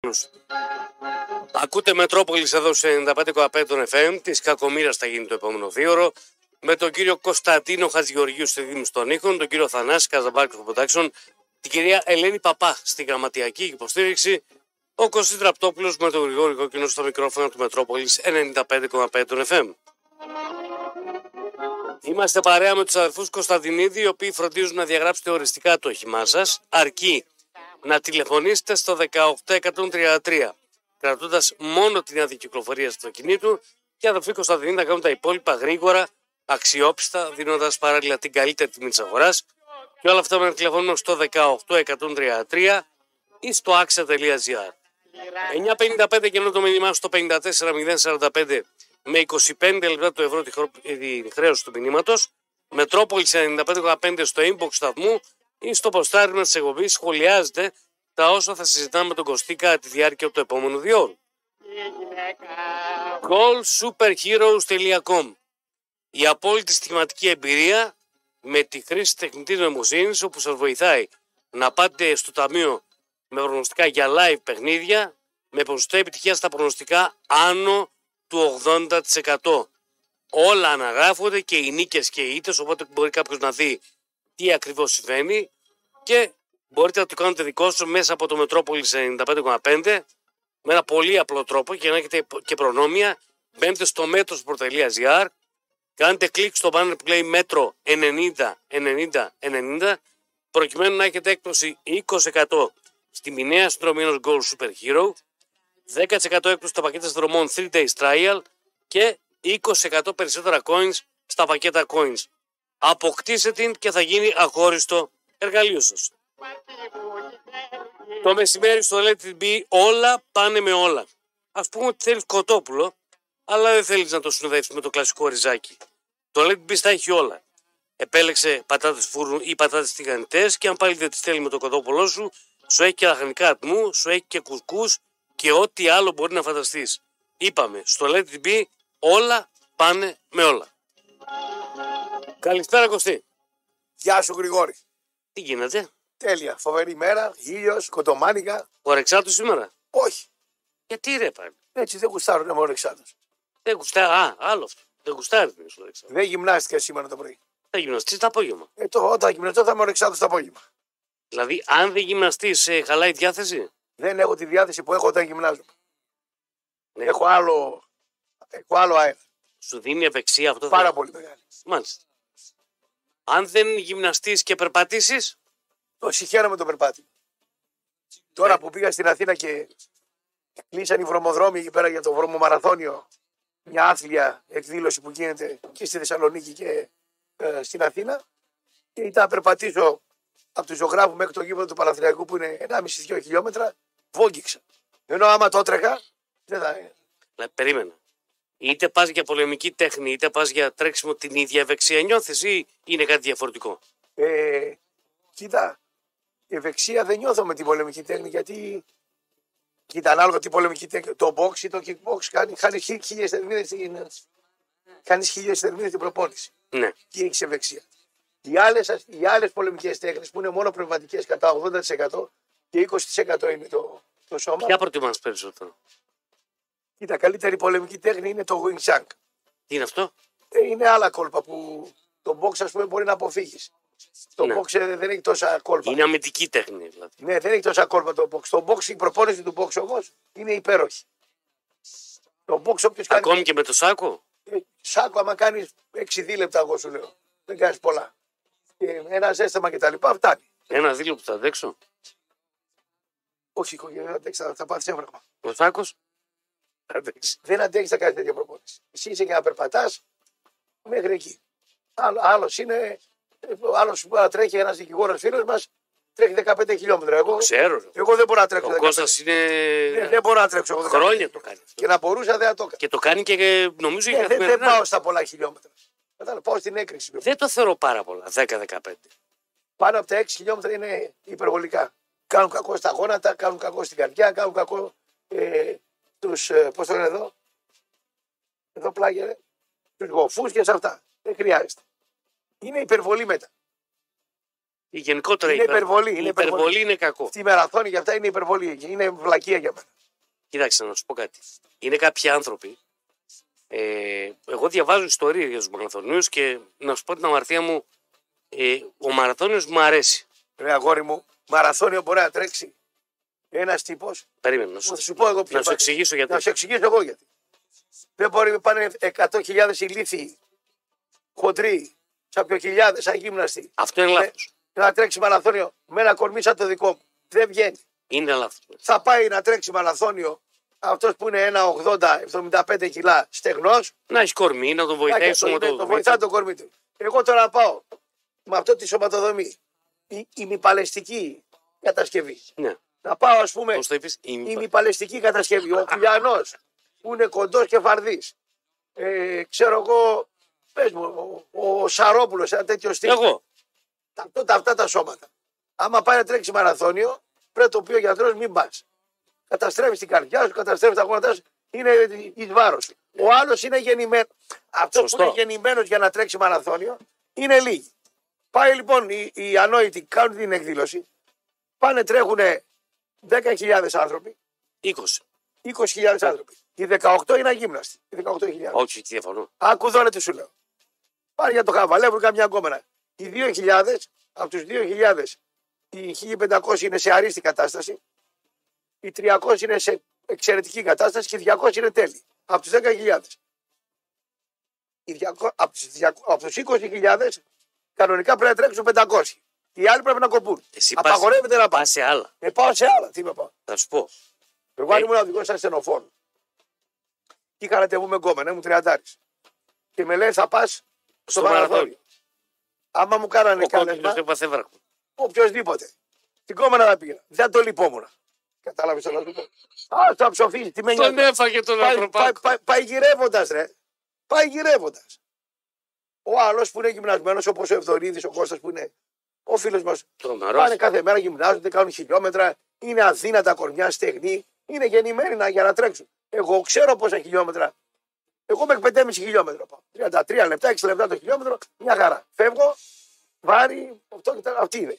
ύπνους. Ακούτε Μετρόπολης εδώ σε 95,5 των FM. Τη κακομήρα θα γίνει το επόμενο δίωρο. Με τον κύριο Κωνσταντίνο Χατζηγοργίου στη Δήμηση των Ήχων, τον κύριο Θανάση Καζαμπάκη των Ποτάξεων, την κυρία Ελένη Παπά στη γραμματιακή υποστήριξη, ο Κωστή Τραπτόπουλο με τον Γρηγόρη Κοκκινό στο μικρόφωνο του Μετρόπολης 95,5 των FM. Είμαστε παρέα με τους αδερφούς Κωνσταντινίδη, οι οποίοι φροντίζουν να διαγράψετε οριστικά το όχημά σας, αρκεί να τηλεφωνήσετε στο 18133 κρατώντας μόνο την άδεια κυκλοφορία του αυτοκινήτου και αδερφοί Κωνσταντινίδη να κάνουν τα υπόλοιπα γρήγορα, αξιόπιστα, δίνοντας παράλληλα την καλύτερη τιμή της αγοράς. Και όλα αυτά με ένα τηλεφώνημα στο 18133 ή στο axa.gr. 9.55 και το μήνυμά στο 54045 με 25 λεπτά το ευρώ τη χρο- τη χρέωση του μηνύματος. Μετρόπολης 95,5 στο inbox του σταθμού ή στο ποστάρισμα της εκπομπής σχολιάζεται τα όσα θα συζητάμε με τον Κωστή κατά τη διάρκεια του επόμενου διόρου. GoldSuperheroes.com Η απόλυτη στιγματική εμπειρία με τη χρήση τεχνητής νοημοσύνης όπου σας βοηθάει να πάτε στο ταμείο με προγνωστικά για live παιχνίδια με ποσοστό επιτυχίας στα προγνωστικά άνω του 80%. Όλα αναγράφονται και οι νίκες και οι ήττες, οπότε μπορεί κάποιος να δει τι ακριβώς συμβαίνει και μπορείτε να το κάνετε δικό σου μέσα από το Μετρόπολης 95,5 με ένα πολύ απλό τρόπο και να έχετε και προνόμια. Μπαίνετε στο μέτρος.gr, κάνετε κλικ στο banner που λέει μέτρο 90 90 90 προκειμένου να έχετε έκπτωση 20% στη μηνιαία συνδρομή ενός Gold Super Hero 10% έκπτωση στα πακέτα συνδρομών 3 Days Trial και 20% περισσότερα coins στα πακέτα coins. Αποκτήστε την και θα γίνει αχώριστο εργαλείο σας. Το μεσημέρι στο Let It Be όλα πάνε με όλα. Ας πούμε ότι θέλεις κοτόπουλο, αλλά δεν θέλεις να το συνοδεύσεις με το κλασικό ριζάκι. Το Let It Be στα έχει όλα. Επέλεξε πατάτες φούρνου ή πατάτες τηγανιτές και αν πάλι δεν τις θέλει με το κοτόπουλό σου, σου έχει και λαχανικά ατμού, σου έχει και κουσκούς και ό,τι άλλο μπορεί να φανταστείς. Είπαμε, στο Let It Be όλα πάνε με όλα. Καλησπέρα Κωστή. Γεια σου Γρηγόρη. Τι γίνεται, Τέλεια. Φοβερή μέρα, ήλιος, κοντομάνικα. ορεξά του σήμερα. Όχι. Γιατί ρε πάλι. Έτσι δεν γουστάρω να είμαι ορεξάτο. Δεν γουστά, α, άλλο αυτό. Δεν γουστάρει την ορεξά. Δεν γυμνάστηκα σήμερα το πρωί. Θα γυμναστείς το απόγευμα. Ε, το, όταν γυμναστώ θα είμαι ορεξάτο το απόγευμα. Δηλαδή, αν δεν γυμναστείς, ε, χαλάει η διάθεση. Δεν έχω τη διάθεση που έχω όταν γυμνάζομαι. Ναι. Έχω άλλο, έχω άλλο αέρα. Σου δίνει ευεξία αυτό. Πάρα θα- πολύ μεγάλη. Μάλιστα. Αν δεν γυμναστείς και περπατήσεις, Το συγχαίρω με το περπάτημα. Τώρα που πήγα στην Αθήνα και κλείσαν οι βρωμοδρόμοι εκεί πέρα για το βρωμομαραθώνιο, μια άθλια εκδήλωση που γίνεται και στη Θεσσαλονίκη και ε, στην Αθήνα, και ήταν να περπατήσω από του ζωγράφου μέχρι το γήπεδο του Παραθυριακού που είναι 1,5-2 χιλιόμετρα, βόγγιξα. Ενώ άμα το έτρεχα, δεν θα. δηλαδή, περίμενα. Είτε πας για πολεμική τέχνη, είτε πας για τρέξιμο την ίδια ευεξία νιώθεις, ή είναι κάτι διαφορετικό. Ε, κοίτα, ευεξία δεν νιώθω με την πολεμική τέχνη γιατί. Κοίτα, ανάλογα τι πολεμική τέχνη. Το box ή το kickbox κάνει, χάνει χίλιες θερμίδες την. Κάνει χίλιες θερμίδες την προπόνηση. Ναι. Και έχεις ευεξία. Οι άλλες οι άλλες πολεμικές τέχνες που είναι μόνο πνευματικές κατά 80% και 20% είναι το, το σώμα. Ποια προτιμάς περισσότερο. Κοίτα, καλύτερη πολεμική τέχνη είναι το wing chun. Τι είναι αυτό. Ε, Είναι άλλα κόλπα που το box, ας πούμε, μπορεί να αποφύγεις. Το Ναι. box ε, δεν έχει τόσα κόλπα. Είναι αμυντική τέχνη, δηλαδή. Ναι, δεν έχει τόσα κόλπα το box. Το box, η προπόνηση του box όμως είναι υπέροχη. Το box όποιος κάνει. Ακόμη και με το σάκο. Ε, Σάκο, άμα κάνεις 6 δίλεπτα, εγώ σου λέω. Δεν κάνεις πολλά. Και ένα ζέσταμα κτλ. Φτάνει. Ένα δίλο που θα αντέξω. Όχι, οικογένεια, δεν αντέξει, θα, θα πάθει έβραγμα. Ο σάκος. Θα αντέξει. Δεν αντέχεις να κάνεις τέτοια προπόνηση. Εσύ είσαι για να περπατάς μέχρι εκεί. Άλλο είναι. Άλλος τρέχει ένας δικηγόρος φίλος μας, τρέχει 15 χιλιόμετρα. Εγώ, Ξέρω. ρε. εγώ δεν μπορώ να τρέξω. Ο 15. Κώστα Ναι, είναι. δεν μπορώ να τρέξω. εγώ 15. Χρόνια το κάνει. Και να μπορούσα δεν θα το έκανα. Και το κάνει και ε, νομίζω Ε, για δεν δεν καθημερινά. πάω στα πολλά χιλιόμετρα. Κατάλαβα, πάω στην έκρηξη. Δεν το θεωρώ πάρα πολλά. 10-15. Πάνω από τα 6 χιλιόμετρα είναι υπερβολικά. Κάνουν κακό στα γόνατα, κάνουν κακό στην καρδιά, κάνουν κακό ε, τους. Ε, Πώς το λένε εδώ, εδώ πλάγια, ρε, τους γοφούς και σε αυτά. Δεν χρειάζεται. Είναι υπερβολή μετά. Η γενικότερα Είναι η υπερ- υπερβολή, η είναι υπερβολή υπερβολή. είναι κακό. Στη μαραθώνη και αυτά είναι υπερβολή. εκεί. Είναι βλακεία για μένα. Κοίταξε να σου πω κάτι. Είναι κάποιοι άνθρωποι. Ε, εγώ διαβάζω ιστορία για τους μαραθωνίους και να σου πω την αμαρτία μου. Ε, ο μαραθώνιος μου αρέσει. Ρε αγόρι μου, μαραθώνιο μπορεί να τρέξει ένας τύπος. Περίμενε να σου, Θα σου πω εγώ ποιος να σου πάει. εξηγήσω γιατί. Να σου εξηγήσω εγώ γιατί. Δεν μπορεί να πάνε 100.000 ηλίθιοι, χοντροί, σαπιοκυλιάδε, αγύμναστοι, Αυτό είναι Ναι. λάθος. να τρέξει μαραθώνιο με ένα κορμί σαν το δικό μου. Δεν βγαίνει. Είναι λάθος. θα πάει να τρέξει μαραθώνιο αυτός που είναι 1,80-75 κιλά στεγνός. Να έχει κορμί, να τον βοηθάει στο το, το σωματοδοτικό. βοηθά το κορμί του. Εγώ τώρα πάω με αυτό τη σωματοδομή, η ημιπαλαιστική κατασκευή. Ναι, Να πάω, ας πούμε, πώς το είπες. η ημιπαλαιστική κατασκευή. Ο Κουλιανός που είναι κοντός και φαρδή. Ε, ξέρω εγώ, πες μου, ο, ο Σαρόπουλος, ένα τέτοιο στυλ. Εγώ. Τα, τότε αυτά τα σώματα. Άμα πάει να τρέξει μαραθώνιο, πρέπει το οποίο γιατρός μην πας. Καταστρέφεις την καρδιά σου, καταστρέφεις τα γόνατά σου. Είναι εις βάρος. Ο άλλος είναι γεννημένος. Αυτός που Σωστό. είναι γεννημένος για να τρέξει μαραθώνιο είναι λίγοι. Πάει λοιπόν οι, οι ανόητοι, κάνουν την εκδήλωση. Πάνε τρέχουν 10.000 άνθρωποι, 20. 20.000 άνθρωποι. Οι 18 είναι αγύμναστοι. Οι 18.000. Όχι, διαφωνώ. Άκου δω, ρε, τι σου λέω. Πάρε για το χαβαλεύουν καμιά κόμμενα. Οι 2.000, από τους 2.000, οι 1.500 είναι σε αρίστη κατάσταση, οι 300 είναι σε εξαιρετική κατάσταση και οι 200 είναι τέλειοι. Από τους 10.000. Οι 200 Από τους 200 από τους 20.000 κανονικά πρέπει να τρέξουν 500. Οι άλλοι πρέπει να κοπούν. Εσύ πας- Απαγορεύεται να πας. Πας σε άλλα. Ε, πάω σε άλλα. Τι με πάω. Θα σου πω. Εγώ αν Ε. ήμουν οδηγό ασθενοφόρου και είχα ραντεβού με γκόμενα, ήμουν τριαντάρης. Και με λέει θα πας στο Στο μαραθώνιο. μαραθώνιο. Άμα μου κάνανε Ο κόκκινο κάλεσμα, έπαθε βράχο. οποιοδήποτε. Την κόμενα θα πήγαινα. Δεν το λυπόμουν. Κατάλαβε το να σου πω. Α, θα ψοφίσει τη μένια. Τον έφαγε τον Πάει, πάει, ανθρωπάκο. πάει, πάει γυρεύοντας, ρε. Πάει γυρεύοντας. Ο άλλος που είναι γυμνασμένος, όπως ο Ευδωρίδη, ο Κώστας που είναι ο φίλος μας, Τρομερός. Πάνε κάθε μέρα, γυμνάζονται, κάνουν χιλιόμετρα. Είναι αδύνατα κορμιά, στεγνή. Είναι γεννημένοι να, για να τρέξουν. Εγώ ξέρω πόσα χιλιόμετρα. Εγώ με 5,5 χιλιόμετρα πάω. 33 λεπτά, 6 λεπτά το χιλιόμετρο, μια χαρά. Φεύγω, βάρη, αυτό και τα Αυτή είναι.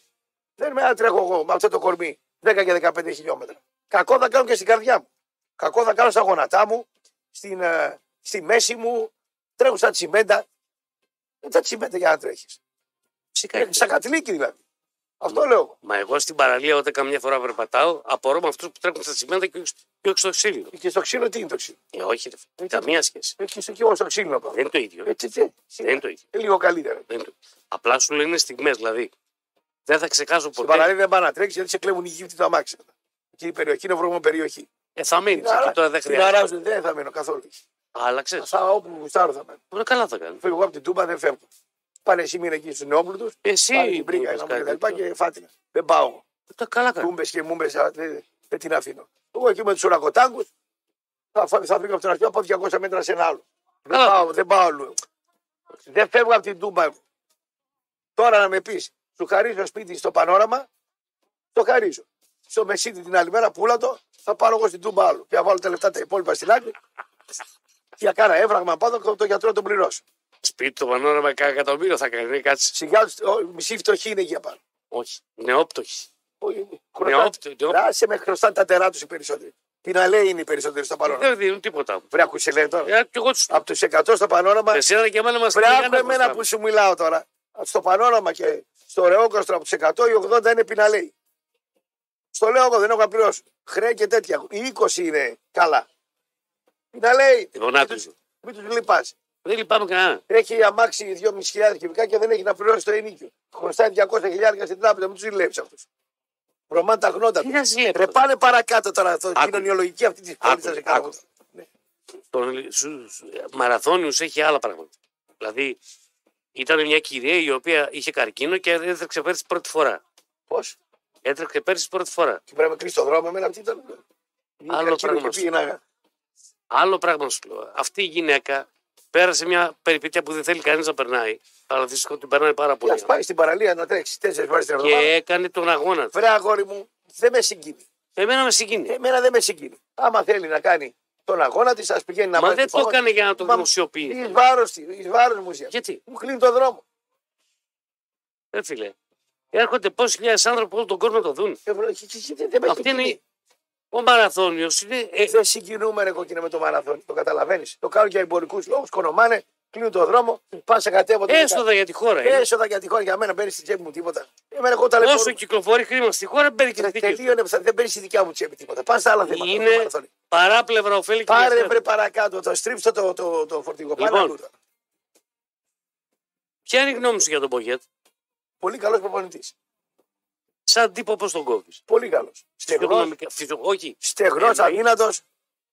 Δεν με τρέχω εγώ με αυτό το κορμί 10 και 15 χιλιόμετρα. Κακό θα κάνω και στην καρδιά μου. Κακό θα κάνω στα γονατά μου, στην, ε, στη μέση μου. Τρέχω στα τσιμέντα. Ε, Δεν τα τσιμέντα για να τρέχεις. Φυσικά. Στα κατηλίκη δηλαδή. Αυτό λέω. εγώ. Μα εγώ στην παραλία όταν καμιά φορά περπατάω, απορώ με αυτούς που τρέχουν στα τσιμέντα και όχι- και όχι στο ξύλινο. Και στο ξύλο τι είναι το ξύλο. Ε, όχι, ρε. φίλε. Καμία σχέση. Ε, Και στο κύριο στο ξύλο πάω. Δεν είναι το ίδιο. Έτσι, έτσι. Δεν Ε, είναι το ίδιο. Ε, Λίγο καλύτερα. Δεν είναι το ίδιο. Απλά σου λένε στιγμές, δηλαδή. Δεν θα ξεχάσω Στην ποτέ. παραλία δεν πάει να τρέξει γιατί σε κλέβουν οι γύφτοι τα αμάξια. Και η περιοχή είναι βρωμό περιοχή. Ε, θα μείνεις. Άρα, Εκεί τώρα δεν την χρειάζεται. Ε. αράζουν, δεν θα μείνω καθόλου. Άλλαξες. Θα όπου γουστάρω θα μένω. Πολύ καλά θα κάνει. Φεύγω εγώ από την Τούμπα, δεν φεύγω. Πάνε εσύ μείνε εκεί στους νεόπλου του. Πάλι Εσύ. την βρήκα είπες ένα μου και τα κάτι λοιπά τέτοιο. και φάτηνα. Δεν πάω. εγώ. Τα καλά κάνεις. Τούμπες και μούμπες, α, δεν δεν την αφήνω. Εγώ εκεί με τους ουρακοτάγκους θα, φα- θα βρήκα από τον αρχαίο, πάω 200 μέτρα σε ένα άλλο. Δεν Καλά. πάω, δεν πάω αλλού. Δεν φεύγω από την Τούμπα. εγώ. Τώρα να με πεις, σου χαρίζω σπίτι στο πανόραμα, το χαρίζω. Στο μεσίτη την άλλη μέρα, πουλά το, θα πάρω εγώ στην Τούμπα άλλο. Και θα βάλω τα λεφτά τα υπόλοιπα στην άκρη. Για κάνα έβραγμα πάνω, το- το γιατρό τον πληρώσω. Σπίτι το πανόραμα κάνα εκατομμύριο θα κάνει. ε, Κάτσε. Σιγά, ο- μισή φτωχή είναι εκεί απάνω. Όχι. Νεόπτωχη. Χρωστά- νεόπτω. Άσε με χρωστά τα τερά τους οι περισσότεροι. Πιναλέοι είναι οι περισσότεροι στο πανόραμα. Δεν δίνουν τίποτα. Βρε, ακούσε λέει τώρα. Ε, Κι εγώ τους. Από τους 100 στο πανόραμα. Εσένα και εμένα μας Βρε, άκου εμένα που σου μιλάω τώρα. Στο πανόραμα και στο ρεόκαστρο από τους 100 οι 80 είναι πιναλέοι. Στο λέω εγώ, δεν έχω να πληρώσω. Χρέη και τέτοια. Οι 20 είναι καλά. Πιναλέοι. Λοιπόν, άκουσε. Μην τους λυπάσαι. Δεν λυπάμαι κανένα. Έχει αμάξει 2.500 κυβικά και δεν έχει να πληρώσει το ενίκιο. Χρωστάει 200.000 στην τράπεζα, μην τους ζηλέψει αυτούς. Ρωμάνε τα γνώτα Τι τους. να ζηλέψω. Ρε πάνε παρακάτω τώρα. Το Άκου. κοινωνιολογική αυτή τη πόλη Άκου, σας άκου. τον, σου, σου- μαραθώνιους έχει άλλα πράγματα. Δηλαδή, ήταν μια κυρία η οποία είχε καρκίνο και έτρεξε πέρσι πρώτη φορά. Πώς. Έτρεξε πέρσι πρώτη φορά. Και πρέπει να κλείσει το δρόμο εμένα αυτή ήταν. Άλλο Καρκίνο και πράγμα σου. πήγαινα. Άλλο πράγμα σου λέω. Αυτή η γυναίκα πέρασε μια περιπέτεια που δεν θέλει κανείς να περνάει. Αλλά δυστυχώς την περνάει πάρα Και πολύ. ας πάει στην παραλία να τρέξει τέσσερις φορές την Και εβδομάδα. έκανε τον αγώνα τη. Βρε αγόρι μου, δεν με συγκινεί. Εμένα με συγκίνησε. Εμένα δεν με συγκινεί. Άμα θέλει να κάνει τον αγώνα της, ας πηγαίνει να Μα βάζει δεν τη το φama. έκανε για να το Μα- δημοσιοποιεί. Εις βάρος της, εις βάρος μου ουσία. Γιατί, Μου κλείνει το δρόμο. δεν φίλε. Έρχονται πόσοι χιλιάδες άνθρωποι από όλο τον κόσμο να το δουν. Ε, βρε, και- και- και- Δεν με Αυτή είναι συγκινεί. η- Ο μαραθώνιος είναι. ε, Δεν συγκινούμε ρε κόκκινε με το μαραθώνιο. Το καταλαβαίνεις. Το κάνουν για εμπορικούς λόγους, κονομάνε, κλείνουν τον δρόμο, πάνε σε κατέβονται. έσοδα για τη χώρα. είναι. Έσοδα για τη χώρα, για μένα μπαίνει στην τσέπη μου τίποτα. Εμένα εγώ τα Όσο κυκλοφορεί χρήμα στη χώρα, μπαίνει και στη δίκη σου. Τελείωνε, δεν μπαίνει στη δικιά μου τσέπη τίποτα. Πάνε στα άλλα θέματα. Είναι- το μαραθώνιο. Παράπλευρα ωφέλη και Πάρε διαστρέφεια. βρε παρακάτω, το στρίψτε το, το, το φορτηγό. Πάρε Λοιπόν. αλλού τώρα. Ποια είναι η γνώμη σου για τον Πογέτ, Πολύ καλός προπονητής. σαν τύπο πώ τον κόβεις. Πολύ καλός. Στεγνό, Φυσιογνωμικά. Φυσιο... Όχι. στεγνός Ε, αδύνατο,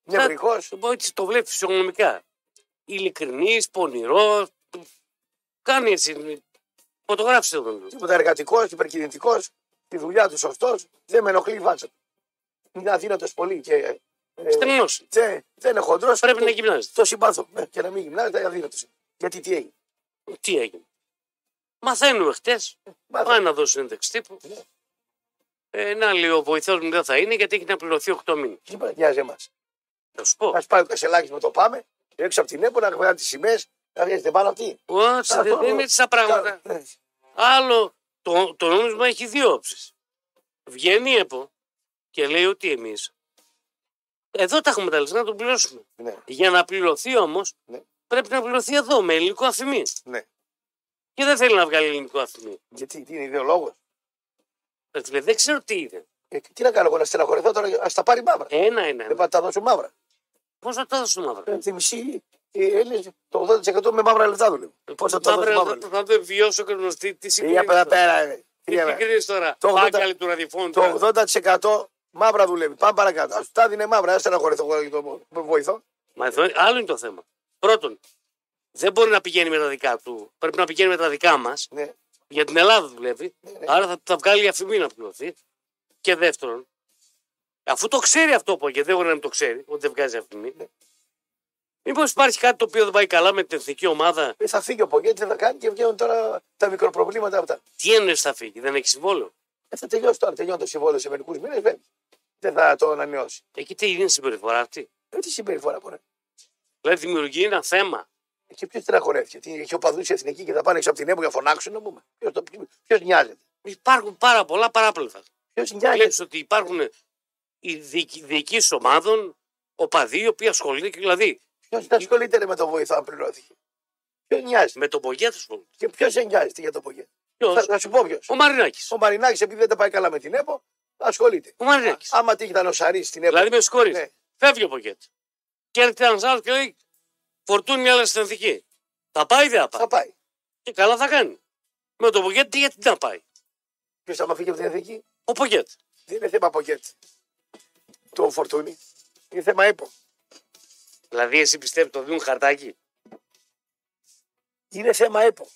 νευρικό. Το, έτσι το βλέπει φυσιογνωμικά. Ειλικρινής, πονηρός. Κάνει έτσι. Φωτογράφησε τον. Τίποτα εργατικός, υπερκινητικός. Τη δουλειά του σωστός. Δεν με ενοχλεί η βάτσα του. Είναι αδύνατος πολύ και. ε, Στεγνός. δεν, δεν είναι χοντρό. Πρέπει να γυμνάζεται. Το συμπάθω. Ε, Και να μην γυμνάζεται, αδύνατος. Γιατί τι έγινε. Τι έγινε. Μαθαίνουμε χτες. Μάθα. Πάει να δώσει συνέντευξη τύπου. Ναι. Ε, να λέει ο βοηθός μου δεν θα είναι γιατί έχει να πληρωθεί 8 μήνες. Τι μα νοιάζει εμά. Θα σου πω. Ας πάει ο Κασελάκη με το πάμε. Έξω από την ΕΠΟ να βγάλει τις σημαίες. Να βγαίνει πάνω αυτή. Ω, έτσι, δεν είναι έτσι τα πράγματα. Ε, Άλλο, το, το νόμισμα έχει δύο όψεις. Βγαίνει η ΕΠΟ και λέει ότι εμείς εδώ τα έχουμε τα λεφτά να τον πληρώσουμε. Ναι, Για να πληρωθεί όμως Ναι. πρέπει να πληρωθεί εδώ με ελληνικό αφημί. ναι. Και δεν θέλει να βγάλει ελληνικό αφημί. Γιατί τι είναι ιδεολόγο. Ρε φίλε, Δεν ξέρω τι είναι. Ε, τι να κάνω εγώ να στεναχωρηθώ τώρα, ας τα πάρει μαύρα. Ένα, ένα. Δεν ένα. θα τα δώσω μαύρα. Πώς θα τα δώσουν μαύρα. Ε, Τη μισή οι Έλληνες το 80% με μαύρα λεφτά δουλεύουν. Πώς θα τα Λοιπόν, Μαύρα, θα- δώσω μαύρα λεφτά. Θα δεν βιώσει ο κρεμνωστή. Τι Ε, Για συγκρίνεις πέρα τώρα. πέρα. ε. Τι Κυρία Βέρα, συγκρίνεις τώρα. Το 80 Πάγκαλη του ραδιοφώνου. τώρα. Το 80% μαύρα δουλεύει. Πάμε παρακάτω. Ας τα δίνε μαύρα, ας στεναχωρηθώ εγώ για το βοηθό. Μα εδώ άλλο είναι το θέμα. Πρώτον, δεν μπορεί να πηγαίνει με τα δικά του. Πρέπει να πηγαίνει με τα δικά μας. Ναι. Για την Ελλάδα δουλεύει. Άρα θα, θα βγάλει αφημί να πληρωθεί. Και δεύτερον, αφού το ξέρει αυτό που δεν μπορεί να μην το ξέρει, ότι δεν βγάζει αφημί. Μήπως υπάρχει κάτι το οποίο δεν πάει καλά με την εθνική ομάδα, Ε, Θα φύγει ο Πογέτη, δεν θα κάνει και βγαίνουν τώρα τα μικροπροβλήματα αυτά. τι εννοείς θα φύγει, δεν έχει συμβόλαιο. Ε, θα τελειώσει τώρα, τελειώνει το συμβόλαιο σε μερικούς μήνες, βέβαια. Δεν θα το ανανεώσει. Εκεί τι είναι η συμπεριφορά αυτή. Ε, τι συμπεριφορά μπορεί. Δηλαδή δημιουργεί ένα θέμα. Και ποιος στεναχωρέθηκε. Τι, έχει ο παδού η εθνική και θα πάνε έξω από την ΕΜΟ για να φωνάξουν να πούμε. Ποιος νοιάζεται. Υπάρχουν πάρα πολλά παράπλευρα. Ποιος νοιάζεται. Βλέπεις ότι υπάρχουν οι διοικη- διοικήσεις ομάδων, οπαδοί οι οποίοι ασχολούνται, και δηλαδή Ποιος θα ασχολείται ρε, με τον βοηθό αν πληρώθηκε. Ποιος νοιάζεται. με τον Πογέθο ασχολούνται. Και ποιος νοιάζεται για τον Πογέτη. Θα, Ποιος? θα σου πω ποιος. Ο Μαρινάκης. Ο Μαρινάκης επειδή δεν τα πάει καλά με την ΕΠΟ, ασχολείται. Ο Μαρινάκης. Άμα τύχει ήταν ο Σαρή στην ΕΠΟ. Δηλαδή με συγχωρείς. Ναι. Φεύγει ο Πογέτη. Και έρχεται ένα άλλο και λέει Φορτούνι άλλα στην Εθνική. Θα πάει ή δεν θα πάει. θα πάει. Και καλά θα κάνει. Με τον Πογέτη γιατί να πάει. Ποιος άμα φύγει από την Εθνική, Ο Πογέτη. δεν είναι θέμα Πογέτη. Το φορτούνι. Είναι θέμα ΕΠΟ. Δηλαδή εσύ πιστεύεις το δίνουν χαρτάκι. Είναι θέμα ΕΠΟ.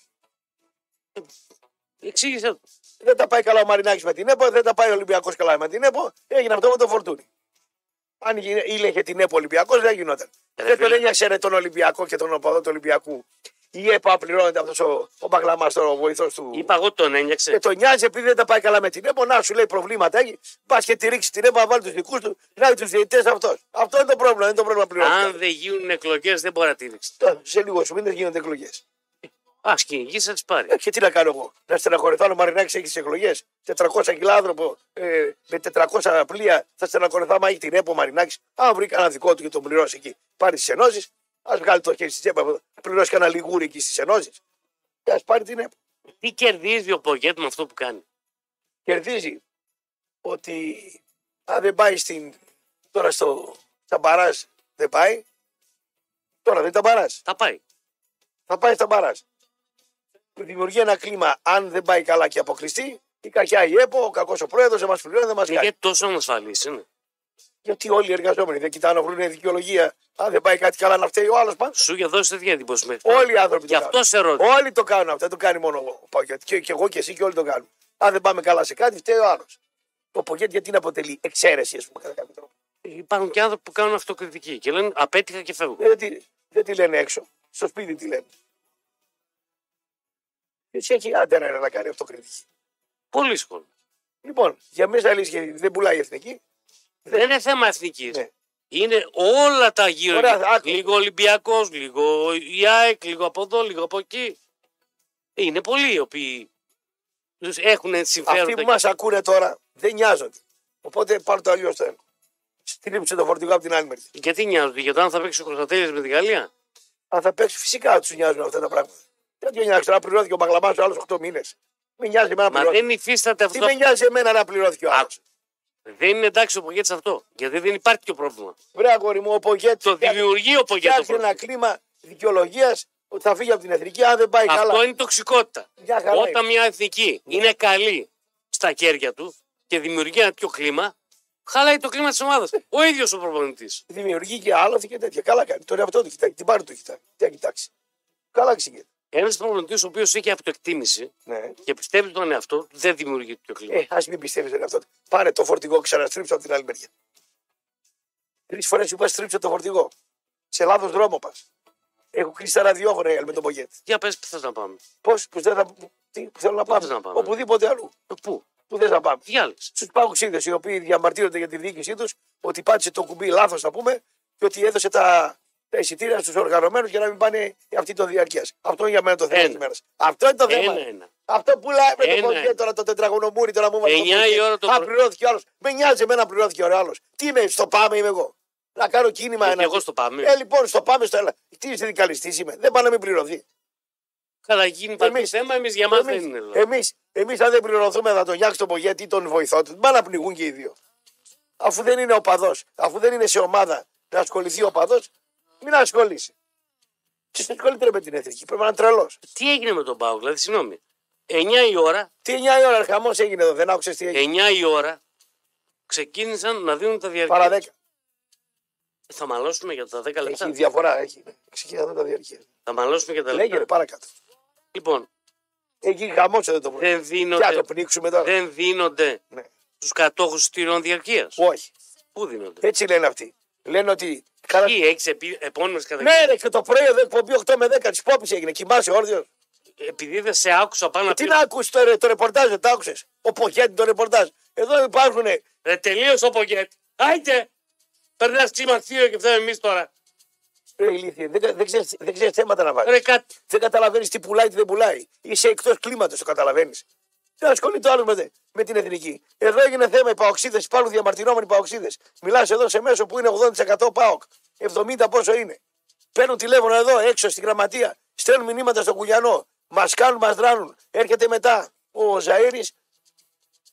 Εξήγησε το. Δεν τα πάει καλά ο Μαρινάκης με την ΕΠΟ, δεν τα πάει ο Ολυμπιακός καλά με την ΕΠΟ. Έγινε αυτό με τον Φορτούνη. Αν γίνε- ήλεγε την ΕΠΟ Ολυμπιακός, δεν γινόταν. Ε, Ρε δεν τον φίλε. ένιωσε ρε, τον Ολυμπιακό και τον οπαδό του Ολυμπιακού. Η ΕΠΟ απληρώνεται αυτός ο, ο Μπαγλαμά, ο βοηθός του. Είπα εγώ τον Και ένιωξε. τον νοιάζει επειδή δεν τα πάει καλά με την ΕΠΟ, να σου λέει προβλήματα έχει. Πας και τη ρίξεις την ΕΠΟ, να βάλει τους δικούς του, να τους διαιτητές αυτός. Αυτό είναι το πρόβλημα, δεν είναι το πρόβλημα Αν πληρώνεται. δεν γίνουν εκλογές δεν μπορεί να τη ρίξεις. Τώρα, Σε λίγου μήνε γίνονται εκλογές. Ας κυνηγήσεις, θα τι πάρεις. Ε, Και τι να κάνω εγώ, να στεναχωρηθώ αν ο Μαρινάκης έχει τις εκλογές. 400 κιλά άνθρωπο ε, με 400 πλοία θα στεναχωρηθώ άμα έχει την ΕΠΟ ο Μαρινάκης. Αν βρει κανένα δικό του και τον πληρώσει εκεί, πάρει τις ενώσεις, ας βγάλει το χέρι στη τσέπα, πληρώσει κανένα λιγούρι εκεί στις ενώσεις. Και ας πάρει την ΕΠΟ. Τι κερδίζει ο Πογέτη με αυτό που κάνει. Κερδίζει ότι αν δεν πάει στην, τώρα στο, στα μπαρά, δεν πάει. Τώρα δεν τα μπαρά. Θα πάει. θα πάει στα μπαράζ. Δημιουργεί ένα κλίμα, αν δεν πάει καλά και αποκλειστεί, η κακιά η ΕΠΟ, ο κακός ο πρόεδρος, δεν μα πληρώνει, δεν μας κάνει. Γιατί τόσο ανασφαλής είναι. Γιατί όλοι οι εργαζόμενοι δεν κοιτάνε να βρουν δικαιολογία. Αν δεν πάει κάτι καλά, να φταίει ο άλλος πάντα. Σου είχε δώσει τέτοια εντύπωση μέχρι τώρα. Όλοι οι άνθρωποι Γι' το αυτό κάνουν. σε ρώτησα. Όλοι το κάνουν αυτό, δεν το κάνει μόνο ο Παγκέτη. Και, και εγώ και εσύ και όλοι το κάνουν. Αν δεν πάμε καλά σε κάτι, φταίει ο άλλος. Το Παγκέτη γιατί να αποτελεί εξαίρεση, ας πούμε, κατά κάποιο τρόπο. Υπάρχουν και άνθρωποι που κάνουν αυτοκριτική και λένε Απέτυχα και φεύγω. Ε, Δεν, τη, δεν τη λένε έξω. Στο σπίτι τη λένε. Έτσι έχει άντε ρε, να κάνει αυτοκριτική. Πολύ σχόλιο. Λοιπόν, για μέσα λύση δεν πουλάει η εθνική. Δεν είναι θέμα εθνικής. Ναι. Είναι όλα τα γύρω. Ωραία, άκου. λίγο Ολυμπιακός, λίγο η ΑΕΚ, λίγο από εδώ, λίγο από εκεί. Είναι πολλοί οι οποίοι έχουν συμφέροντα. Αυτοί που μας ακούνε τώρα δεν νοιάζονται. Οπότε πάρουν το αλλιώς το έργο. Τρίψε το φορτηγό από την άλλη μεριά. Γιατί νοιάζονται, για το αν θα παίξει ο Κωνσταντέλη με τη Γαλλία. Αν θα παίξει, φυσικά τους νοιάζουν αυτά τα πράγματα. Δεν του νοιάζει να πληρώθηκε ο Μπαγλαμά ο άλλος 8 μήνε. Με νοιάζει εμένα να Μα πληρώθηκε. δεν υφίσταται Τι αυτό. με νοιάζει εμένα να πληρώθηκε ο άλλο. Άκουσε. Δεν είναι εντάξει ο Πογέτη αυτό. Γιατί δεν υπάρχει το πρόβλημα. Βρε αγόρι μου, ο Πογέτη. Το δημιουργεί ο Πογέτη. το Φτιάχνει πρόβλημα. ένα κλίμα δικαιολογίας ότι θα φύγει από την εθνική. Αν δεν πάει Ε, καλά. Αυτό είναι τοξικότητα. Μια χαρά Ναι. Όταν μια εθνική είναι καλή στα κέρια του και δημιουργεί ένα τέτοιο κλίμα, χαλάει το κλίμα της ομάδας. Ο ίδιος ο προπονητής. Δημιουργεί και άλλο και τέτοια. Καλά κάνει. Τον εαυτό του κοιτάει. Την πάρει του κοιτάει. Τι να κοιτάξει. Καλά ξηγείται. Ένας προπονητή ο οποίος έχει αυτοεκτίμηση Ναι. και πιστεύει τον εαυτό του, δεν δημιουργεί τέτοιο κλίμα. Ε, ας μην πιστεύεις τον εαυτό του. Πάρε το φορτηγό, ξαναστρίψω από την άλλη μεριά. Τρεις φορές σου είπα στρίψε το φορτηγό. Σε λάθος δρόμο πας. Έχω κλείσει τα ραδιόφωνα ε, με τον Πογέτη. Για πες, πού θες να πάμε. Πώς που δεν θα. Τι, που θέλω να πάμε. θες να πάμε. Οπουδήποτε αλλού. Ε, Πού, Που δεν θα πάμε. διάλεξε. Στους πάγους οι οποίοι διαμαρτύρονται για τη διοίκησή τους ότι πάτησε το κουμπί λάθος, να πούμε, και ότι έδωσε τα, τα εισιτήρια στους οργανωμένους για να μην πάνε αυτοί των διαρκείας. Αυτό είναι για μένα το θέμα Ένα. τη μέρας. Αυτό ε, είναι το θέμα. Ένα-ένα. Αυτό που λέει με Ένα, το ποδιά ένα. τώρα το τετραγωνομούρι τώρα μου βάζει. Ε, ναι. Εννιά η ώρα το Α, πρωί. πληρώθηκε ο άλλος. Με νοιάζει εμένα να πληρώθηκε ο άλλος. Τι είμαι, στο πάμε είμαι εγώ. Να κάνω κίνημα Γιατί ένα. εγώ στο πάμε. Ε, λοιπόν, στο πάμε στο έλα. Τι συνδικαλιστής είμαι. Δεν πάνε να μην πληρωθεί. Καλά, γίνει παντού εμείς- θέμα, εμείς για μας δεν είναι. Εμεί, δηλαδή. εμείς, Ε. εμείς αν δεν πληρωθούμε, θα τον γιάξει τον Πογέτη ή τον βοηθό του. Μπα να πνιγούν και οι δύο. Αφού δεν είναι οπαδό, αφού δεν είναι σε ομάδα να ασχοληθεί ο οπαδό, μην ασχολείσαι. Τι ασχολείται ρε με την εθνική, πρέπει να είναι τρελός. Τι έγινε με τον Πάο, δηλαδή, συγγνώμη. 9 η ώρα, Τι 9 η ώρα, χαμός έγινε εδώ, δεν άκουσες τι έγινε. 9 η ώρα, ξεκίνησαν να δίνουν τα Παρά διαρκεία. 10. Θα μαλώσουμε για τα 10 Έχει λεπτά. διαφορά, έχει. Ξεκινάμε τα διαρκεία. Θα μαλώσουμε για τα Λέγε ρε, λεπτά. παρακάτω. Λοιπόν, Εκεί χαμός εδώ το πρωί. δεν Τι να το δίνονται, πνίξουμε τώρα. δεν δίνονται Ναι. στου κατόχου εισιτήριων διαρκείας. Όχι. Πού δίνονται. Έτσι λένε αυτοί. Λένε ότι. Καλά... Εκεί έχει επώνυμε ε- Ναι, καταγγελίε. ρε, και το πρωί εδώ εκπομπή 8 με 10 τη πόπη έγινε. Κοιμάσαι όρθιο. Επειδή δεν σε άκουσα πάνω απ' Ε, Τι να ακούσεις το, ρε- το ρεπορτάζ, δεν το άκουσες. Ο Πογέτη το ρεπορτάζ. Εδώ υπάρχουν. Ρε Ε, τελείωσε ο Πογκέτ. Άιτε! Περνά τσίμα θείο και φταίμε εμείς τώρα. Ρε, ηλίθιε, δεν, κα- δεν, ξέρεις, δεν ξέρεις θέματα να βάλεις. Ρε κάτι. Δεν καταλαβαίνεις τι πουλάει, τι δεν πουλάει. Είσαι εκτός κλίματος, το καταλαβαίνεις. Δεν ασχολείται άλλος με, με την εθνική. Εδώ έγινε θέμα οι παοξίδες, υπάρχουν διαμαρτυρόμενοι παοξίδες. Μιλάς εδώ σε μέσο που είναι 80% πάοκ. 70 πόσο είναι. Παίρνουν τηλέφωνο εδώ έξω στη γραμματεία. Στέλνουν μηνύματα στον Κουλιανό. Μας κάνουν, μας δράνουν. Έρχεται μετά ο Ζαήρη.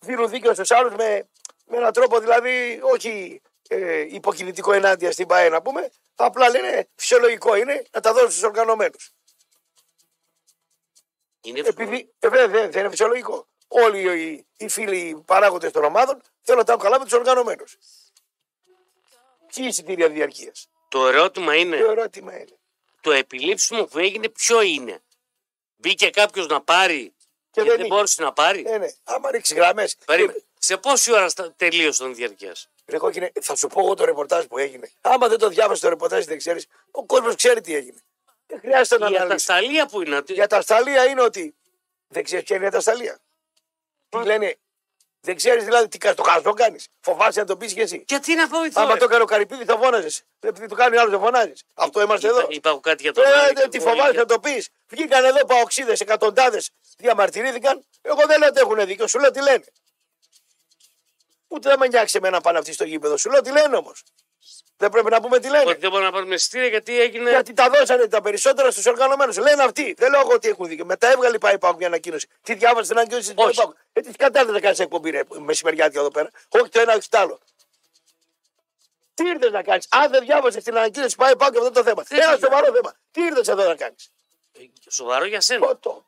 Δίνουν δίκιο στους άλλους με, με έναν τρόπο δηλαδή όχι ε, υποκινητικό ενάντια στην ΠαΕ να πούμε. Απλά λένε φυσιολογικό είναι να τα δώσουν στους οργανωμένους. Είναι Επειδή ε, βέβαια δεν, δεν είναι φυσιολογικό. Όλοι οι, οι φίλοι οι παράγοντες των ομάδων θέλουν να τα έχουν καλά με τους οργανωμένους. Ποιοι εισιτήρια διαρκείας. Το ερώτημα Το είναι, ερώτημα είναι. το επιλήψιμο που έγινε ποιο είναι. Μπήκε κάποιος να πάρει και, δεν ε- δεν είχε. μπόρεσε να πάρει. Ναι, ναι. Άμα ρίξει γραμμές. Περίμενε. Σε πόση ώρα στα- τελείωσαν οι διαρκέ. Θα σου πω εγώ το ρεπορτάζ που έγινε. Άμα δεν το διάβασες το ρεπορτάζ, δεν ξέρεις. Ο κόσμος ξέρει τι έγινε. Δεν χρειάζεται να Η αναλύσεις. ατασταλία που είναι. Η ατασταλία είναι ότι δεν ξέρεις ποια είναι η ατασταλία. Τι λένε. Δεν ξέρεις δηλαδή τι κα- το χαζό κάνεις. Φοβάσαι να το πεις και εσύ. Γιατί να φοβηθώ. Άμα ρε. το έκανε ο Καρυπίδη θα φώναζες. Επειδή το κάνει άλλο δεν φωνάζεις. Αυτό είμαστε Είπα- εδώ. Είπα εγώ κάτι για τον Ε, Άρη δεν και τη τον Βόλο φοβάσαι και- να το πεις. Βγήκαν εδώ παοξίδες, εκατοντάδες διαμαρτυρήθηκαν. Εγώ δεν λέω ότι έχουν δίκιο, σου λέω τι λένε. Ούτε δεν με νοιάξει εμένα πάνω αυτή στο γήπεδο. Σου λέω τι λένε όμως. Δεν πρέπει να πούμε τι λένε. Ότι δεν μπορούν να πάρουν εισιτήρια γιατί έγινε. Γιατί τα δώσανε τα περισσότερα στους οργανωμένους. Λένε αυτοί. Δεν λέω εγώ ότι έχουν δίκιο. Μετά έβγαλε η ΠΑΕΠΑΚ μια ανακοίνωση. Τη διάβασε την ανακοίνωση τη Όχι. ΠΑΕΠΑΚ. Ε, τι κατάλαβε να κάνεις εκπομπή ρε, μεσημεριάτικα εδώ πέρα. Όχι το ένα, όχι το άλλο. Τι ήρθες να κάνεις. Αν δεν διάβασες την ανακοίνωση τη ΠΑΕΠΑΚ αυτό το θέμα. Δεν ένα πήγα. σοβαρό θέμα. Τι ήρθες εδώ να κάνεις. Σοβαρό για σένα. Πότο.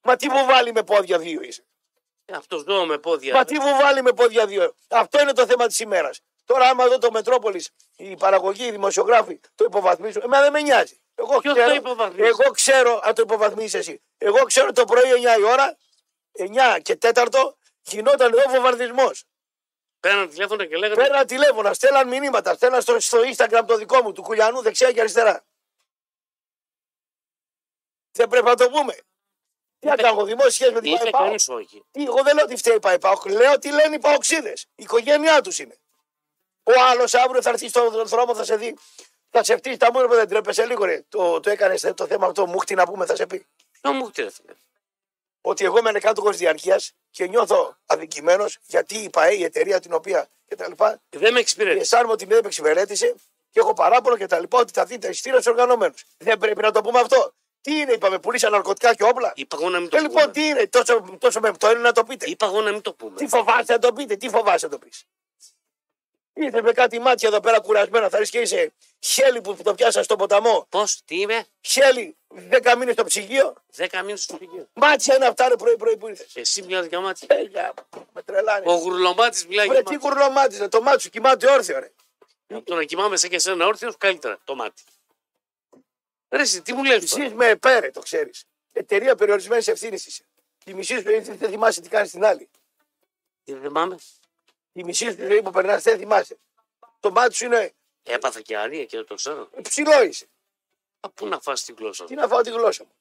Μα τι μου βάλει με πόδια δύο είσαι. Αυτό ζω Ε, με πόδια. Μα τι μου βάλει με πόδια δύο. Αυτό είναι το θέμα της ημέρας. Τώρα, άμα εδώ το Μετρόπολης, η παραγωγή, οι δημοσιογράφοι το υποβαθμίζουν, εμένα δεν με νοιάζει. Εγώ Ποιος ξέρω, το υποβαθμίζει? εγώ ξέρω, αν το υποβαθμίσει εσύ. Εγώ ξέρω το πρωί 9 η ώρα, 9 και 4 γινόταν εδώ βομβαρδισμό. Πέραν τηλέφωνο και λέγανε. Παίρναν τηλέφωνα, στέλναν μηνύματα, στέλναν στο, στο Instagram το δικό μου, του Κουλιανού, δεξιά και αριστερά. Δεν πρέπει να το πούμε. Τι Ναι. να κάνω, δημόσιες σχέσεις με την Είπε ΠΑΕΠΑΟ. κανείς όχι. Τι, εγώ δεν λέω ότι φταίει η ΠΑΕΠΑΟΚ. Λέω ότι λένε οι Παοξίδες. Η οικογένειά τους είναι. Ο άλλος αύριο θα έρθει στον δρόμο, θα σε δει. Θα σε φτύσει τα μούρα, δεν τρέπεσαι λίγο. Ρε. Το, το έκανες το θέμα αυτό, μου χτυ να πούμε, θα σε πει. Ποιο μου χτύρε. Ο Ε, Δεν με εξυπηρέτησε. αισθάνομαι ότι δεν με εξυπηρέτησε και έχω παράπονο κτλ. Ότι τα δίνει τα εισιτήρια στου οργανωμένους. Δεν πρέπει να το πούμε αυτό. Τι είναι, είπαμε, πουλήσα ναρκωτικά και όπλα. Είπα εγώ να μην το Ε, λοιπόν, πούμε. τι είναι, τόσο, τόσο με πτώει να το πείτε. Είπα εγώ να μην το πούμε. Τι φοβάσαι να το πείτε, τι φοβάσαι να το πεις. Ήρθε με κάτι μάτια εδώ πέρα κουρασμένα, θα ρίξει είσαι χέλι που το πιάσα στον ποταμό. Πώς, τι είμαι, Χέλι, δέκα μήνες στο ψυγείο. δέκα μήνες στο σπίτι. Μάτια είναι αυτά, ρε πρωί-πρωί που ήρθες. Εσύ μιλά για μάτι. Έλια, με τρελάνε. Ο γουρλωμάτης μιλάει Βρε για τι μάτι. κουρνό μάτι, ρε, το μάτι σου κοιμάται όρθιο, ρε. Από το να κοιμάμαι σε και εσένα όρθιο, καλύτερα το μάτι. Ρε, εσύ, τι μου λες. Εσύ με επέρε, το ξέρεις. Εταιρεία περιορισμένης ευθύνης είσαι. Τη μισή σου ζωή δεν θυμάσαι τι κάνεις την άλλη. Ε, Δεν θυμάμαι. Τη μισή σου ζωή που περνάς δεν θυμάσαι. Το μάτι σου είναι Έπαθα και αρία και δεν το ξέρω. ψηλό είσαι. Α, πού να φας την γλώσσα. Τι να φάω τη γλώσσα μου.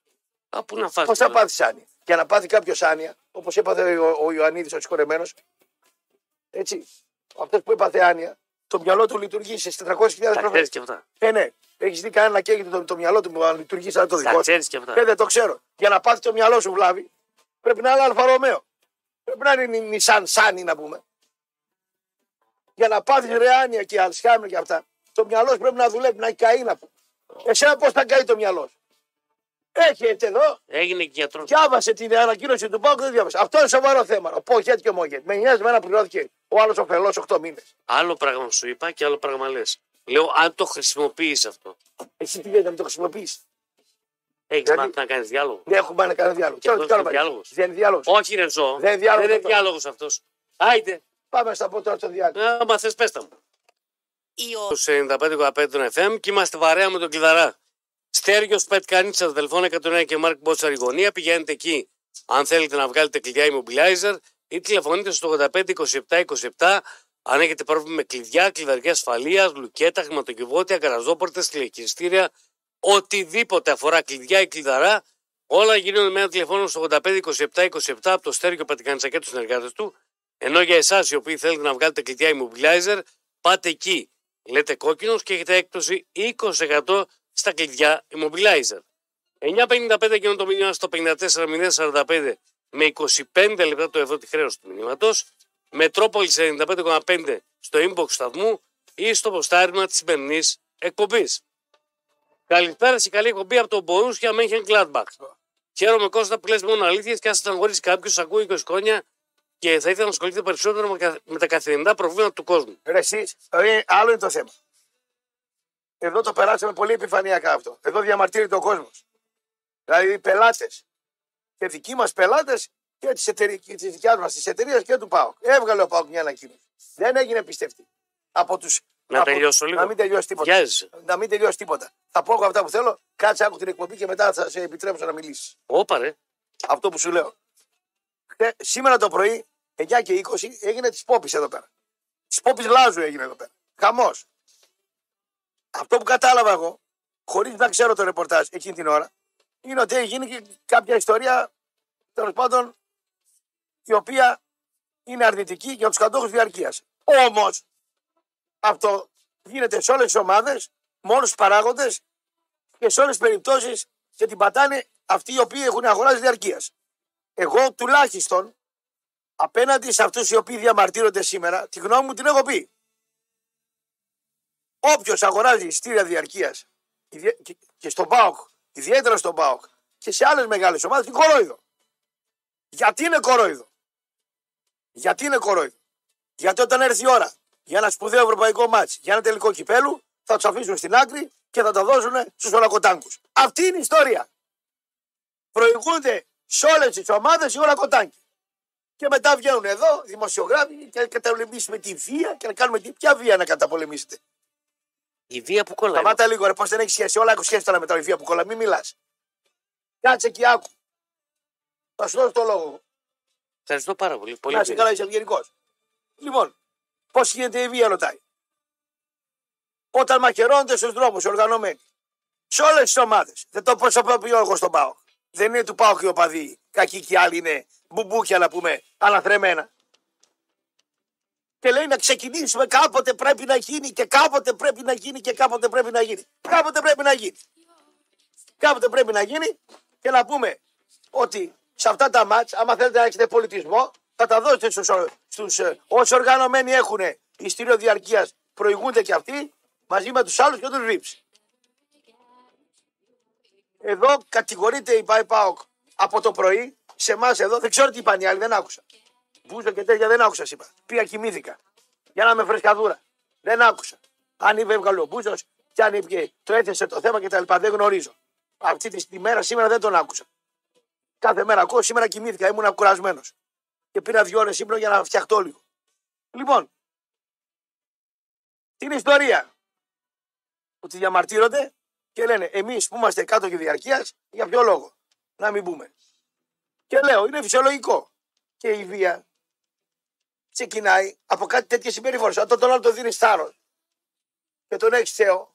Α, πού να φας Πώς την θα γλώσσα. πάθεις άνοια. Για να πάθει κάποιος άνοια, όπως έπαθε ο, ο Ιωαννίδης ο συγχωρεμένος, έτσι, αυτός που έπαθε άνοια, το μυαλό του λειτουργεί σε 400.000 Τα πράγματα. ξέρεις και αυτά. Ε, ναι, έχεις δει κανένα να καίγεται το, το μυαλό του που να λειτουργεί σαν το Τα δικό σου. ξέρεις και αυτά. Ε, δεν το ξέρω. Για να πάθει το μυαλό σου βλάβη, πρέπει να είναι αλφαρομαίο. Πρέπει να είναι νι- νισάν σάνι να πούμε. Για να πάθεις ρεάνια και αλσχάμια και αυτά, το μυαλός σου πρέπει να δουλεύει, να έχει καεί να πούμε. Εσένα πώς θα καεί το μυαλός σου. Έχετε εδώ, Έγινε και γιατρός. διάβασε την ανακοίνωση του Πάουκ, δεν διάβασε. Αυτό είναι σοβαρό θέμα. Ο Πόγετ και ο Μόγετ. Με 9 μένα πληρώθηκε ο άλλος ωφελό 8 μήνες. Άλλο πράγμα σου είπα και άλλο πράγμα λες. Λέω αν το χρησιμοποιείς αυτό. Εσύ τι λέει να μην το χρησιμοποιήσει. Έχει Δηλαδή- μάθει να κάνεις διάλογο. Δεν έχουμε να κάνουμε διάλογο. Και Τώρα τι αυτός κάνουμε. είναι διάλογος. Δεν είναι διάλογος. Όχι, ρε ζώο. Δεν είναι διάλογος είναι αυτό. διάλογος αυτός. Άιντε, Πάμε στα πω τώρα στο διάλογο. Ε, άμα θες, πέστα μου. Στου 95,5 των FM και είμαστε βαρέα με τον κλειδαρά. Στέργιος Πετ Κανίτσα, Δελφών 109 και Μάρκ Μπότσα Ριγωνία. Πηγαίνετε εκεί αν θέλετε να βγάλετε κλειδιά immobilizer ή τηλεφωνείτε στο 85 27 27 αν έχετε πρόβλημα με κλειδιά, κλειδαρική ασφαλείας, λουκέτα, χρηματοκιβώτια, καραζόπορτες, τηλεκυριστήρια, οτιδήποτε αφορά κλειδιά ή κλειδαρά, όλα γίνονται με ένα τηλεφώνο στο 85 27 27 από το Στέργιο Πατικαντσακέ και τους συνεργάτες του. Ενώ για εσάς οι οποίοι θέλετε να βγάλετε κλειδιά immobilizer, πάτε εκεί. Λέτε κόκκινος και έχετε έκπτωση 20% στα κλειδιά immobilizer. 9.55 και το μήνυμα στο 54.045 με 25 λεπτά το ευρώ τη χρέωση του μηνύματος. Μετρόπολης 95,5 στο inbox του σταθμού ή στο ποστάρισμα της σημερινής εκπομπής. Καλησπέρα και καλή εκπομπή από τον Μπορούσια Μέχεν Κλάντμπαχ. Χαίρομαι Κώστα που λες μόνο αλήθειες και α στεναχωρήσει κάποιος, ακούει 20 χρόνια και θα ήθελα να ασχολείται περισσότερο με κα- με τα καθημερινά προβλήματα του κόσμου. Ρε εσείς, ε, άλλο είναι το θέμα. Εδώ το περάσαμε πολύ επιφανειακά αυτό. Εδώ διαμαρτύρεται ο κόσμος. Δηλαδή οι πελάτες. Και δικοί μας πελάτες και τη εταιρεία μα, τη εταιρεία και του ΠΑΟΚ. Έβγαλε ο ΠΑΟΚ μια ανακοίνωση. Δεν έγινε πιστευτή. Από τους, Να από- τελειώσω λίγο. Να μην τελειώσει τίποτα. Βιάζεσαι. Να μην τελειώσει τίποτα. Θα πω εγώ αυτά που θέλω, κάτσε άκου την εκπομπή και μετά θα σε επιτρέψω να μιλήσεις. Όπα ρε. Αυτό που σου λέω. Χθε- σήμερα το πρωί, 9 και 20, έγινε της Πόπης εδώ πέρα. Της Πόπης Λάζου έγινε εδώ πέρα. Χαμός. Αυτό που κατάλαβα εγώ, χωρίς να ξέρω το ρεπορτάζ εκείνη την ώρα, είναι ότι έχει γίνει και κάποια ιστορία τέλος πάντων η οποία είναι αρνητική για τους κατόχου διαρκείας. Όμως, αυτό γίνεται σε όλες τις ομάδες, με όλου του παράγοντες και σε όλες τις περιπτώσεις και την πατάνε αυτοί οι οποίοι έχουν αγοράσει διαρκείας. Εγώ τουλάχιστον απέναντι σε αυτούς οι οποίοι διαμαρτύρονται σήμερα, τη γνώμη μου την έχω πει. Όποιος αγοράζει ειστήρια διαρκεία και στον Πάοκ, ιδιαίτερα στον Πάοκ και σε άλλες μεγάλες ομάδες, είναι κορόιδο. Γιατί είναι κορόιδο. Γιατί είναι κορόιδο. Γιατί όταν έρθει η ώρα για ένα σπουδαίο ευρωπαϊκό μάτς, για ένα τελικό κυπέλου, θα τους αφήσουν στην άκρη και θα τα δώσουν στους ορακοτάνκους. Αυτή είναι η ιστορία. Προηγούνται σε όλες τις ομάδες οι ορακοτάνκοι. Και μετά βγαίνουν εδώ δημοσιογράφοι και να καταπολεμήσουμε τη βία και να κάνουμε τι. Ποια βία να καταπολεμήσετε. Η βία που κολλάει. Σταμάτα λίγο, ρε, πώς δεν έχει σχέση. Όλα έχουν σχέση τώρα με τα βιβλία που κολλά. Μην μιλάς. Κάτσε και άκου. Θα σου δώσω το λόγο. Ευχαριστώ πάρα πολύ. πολύ Να είσαι ευγενή. καλά, είσαι ευγενικός. Λοιπόν, πώς γίνεται η βία, ρωτάει. Όταν μαχαιρώνονται στους δρόμους, οργανωμένοι. Σε όλες τις ομάδες. Δεν το προσωποποιώ εγώ στον Πάο. Δεν είναι του Πάο και ο παδί. Κακοί και οι άλλοι είναι μπουμπούκια να πούμε, αναθρεμένα. Και λέει να ξεκινήσουμε κάποτε πρέπει να γίνει και κάποτε πρέπει να γίνει και κάποτε πρέπει να γίνει. Κάποτε πρέπει να γίνει. Κάποτε πρέπει να γίνει και να πούμε ότι σε αυτά τα μάτς, άμα θέλετε να έχετε πολιτισμό, θα τα δώσετε στους, στους ε, όσοι οργανωμένοι έχουν ιστήριο διαρκείας, προηγούνται και αυτοί, μαζί με τους άλλους και τους ρίψει. Εδώ κατηγορείται η Πάη ΠΑΟΚ από το πρωί, σε εμάς εδώ, δεν ξέρω τι είπαν οι άλλοι, δεν άκουσα. Μπούζο και τέτοια δεν άκουσα, σας είπα. Πήγα κοιμήθηκα. Για να με φρεσκαδούρα. Δεν άκουσα. Αν είπε έβγαλε ο Μπούζος, και αν είπε το έθεσε το θέμα κτλ. Δεν γνωρίζω. Αυτή τη τη μέρα σήμερα δεν τον άκουσα. Κάθε μέρα ακούω, σήμερα κοιμήθηκα, ήμουν κουρασμένος. Και πήρα δύο ώρες ύπνο για να φτιαχτώ λίγο. Λοιπόν, την ιστορία ότι διαμαρτύρονται και λένε εμείς που είμαστε κάτω και διαρκεία, για ποιο λόγο να μην πούμε. Και λέω, είναι φυσιολογικό. Και η βία ξεκινάει από κάτι τέτοιες συμπεριφορές. Όταν τον άλλο το δίνεις θάρρος και τον έχεις Θεό,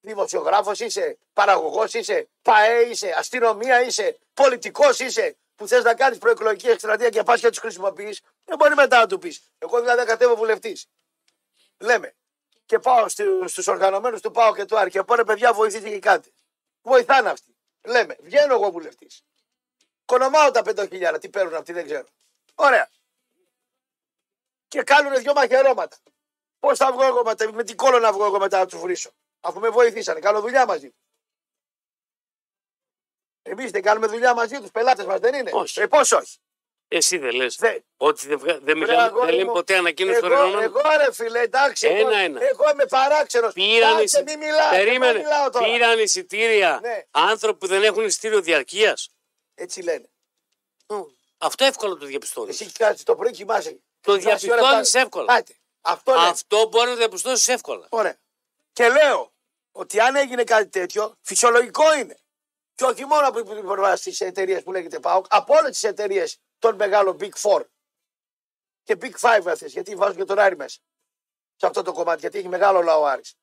δημοσιογράφος είσαι, παραγωγός είσαι, ΠαΕ είσαι, αστυνομία είσαι, πολιτικός είσαι, που θες να κάνεις προεκλογική εκστρατεία και πας και τους χρησιμοποιείς, δεν ε, μπορεί μετά να του πεις. Εγώ δηλαδή κατέβω βουλευτής. Λέμε. Και πάω στου οργανωμένους του ΠΑΟ και του Άρκη. Πω ρε παιδιά, βοηθήθηκε κάτι. Βοηθάνε αυτοί. Λέμε, βγαίνω εγώ βουλευτής. Κονομάω τα 5.000, τι παίρνουν αυτοί, δεν ξέρω. Ωραία. Και κάνουν δυο μαχαιρώματα. Πώς θα βγω εγώ μετά, με τι κόλλο να βγω εγώ μετά να τους βρίσω. Αφού με βοηθήσανε, κάνω δουλειά μαζί. Εμείς δεν κάνουμε δουλειά μαζί τους, πελάτες μας δεν είναι. Όχι. Ε, πώς όχι. Εσύ δεν λες. Δε- Ότι δεν, βγα- δεν, Ρε, μιλάμε, αγόρι δεν λέμε μου, ποτέ ανακοίνωση των εγώ, οργανών. εγώ ρε φίλε, εντάξει. εγώ, Ένα-ένα. εγώ είμαι παράξενος. Πήραν Κάτσε, εισι- μην μιλάω. Περίμενε. Δεν μιλάω τώρα. Πήραν εισιτήρια Ναι. άνθρωποι που δεν έχουν εισιτήριο διαρκείας. Έτσι λένε. Αυτό εύκολα το διαπιστώνεις. Εσύ κάτσε το πρωί κοιμάσαι. Το Κοιμάσαι ώρα διαπιστώνεις πάλι. εύκολα. Άντε. Αυτό λένε. Αυτό μπορεί να το διαπιστώσεις εύκολα. Ωραία. Και λέω ότι αν έγινε κάτι τέτοιο, φυσιολογικό είναι. Και όχι μόνο από την πλευρά της εταιρείας που λέγεται ΠΑΟΚ, από όλες τις εταιρείες των μεγάλων Big Four. Και Big Five αυτέ, γιατί βάζουν και τον Άρη μέσα. Σε αυτό το κομμάτι, γιατί έχει μεγάλο λαό Άρης.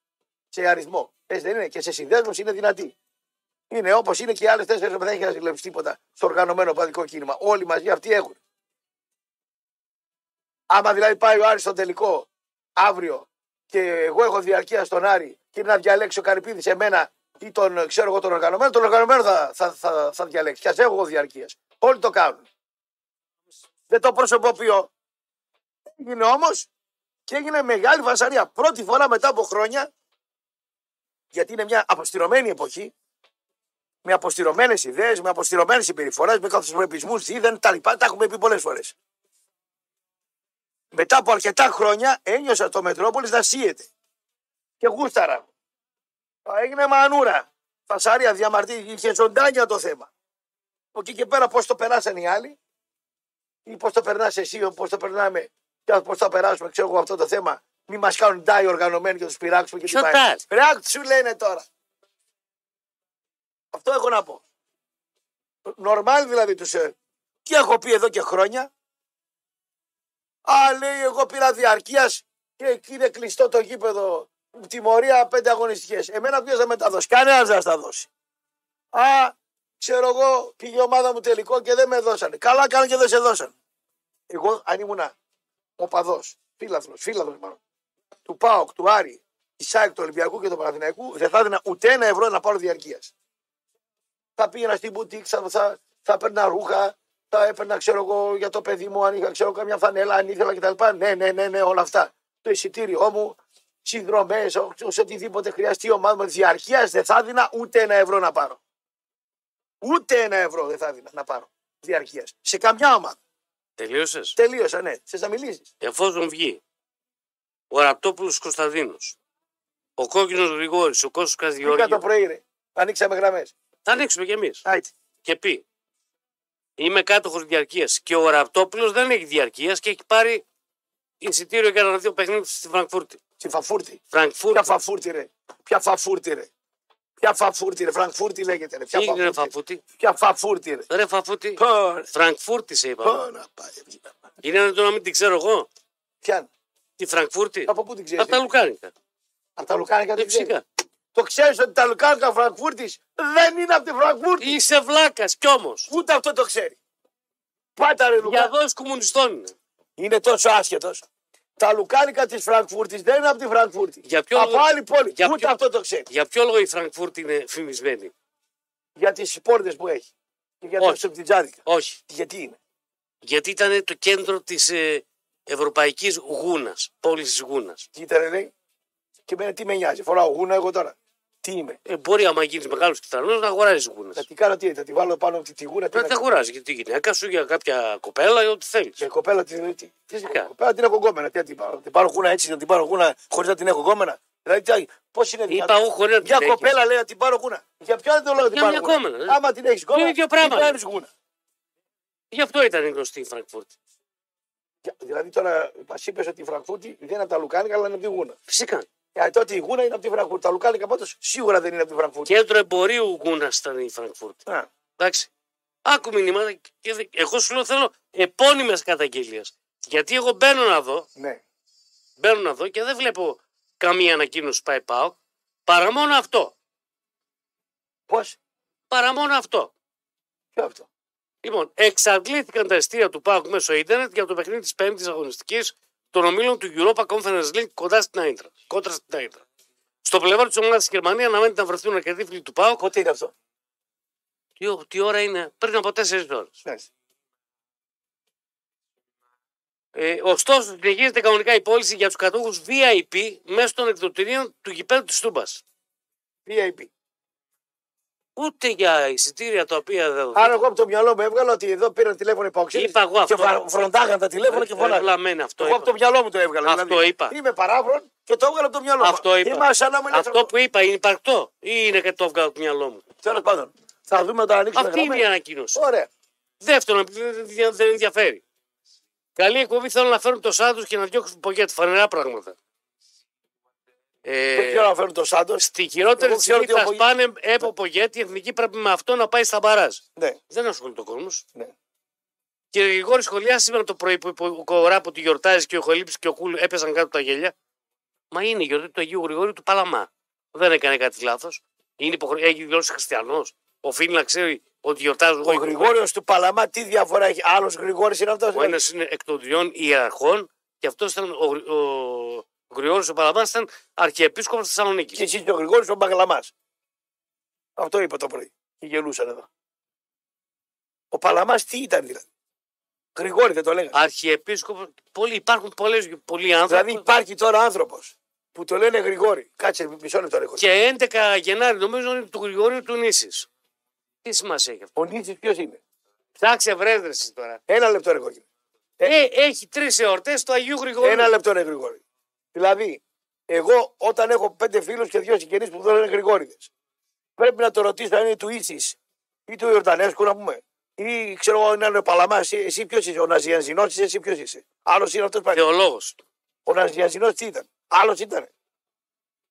Σε αριθμό. Έτσι δεν είναι. Και σε συνδέσμους είναι δυνατή. Είναι όπως είναι και οι άλλες τέσσερις που δεν έχει αναζηλέψει τίποτα στο οργανωμένο παδικό κίνημα. Όλοι μαζί αυτοί έχουν. Άμα δηλαδή πάει ο Άρης στον τελικό αύριο και εγώ έχω διαρκεία στον Άρη και είναι να διαλέξει ο Καρυπίδης εμένα ή τον ξέρω εγώ τον οργανωμένο, τον οργανωμένο θα, θα, θα, θα διαλέξει. Και ας έχω εγώ διαρκείας. Όλοι το κάνουν. Δεν το προσωποποιώ. Έγινε όμως και έγινε μεγάλη βασαρία. Πρώτη φορά μετά από χρόνια, γιατί είναι μια αποστηρωμένη εποχή, με αποστηρωμένες ιδέες, με αποστηρωμένες συμπεριφορές, με καθοσμοπισμού, δίδεν, τα λοιπά. Τα έχουμε πει πολλές φορές μετά από αρκετά χρόνια ένιωσα το Μετρόπολης να σύεται. Και γούσταρα. Έγινε μανούρα. Φασάρια διαμαρτύρη, είχε ζωντάνια το θέμα. Από εκεί και πέρα πώς το περάσαν οι άλλοι ή πώς το περνάς εσύ, πώς το περνάμε και πώς θα περάσουμε, ξέρω εγώ αυτό το θέμα. Μη μας κάνουν ντάι οργανωμένοι και τους πειράξουμε και τι Ποιο πάει. τάι? Ρε, άκου τι σου λένε τώρα. Αυτό έχω να πω. Νορμάλ δηλαδή τους... ε, Τι έχω πει εδώ και χρόνια, Α, λέει, εγώ πήρα διαρκείας και εκεί είναι κλειστό το γήπεδο. Τιμωρία πέντε αγωνιστικές. Εμένα ποιος δεν μεταδώσει. Κανένας δεν θα δώσει. Α, ξέρω εγώ, πήγε η ομάδα μου τελικό και δεν με δώσανε. Καλά κάνανε και δεν σε δώσανε. Εγώ αν ήμουνα οπαδός, φίλαθρο, φίλαθρο μάλλον, του ΠΑΟΚ, του Άρη, της ΣΑΕΚ, του Ολυμπιακού και του Παναθηναϊκού, δεν θα έδινα ούτε ένα ευρώ να πάρω διαρκείας. Θα πήγαινα στην μπουτίκ, θα, θα, θα έπαιρνα ρούχα, θα έπαιρνα, ξέρω εγώ, για το παιδί μου, αν είχα, ξέρω, καμιά φανέλα, αν ήθελα κτλ. Ναι, ναι, ναι, ναι, όλα αυτά. Το εισιτήριό μου, συνδρομές, σε οτιδήποτε χρειαστεί η ομάδα μου διαρκείας, δεν θα έδινα ούτε ένα ευρώ να πάρω. Ούτε ένα ευρώ δεν θα έδινα να πάρω διαρκείας. Σε καμιά ομάδα. Τελείωσες. Τελείωσα, ναι. Θες να μιλήσεις. Εφόσον βγει ο Ραπτόπουλο Κωνσταντίνος, ο Κόκκινος Γρηγόρης, ο Κώστας Πήγα το Καζιόργιο. πρωί, ρε. Ανοίξαμε γραμμές. Θα ανοίξουμε κι εμείς. Και πει, είμαι κάτοχος διαρκείας. Και ο Ραπτόπουλο δεν έχει διαρκείας και έχει πάρει εισιτήριο για ένα δύο παιχνίδι στη Φραγκφούρτη. Στη Φαφούρτη. Ποια Φραγκφούρτη. φαφούρτη, ρε. Ποια φαφούρτη, ρε. Ποια φαφούρτη, ρε. Φραγκφούρτη λέγεται, ρε. Ποια Τι έγινε, ρε φαφούρτη. Φαφούτη. Ποια φαφούρτη, ρε. Ρε Φαφούτη. Πω, ρε. Φραγκφούρτη σε είπα. Πω, να πάει, βγει να πάει. Είναι ένα το να μην την ξέρω εγώ. Ποια. Τη Φραγκφούρτη. Από πού την ξέρεις. Από τα Λουκάνικα. Από τα Λουκάνικα Ε, δεν ξέρει. Φυσικά. Το ξέρεις ότι τα Λουκάνικα Φραγκφούρτης δεν είναι από τη Φραγκφούρτη. Είσαι βλάκας κι όμως. Ούτε αυτό το ξέρει. Πάτα ρε Ε, Για Λουκάνικα. δόση κομμουνιστών είναι. Είναι τόσο άσχετος. Τα Λουκάνικα της Φραγκφούρτης δεν είναι από τη Φραγκφούρτη. Για ποιο από λόγο- άλλη πόλη. για Ούτε ποιο- αυτό το ξέρει. Για ποιο λόγο η Φραγκφούρτη είναι φημισμένη. Για τις πόρτες που έχει. και για το Όχι. ψευτιτζάδικα. Όχι. Γιατί είναι. Γιατί ήταν το κέντρο της ε, ευρωπαϊκής γούνας, πόλης της γούνας. Κοίτα, λέει. Και εμένα τι με νοιάζει. Φοράω γούνα εγώ τώρα. Τι είμαι. Ε, μπορεί, άμα γίνεις μεγάλος κυταρμένο, να αγοράζεις γούνα. Θα τη κάνω τι, θα τη βάλω πάνω από τη, τη γούνα. Τι Πρέπει να τα να... αγοράζει γιατί τη γυναίκα σου για κάποια κοπέλα ή ό,τι θέλεις. Και κοπέλα την. Τι, τι, Φυσικά. κοπέλα την έχω γκόμενα. Τι να την πάρω. Την πάρω γούνα έτσι, να την πάρω γούνα χωρίς να την έχω γκόμενα. Δηλαδή, πώς είναι Είπα εγώ χωρίς να την Μια έχεις. κοπέλα λέει να την πάρω γούνα. Για ποιο άλλο λόγο να την Για πάρω μια κόμενα, γούνα. ε. Άμα την έχεις γκόμενα. ίδιο την πράγμα. κάνεις γούνα. Γι' αυτό ήταν η γνωστή η Φραγκφούρτη. Και- Δηλαδή τώρα μας είπες ότι η Φραγκφούρτη δεν είναι από τα Λουκάνικα αλλά είναι από τη γούνα. Φυσικά. Ε, τότε η γούνα είναι από τη Φραγκφούρτη. Τα Λουκάνικα πάντω σίγουρα δεν είναι από τη Φραγκφούρτη. Κέντρο εμπορίου γούνας ήταν η Φραγκφούρτη. Α, Εντάξει. Άκου μηνύματα. και δε- Εγώ σου λέω θέλω επώνυμες καταγγελίες. Γιατί εγώ μπαίνω να δω, ναι. μπαίνω να δω και δεν βλέπω καμία ανακοίνωση πάει πάω. Παρά μόνο αυτό. Πώς, Παρά μόνο αυτό. ποιο αυτό. Λοιπόν, εξαντλήθηκαν τα εστία του ΠΑΟΚ μέσω ίντερνετ για το παιχνίδι της πέμπτης αγωνιστικής των ομίλων του Europa Conference League κοντά στην Άιντρα. Κόντρα στην Άιντρα. Στο πλευρό της ομάδας της Γερμανίας αναμένεται να βρεθούν αρκετοί φίλοι του ΠΑΟΚ. Πότε είναι αυτό. Τι, ω- τι ώρα είναι, πριν από 4 ώρες. Ναι. Ε, ωστόσο, συνεχίζεται κανονικά η πώληση για τους κατόχου VIP μέσω των εκδοτηρίων του γηπέδου της Τούμπας. VIP. Ούτε για εισιτήρια τα οποία δεν Άρα εγώ από το μυαλό μου έβγαλα ότι εδώ πήραν τηλέφωνο οι παοξίδες Είπα εγώ και αυτό. Ε, βα- φροντάγαν τα τηλέφωνα και φωνάγαν. Ρεβλαμένα αυτό. Εγώ είπα. από το μυαλό μου το έβγαλα. Αυτό δηλαδή. είπα. Είμαι παράβρον και το έβγαλα από το μυαλό μου. Αυτό είπα. Είμαι σαν να είμαι Αυτό που είπα είναι υπαρκτό ή είναι κάτι το έβγαλα από το μυαλό μου. Τέλος πάντων. Θα δούμε όταν ανοίξουμε Αυτή είναι η γραμμές. ανακοίνωση. Ωραία. Δεύτερον, επειδή δεν- δεν- δεν ενδιαφέρει. Καλή εκπομπή θέλουν να φέρουν το Σάντο και να διώξουν ποκέτ. Φανερά πράγματα. Ε... Ε, Ποιο να φέρουν το Σάντος. στη χειρότερη Εγώ της ξέρω στιγμή ότι ο Ναι. θα Πογέ- σπάνε έπο ποκέτ. Η εθνική πρέπει με αυτό να πάει στα μπαράζ. Ναι, Δεν ασχολείται ο κόσμος. ναι. Και ο Γρηγόρη σχολιάζει σήμερα το πρωί που είπε ο Κοράπο ότι γιορτάζει και ο Χολύπη και ο Κούλ έπεσαν κάτω τα γέλια. Μα είναι η γιορτή του Αγίου Γρηγόρη του Παλαμά. Δεν έκανε κάτι λάθος. Είναι υποχρε... Έχει δηλώσει χριστιανός. Οφείλει να ξέρει ότι γιορτάζουν Ο Γρηγόριος του Παλαμά τι διαφορά έχει. Άλλος Γρηγόρης είναι αυτός. Ο ένας είναι εκ των τριών ιεραρχών και αυτός ήταν ο, Γρη- ο Γρηγόρης ο Παλαμά ήταν αρχιεπίσκοπος Και Θεσσαλονίκη. εσύ και ο Γρηγόρης ο Μπαγλαμά. Αυτό είπα το πρωί. Και γελούσαν εδώ. Ο Παλαμάς τι ήταν δηλαδή. Γρηγόρη δεν το λέγανε. Αρχιεπίσκοπος. Πολλοί, υπάρχουν πολλές, πολλοί άνθρωποι. Δηλαδή υπάρχει τώρα άνθρωπος που το λένε Γρηγόρη. Κάτσε μισό λεπτό λίγο. Και 11 Γενάρη νομίζω είναι του Γρηγορίου του Νήσης. Τι σημασία έχει αυτό. Ο Νίτσι ποιος είναι. Ψάξε βρέδρεση τώρα. Ένα λεπτό ρε κόκκινε. Ε, έχει τρεις εορτές του Αγίου Γρηγορίου. Ένα λεπτό ρε Γρηγόρη. Δηλαδή, εγώ όταν έχω πέντε φίλους και δύο συγγενείς που δεν είναι Γρηγόριδες, πρέπει να το ρωτήσω αν είναι του Ίτσι ή του Ιορτανέσκου να πούμε. Ή ξέρω εγώ αν είναι ο Παλαμάς, εσύ, εσύ ποιος είσαι, ο Ναζιανζινός είσαι, εσύ ποιος είσαι. Άλλος είναι αυτός πάλι. Θεολόγος. Ο Ναζιανζινός τι ήταν. Άλλος ήταν.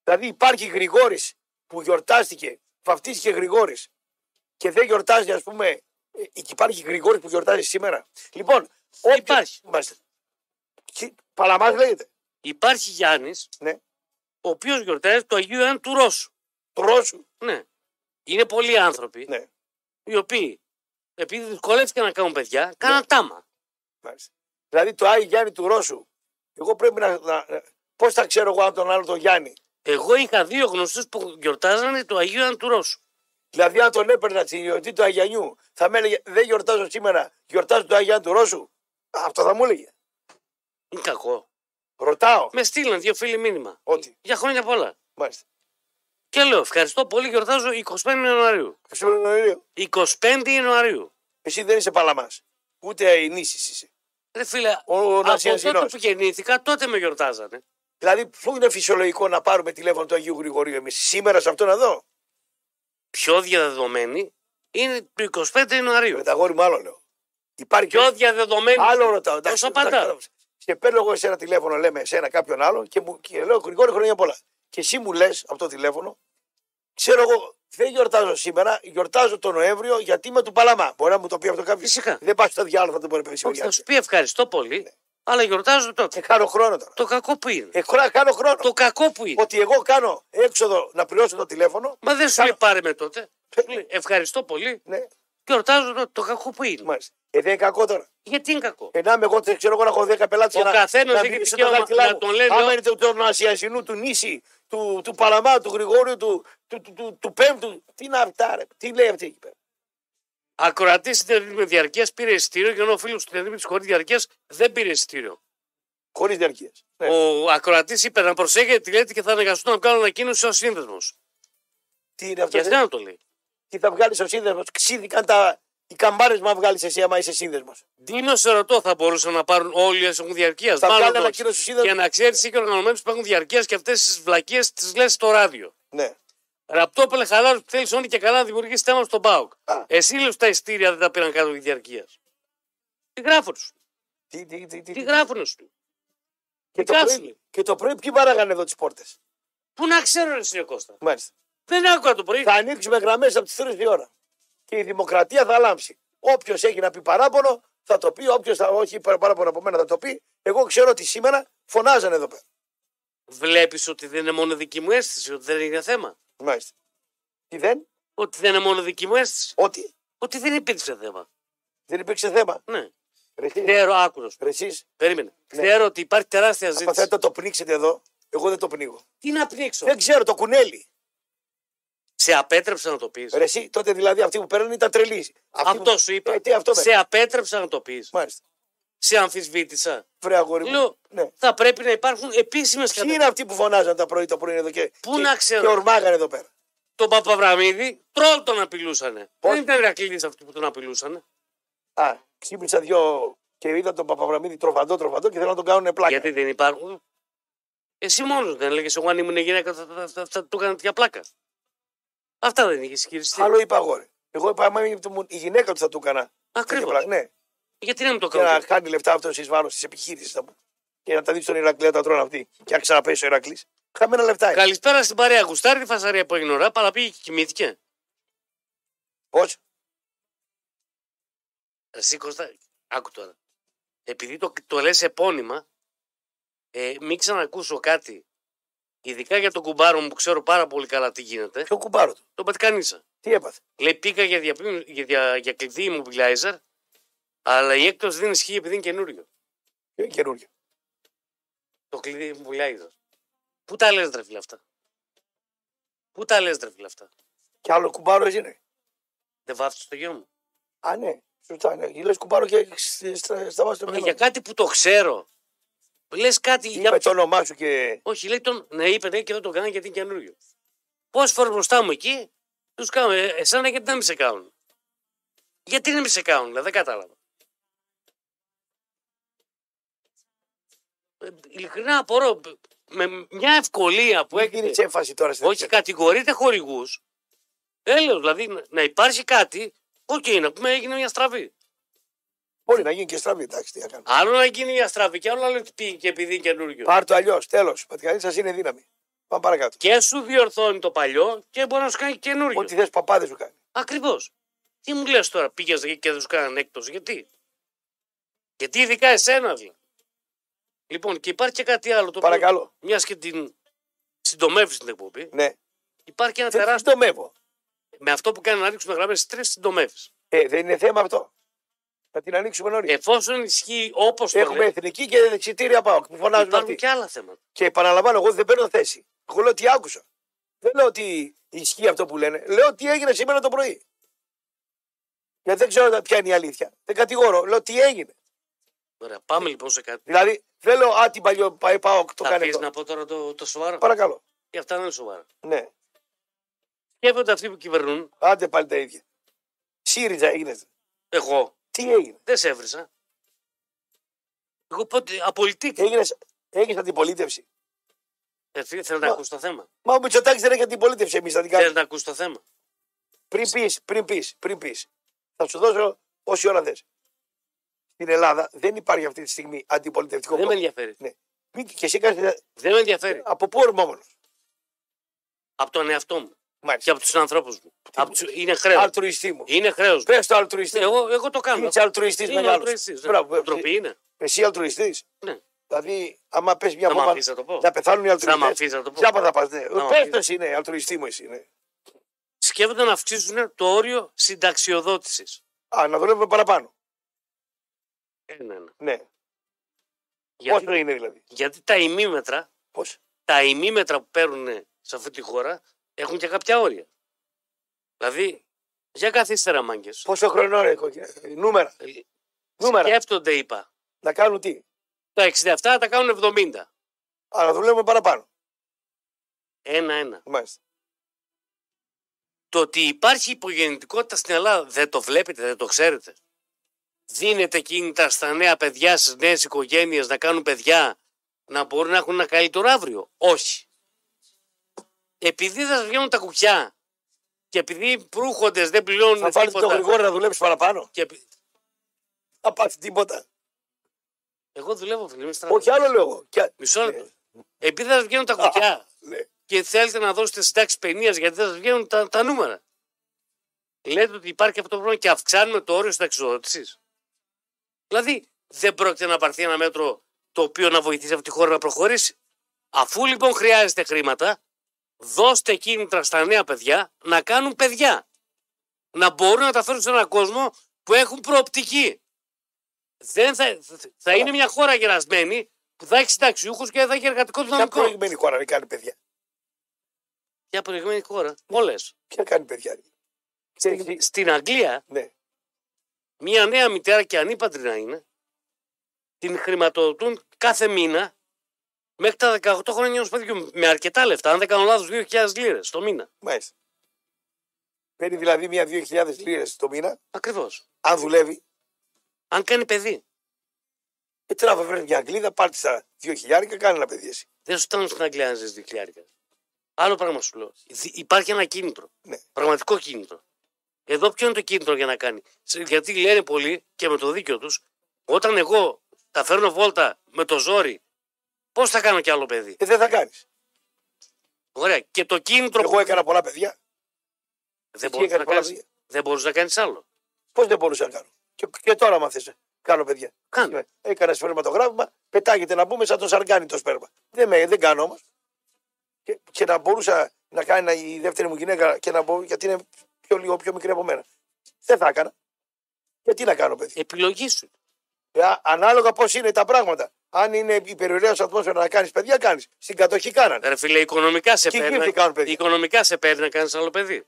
Δηλαδή υπάρχει Γρηγόρης που γιορτάστηκε, βαφτίστηκε Γρηγόρης και δεν γιορτάζει, ας πούμε. ε, Υπάρχει Γρηγόρης που γιορτάζει σήμερα. Λοιπόν, όποιος- Υπάρχει. Μάλιστα. Και- Παλαμάς λέγεται. Υπάρχει Γιάννης, Ναι. ο οποίος γιορτάζει το Αγίου Ιωάννη του Ρώσου. Ρώσου. Ναι. Είναι πολλοί άνθρωποι Ναι. Ναι. οι οποίοι επειδή δυσκολεύτηκαν να κάνουν παιδιά, κάναν τάμα. Μάλιστα. Δηλαδή το Άγιο Γιάννη του Ρώσου. Εγώ πρέπει να. να Πώς θα ξέρω εγώ αν τον άλλο τον Γιάννη. Εγώ είχα δύο γνωστούς που γιορτάζανε το Αγίου Ιωάννη του Ρώσου. Δηλαδή, αν τον έπαιρνα στην γιορτή του Αγιανιού, θα με έλεγε Δεν γιορτάζω σήμερα, γιορτάζω το Άγιο Γιάννη του Ρώσου. Αυτό θα μου έλεγε. Είναι κακό. Ρωτάω. Με στείλαν δύο φίλοι μήνυμα. Ότι. Για χρόνια πολλά. Μάλιστα. Και λέω, ευχαριστώ πολύ, γιορτάζω 25 Ιανουαρίου. Σου λέω, «Ωραία. 25 Ιανουαρίου. Εσύ δεν είσαι παλαμάς. Ούτε η νήσι είσαι. Ρε φίλε, Ο, ο από τότε Νασιανζινό. που γεννήθηκα, τότε με γιορτάζανε. Δηλαδή, πού είναι φυσιολογικό να πάρουμε τηλέφωνο του Αγίου Γρηγορίου εμείς σήμερα σε αυτό να δω. πιο διαδεδομένη είναι το 25 Ιανουαρίου. Με τα γόρι μου άλλο λέω. Υπάρχει Πιο διαδεδομένη. Άλλο ρωτάω. εντάξει, Όσο εντάξει, πάντα. κατάλαβες. Και παίρνω εγώ σε ένα τηλέφωνο, λέμε σε ένα κάποιον άλλο και, μου, και λέω Γρηγόρη χρόνια πολλά. Και εσύ μου λες από το τηλέφωνο, ξέρω εγώ, δεν γιορτάζω σήμερα, γιορτάζω τον Νοέμβριο γιατί είμαι του Παλαμά. Μπορεί να μου το πει αυτό κάποιος. Φυσικά. Δεν πα στο διάλογο, θα το μπορεί να πει. Όχι, θα παιδιά. σου πει ευχαριστώ πολύ, αλλά γιορτάζω τότε. Ε, κάνω χρόνο τώρα. Το κακό που είναι. Ναι. Ε, χρο- κάνω χρόνο. Το κακό που είναι. Ότι εγώ κάνω έξοδο να πληρώσω το τηλέφωνο. Μα δεν σου κάνω- λέει πάρε με τότε. Ε, Σου λέει, Ευχαριστώ πολύ, Ναι, γιορτάζω τότε. Το κακό που είναι. μάλιστα. Ε, δεν είναι κακό τώρα. Γιατί είναι κακό. Ε, να είμαι εγώ, ξέρω εγώ να έχω 10 πελάτες. Ο καθένας έχει δικαίωμα να τον λένε ό- Άμα είναι του τον Ασιασινού, του Νίση, του, του Παλαμά, του Γρηγόριου, του, του, του, του, του Πέμπτου. Τι είναι αυτά, ρε. Τι λέει αυτή εκεί πέρα. Ακροατής στην με διαρκείας πήρε εισιτήριο και ενώ ο φίλος του Διαδήμητρη χωρίς διαρκείας δεν πήρε εισιτήριο. Χωρίς διαρκείας. Ναι. Ο ακροατής είπε να προσέχετε τη λέτε και θα αναγκαστούν να κάνουν ανακοίνωση ω σύνδεσμος. Τι είναι αυτό, Γιατί δεν... να το λέει. τι θα βγάλεις ο σύνδεσμος. Ξύδικαν τα. Οι καμπάρες μα βγάλεις εσύ, άμα είσαι σύνδεσμος. Δίνω σε ρωτώ, θα μπορούσαν να πάρουν όλοι όσοι έχουν διαρκείας. Θα Μάλλον βγάλει όχι. ανακοίνωση ο Και σύνδεσμο. να ξέρεις και οργανωμένου που έχουν διαρκείας και αυτές τις βλακίες τις λες στο ράδιο. Ναι. Ραπτόπελε χαλάρωση που θέλεις όνει και καλά να δημιουργήσει θέμα στον Πάοκ. Α. Εσύ λέω τα ειστήρια δεν τα πήραν κάτω τη διαρκείας. Τι γράφουν σου. Τι, τι, τι, τι, Τι γράφουν σου. και, το κάψουν. πρωί, και το πρωί ποιοι βάραγαν εδώ τις πόρτες. Πού να ξέρω, ρε Σύνε Κώστα. Μάλιστα. Δεν άκουγα το πρωί. Θα ανοίξουμε γραμμές από τις 3 η ώρα. Και η δημοκρατία θα λάμψει. Όποιος έχει να πει παράπονο θα το πει. Όποιος θα όχι παρά- παράπονο από μένα θα το πει. Εγώ ξέρω ότι σήμερα φωνάζανε εδώ πέρα. Βλέπεις ότι δεν είναι μόνο δική μου αίσθηση, ότι δεν είναι θέμα. Μάλιστα. Τι δεν, Ότι δεν είναι μόνο δική μου αίσθηση. ότι Ότι δεν υπήρξε θέμα. δεν υπήρξε θέμα. Ναι. Ρε εσύ, Ξέρω, άκουρο. ρε εσείς, Περίμενε. Ναι. Ξέρω ότι υπάρχει τεράστια άμα ζήτηση. θέλετε να το πνίξετε εδώ, εγώ δεν το πνίγω. Τι να πνίξω. Δεν ξέρω, το κουνέλι. Σε απέτρεψα να το πεις. Ρε εσύ, τότε δηλαδή αυτοί που παίρνουν ήταν τρελοί. Αυτοί Αυτό που- σου είπα. Ε, τι αυτό με. σε απέτρεψα να το πεις. Μάλιστα. Σε αμφισβήτησα. Βρε αγόρι μου. Λέω, Ναι. θα πρέπει να υπάρχουν επίσημες Ποιοι κατευθύνσει. είναι αυτοί που φωνάζαν τα πρωί το πρωί εδώ και, Πού και, να ξέρω. και ορμάγανε εδώ πέρα. Τον Παπαβραμίδη, τρόλ τον απειλούσανε. Πώς? Δεν ήταν Ηρακλήδη αυτοί που τον απειλούσανε. Α, ξύπνησα δυο και είδα τον Παπαβραμίδη τροφαντό, τροφαντό και θέλω να τον κάνουν πλάκα. Γιατί δεν υπάρχουν. Εσύ μόνος δεν έλεγες, εγώ αν ήμουν γυναίκα θα, θα, θα, θα του έκανα τέτοια πλάκα. Αυτά δεν είχε χειριστεί. Άλλο είπα αγόρι. Εγώ είπα, άμα είναι το- η γυναίκα του θα του έκανα. τέτοια Ακριβώ. πλάκα. Ναι, Γιατί να μην το και να κάνω. χάνει λεφτά αυτός εις βάρος της επιχείρησης. θα πω. Και να τα δει στον Ηρακλή, να τα τρώνε αυτοί. Και να ξαναπέσει ο Ηρακλής. Χαμένα λεφτά. είναι. Καλησπέρα στην παρέα. Γουστάρει τη φασαρία που έγινε ώρα, παραπήγε και κοιμήθηκε. Πώς. Εσύ Κώστα, άκου τώρα. Επειδή το, το λες επώνυμα, ε, μην ξανακούσω κάτι. Ειδικά για τον κουμπάρο μου που ξέρω πάρα πολύ καλά τι γίνεται, Ποιο κουμπάρο του. τον Πατκανίσα. Τι έπαθε. Λέει πήγα για, διαπή, για, δια- για κλειδί immobilizer, αλλά η έκπτωση δεν ισχύει επειδή είναι καινούριο. Ποιο είναι καινούριο. Το κλειδί immobilizer. Πού τα λες ρε φίλε αυτά. Πού τα λες ρε φίλε αυτά. Και άλλο κουμπάρο είναι. Δεν βάφτεις το γιο μου. Α, ναι. Σωστά, ναι. Λες κουμπάρο και σ- στα- σταμάτησε το Ε, μυαλό. Για κάτι που το ξέρω. Λες κάτι για Είπε το όνομά σου και. Όχι, λέει τον. Ναι, είπε ναι, και δεν τον κάνανε γιατί είναι καινούριο. Πόσες φορές μπροστά μου εκεί τους κάνω. Ε, εσένα γιατί να μην σε κάνουν. Γιατί να μην σε κάνουν, δηλαδή, δεν κατάλαβα. Ε, Ειλικρινά απορώ. Με μια ευκολία που Μην δίνει έγινε. έμφαση τώρα στην Όχι, κατηγορείται χορηγού. Έλεω, δηλαδή να- να υπάρχει κάτι. Οκ, να πούμε έγινε μια στραβή. Μπορεί να γίνει και στραβή, εντάξει, τι να κάνουμε. Άλλο να γίνει μια στραβή και άλλο να λέει ότι πήγε και επειδή είναι καινούριο. Πάρ το αλλιώς, τέλος. Πατιανίτσα είναι δύναμη. Πάμε παρακάτω. Και σου διορθώνει το παλιό και μπορεί να σου κάνει καινούριο. Ό,τι θες παπάδες σου κάνει. Ακριβώς. Τι μου λες τώρα, πήγες εκεί και δεν σου κάνανε έκπτωση. Γιατί. Γιατί ειδικά εσένα, δηλαδή. Λοιπόν, και υπάρχει και κάτι άλλο. Το Παρακαλώ. Μιας και την συντομεύεις την εκπομπή, Ναι. υπάρχει και ένα Δεν τεράστιο. συντομεύω. Με αυτό που κάνει να ρίξουμε γραμμές τρεις, συντομεύεις. Ε, δεν είναι θέμα αυτό. Θα την ανοίξουμε νωρίς. Εφόσον ισχύει όπως το Έχουμε Ε, λέει, εθνική και εξητήρια πάω. Που φωνάζουν υπάρχουν αυτοί. και άλλα θέματα. Και επαναλαμβάνω, εγώ δεν παίρνω θέση. Εγώ λέω ότι άκουσα. Δεν λέω ότι ισχύει αυτό που λένε. Λέω ότι έγινε σήμερα το πρωί. Γιατί δεν ξέρω ποια είναι η αλήθεια. Δεν κατηγορώ. Λέω τι έγινε. Ωραία, πάμε λοιπόν σε κάτι. Δηλαδή δεν λέω Α, την παλιό πάει, πάω το Θα κάνει πει αυτό. να πω τώρα το, το σοβαρό. Παρακαλώ. Και αυτά δεν είναι σοβαρά. Ναι. Σκέφτονται αυτοί που κυβερνούν, Άντε πάλι τα ίδια. ΣΥΡΙΖΑ έγινε. εγώ Τι έγινε. δεν σε έβρισα. Εγώ πότε απολυτήκα. Έγινες έγινες αντιπολίτευση. Ε, φίλε, θέλω να Μα- ακούσω το θέμα. Μα ο Μητσοτάκης δεν έχει αντιπολίτευση εμείς. Θα την κάνουμε. Θέλω να ακούσω το θέμα. Πριν πεις, πριν πεις, πριν πεις. Θα σου δώσω όση ώρα θες. Στην Ελλάδα δεν υπάρχει αυτή τη στιγμή αντιπολιτευτικό Δεν με κόμμα. ενδιαφέρει. Μην- Και εσύ κάνεις... Δεν με ενδιαφέρει. Από πού ορμόμενος. Από τον εαυτό μου και Μάλιστα. από τους ανθρώπους μου. Απ' τους- Είναι χρέος. Αλτρουιστή μου. Είναι χρέος. Πες το αλτρουιστή. μου. Ναι, Εγώ, εγώ το κάνω. Ε, Είσαι αλτρουιστής Είναι μεγάλος. αλτρουιστής, ναι. Μπράβο. ε, Ντροπή είναι. Εσύ αλτρουιστής. Ναι. Δηλαδή, άμα πες μια Θα με βόμβα αφήσεις να το πω. να πεθάνουν οι Θα με αλτρουιστές. αφήσεις να το πω. Τζάπα θα πας. Ναι. μ' Πε αφήσεις. το εσύ είναι αλτρουιστή μου εσύ. Ναι. Σκέφτονται να αυξήσουν το όριο συνταξιοδότησης. Α, να δουλεύουμε παραπάνω. Ένα, ένα. Ναι. Γιατί, Πόσο είναι δηλαδή. γιατί τα ημίμετρα, Πώς. τα ημίμετρα που παίρνουν σε αυτή τη χώρα έχουν και κάποια όρια. Δηλαδή, Για καθίστε ρε μάγκες. Πόσο χρονών ρε κόκκινα. Ε, Νούμερα. Νούμερα. Σκέφτονται, είπα. Να κάνουν τι. Τα 67 τα κάνουν 70. Αλλά δουλεύουμε παραπάνω. Ένα-ένα. Μάλιστα. Το ότι υπάρχει υπογεννητικότητα στην Ελλάδα δεν το βλέπετε, δεν το ξέρετε. Δίνετε κίνητα στα νέα παιδιά, στις νέες οικογένειες να κάνουν παιδιά να μπορούν να έχουν ένα καλύτερο αύριο. Όχι. Επειδή δεν σας βγαίνουν τα κουκιά και επειδή οι προύχοντες δεν Θα πληρώνουν βάλει τον τίποτα. γρηγόρη να δουλέψεις παραπάνω. Και... επει- Θα πάθει τίποτα. Εγώ δουλεύω, φίλε. μην στραβάτε. Όχι άλλο λόγο. Και... Μισό λεπτό. Ναι, Επειδή δεν σας βγαίνουν τα κουκιά ναι. και θέλετε να δώσετε συντάξεις παινίας γιατί δεν σας βγαίνουν τα, τα νούμερα. Λέτε ότι υπάρχει αυτό το πρόβλημα και αυξάνουμε το όριο συνταξιδότησης. Δηλαδή, δεν πρόκειται να πάρθει ένα μέτρο το οποίο να βοηθήσει αυτή τη χώρα να προχωρήσει. Αφού λοιπόν χρειάζεστε χρήματα, δώστε κίνητρα στα νέα παιδιά να κάνουν παιδιά. Να μπορούν να τα φέρουν σε έναν κόσμο που έχουν προοπτική. Δεν θα, θα είναι μια χώρα γερασμένη που θα έχει συνταξιούχους και δεν θα έχει εργατικό Ποια δυναμικό. προηγμένη χώρα να κάνει παιδιά. Ποια προηγούμενη χώρα. Όλες. Ποια κάνει παιδιά. ρε. Ξέρεις τι- Στην Αγγλία, Ναι. μια νέα μητέρα και ανήπαντρη να είναι, την χρηματοδοτούν κάθε μήνα μέχρι τα 18 χρόνια ενό παιδιού. Με αρκετά λεφτά. Αν δεν κάνω λάθος, 2.000 λίρες το μήνα. Μάλιστα. Παίρνει δηλαδή μία 2.000 λίρες το μήνα, Ακριβώς. αν δουλεύει. Αν κάνει παιδί. Ε, τράβε βρε μια Αγγλίδα, πάρτε στα 2.000 και κάνε ένα παιδί εσύ. Δεν σου φτάνουν στην Αγγλία να ζεις δικλιάρικα. Άλλο πράγμα σου λέω. Δι- Υπάρχει ένα κίνητρο. Ναι. Πραγματικό κίνητρο. Εδώ ποιο είναι το κίνητρο για να κάνει. Σε- Γιατί λένε πολλοί και με το δίκιο τους, όταν εγώ τα φέρνω βόλτα με το ζόρι, πώς θα κάνω κι άλλο παιδί. Ε, δεν θα κάνεις. Ωραία. Και το κίνητρο Εγώ έκανα πολλά παιδιά. δεν Εσύ μπορούσε έκανε να πολλά κάνεις. παιδιά. Δεν μπορούσε να κάνεις άλλο. Πώς δεν μπορούσα να κάνω. Και, και τώρα μαθαίνω. Κάνω παιδιά. Κάνε. Έκανα σφαιρματογράφημα, πετάγεται να μπούμε σαν το σαργκάνι το σπέρμα. Δεν, με, δεν κάνω όμως. Και, και, να μπορούσα να κάνει να- η δεύτερη μου γυναίκα και να μπω, γιατί είναι πιο λίγο πιο μικρή από μένα. Δεν θα έκανα. Γιατί να κάνω παιδιά. Επιλογή σου. Ε, α- ανάλογα πώς είναι τα πράγματα. Αν είναι υπερηρέω ατμόσφαιρας να κάνεις παιδιά, κάνεις. Στην κατοχή κάνανε. Ρε φίλε, οικονομικά σε Και γύρω τι κάνουν, παίρνει. παιδιά. Οικονομικά σε παίρνει να κάνει άλλο παιδί.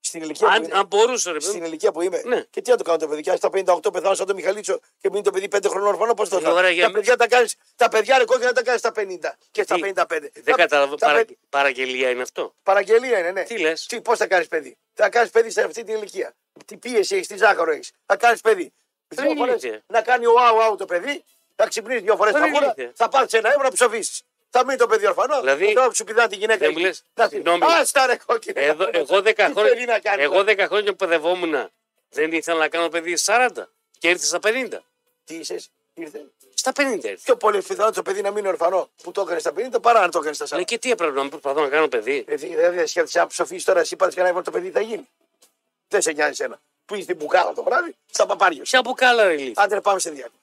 Στην ηλικία που Αν, είμαι. αν μπορούσε, ρε Στην παιδί. ηλικία που είμαι. Ναι. Και τι να το κάνω το παιδί. και Αν στα 58 πεθάνω σαν το Μιχαλίτσο και μείνει το παιδί 5 χρονών ορφανό, πώς το Ε, ωραία, κάνω. για Τα μέ- παιδιά τα κάνεις. Τα παιδιά ρε κόκκινα τα κάνεις στα 50 και στα Τι- 55. Δεν Τα- καταλαβαίνω. τα Παρα... παι- Παραγγελία είναι αυτό. Παραγγελία είναι, ναι. Τι λες. Τι, πώς θα κάνεις παιδί. Θα κάνεις παιδί σε αυτή την ηλικία. Τι πίεση έχεις, τι ζάχαρο έχεις. Θα κάνεις παιδί. Δεν Δύο φορές γίνεται. να κάνει ουάου άου το παιδί, θα ξυπνήσεις δύο φορές Δεν τα χώρα, γίνεται. θα πάρεις ένα ευρώ να ψοφήσει. Θα μείνει το παιδί ορφανό, Δηλαδή, τώρα σου πηδά τη γυναίκα. δεν μου εκεί. λες, Θα- συγγνώμη. Άστα ρε κόκκινα. Εδώ, εγώ 10 Ε, Τι θέλει χρόνια, να κάνει, εγώ τώρα. 10 χρόνια που παιδευόμουν δεν ήθελα να κάνω παιδί 40 και ήρθε στα 50. Τι είσαι, ήρθε. Στα 50 ήρθε. Πιο πολύ πιθανό το παιδί να μείνει ορφανό που το έκανε στα 50 παρά να το έκανε στα 40. Λέει και τι έπρεπε να μην προσπαθώ να κάνω παιδί. Ε, δη- Δεν δε, σκέφτεσαι, αν ψοφήσει τώρα, εσύ πάρεις κανένα ευρώ το παιδί, τι θα γίνει. Δεν σε νοιάζει ένα. Που είσαι την μπουκάλα το βράδυ, στα παπάρια. σου. Ποια μπουκάλα ρε λύθη. Άντε, πάμε σε διάλειμμα.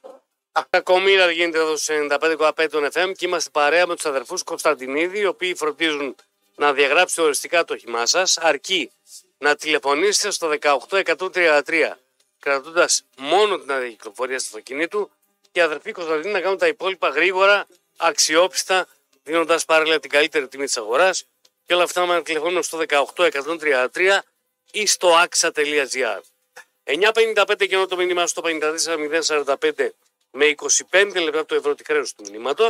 Κακομήρα γίνεται εδώ στου 95,5 των FM και είμαστε παρέα με τους αδερφούς Κωνσταντινίδη, οι οποίοι φροντίζουν να διαγράψετε οριστικά το όχημά σας, αρκεί να τηλεφωνήσετε στο 18133, κρατώντας μόνο την άδεια κυκλοφορία του αυτοκινήτου και οι αδερφοί Κωνσταντινίδη να κάνουν τα υπόλοιπα γρήγορα, αξιόπιστα, δίνοντας παράλληλα την καλύτερη τιμή της αγοράς. Και όλα αυτά με ένα τηλεφώνημα στο 18133 ή στο axa.gr. 9.55 και ενώ το μήνυμα στο 54.045 με 25 λεπτά το ευρώ τη χρέωση του μηνύματος.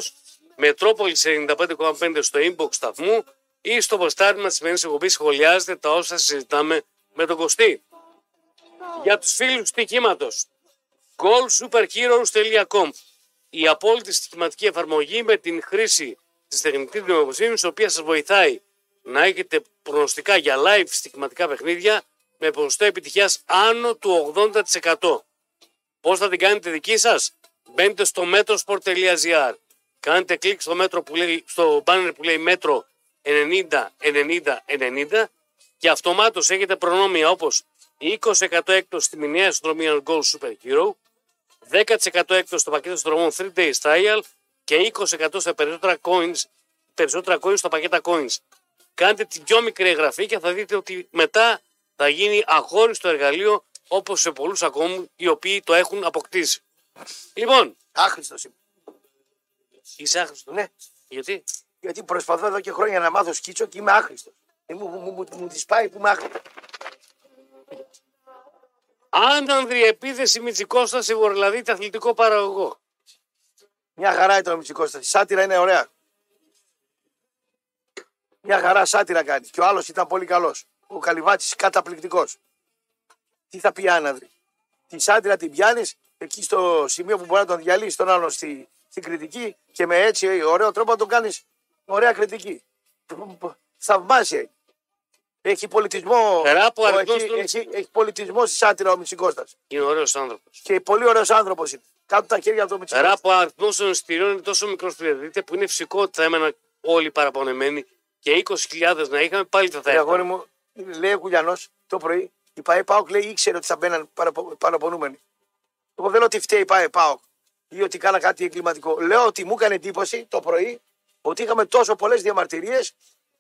Μετρόπολη 95,5 στο inbox σταθμού ή στο ποστάρι μας τη σημερινής εκπομπής σχολιάζετε τα όσα συζητάμε με τον Κωστή. Για τους φίλους του στοιχήματος, goalsuperheroes.com η απόλυτη στοιχηματική εφαρμογή με την χρήση της τεχνητής νοημοσύνης, η οποία σας βοηθάει να έχετε προνοστικά για live στοιχηματικά παιχνίδια με ποσοστό επιτυχίας άνω του 80%. Πώς θα την κάνετε δική σας, μπαίνετε στο metrosport.gr. Κάνετε κλικ στο, μέτρο που λέει, στο banner που λέει μέτρο 90 90 90 και αυτομάτως έχετε προνόμια όπως 20% έκπτωση στη μηνιαία συνδρομή Gold Super Hero, 10% έκπτωση στο πακέτο συνδρομών 3 Days Trial και 20% στα περισσότερα coins, περισσότερα coins στα πακέτα coins. Κάντε την πιο μικρή εγγραφή και θα δείτε ότι μετά θα γίνει αχώριστο εργαλείο όπως σε πολλούς ακόμη οι οποίοι το έχουν αποκτήσει. Λοιπόν, Άχρηστος είμαι. είσαι άχρηστος. Ναι, Γιατί? γιατί προσπαθώ εδώ και χρόνια να μάθω σκίτσο και είμαι άχρηστος. Ε, μου μου, μου, μου τη πάει που είμαι άχρηστος. Αν ανδριεπίθεση Μητσικώστα σε Βορειολαδίτη αθλητικό παραγωγό. Μια χαρά ήταν ο Μητσικώστα. Σάτυρα είναι ωραία. Μια χαρά σάτυρα κάνει. Και ο άλλος ήταν πολύ καλός. Ο Καλυβάτης καταπληκτικός. Τι θα πει άναδρη. Τη σάτυρα την πιάνεις εκεί στο σημείο που μπορεί να τον διαλύσει τον άλλον στη, στην κριτική και με έτσι ε, ωραίο τρόπο να τον κάνεις ωραία κριτική. Θαυμάσια. Έχει πολιτισμό. Ράπο, ο- αριθμός έχει, των- έχει, έχει πολιτισμό στη σάτυρα ο Μητσικώστας. Είναι ωραίος άνθρωπος. Και πολύ ωραίος άνθρωπος είναι. Κάτω τα χέρια του ο Μητσικώστας. Ράπο, ο αριθμό των εισιτηρίων είναι τόσο μικρός που διαδίδεται που είναι φυσικό ότι θα έμεναν όλοι παραπονεμένοι και 20.000 να είχαμε πάλι θα θα Ρε έπαιρναν. αγόρι μου, λέει ο Κουλιανός το πρωί, η ΠαΕ ΠΑΟΚ λέει ήξερε ότι θα μπαίναν παραπο- παραπονούμενοι. Εγώ δεν λέω ότι φταίει η ΠαΕ ΠΑΟΚ ή ότι κάνα κάτι εγκληματικό. Λέω ότι μου έκανε εντύπωση το πρωί ότι είχαμε τόσο πολλές διαμαρτυρίες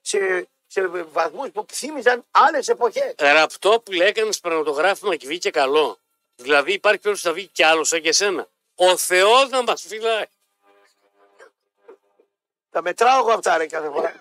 σε, σε βαθμούς που θύμιζαν άλλες εποχές. Ραπτόπουλε έκανες πραγματογράφημα και βγήκε καλό. Δηλαδή υπάρχει περίπτωση να βγει κι άλλος σαν και εσένα. Ο Θεός να μας φυλάει. Τα μετράω εγώ αυτά ρε κάθε φορά.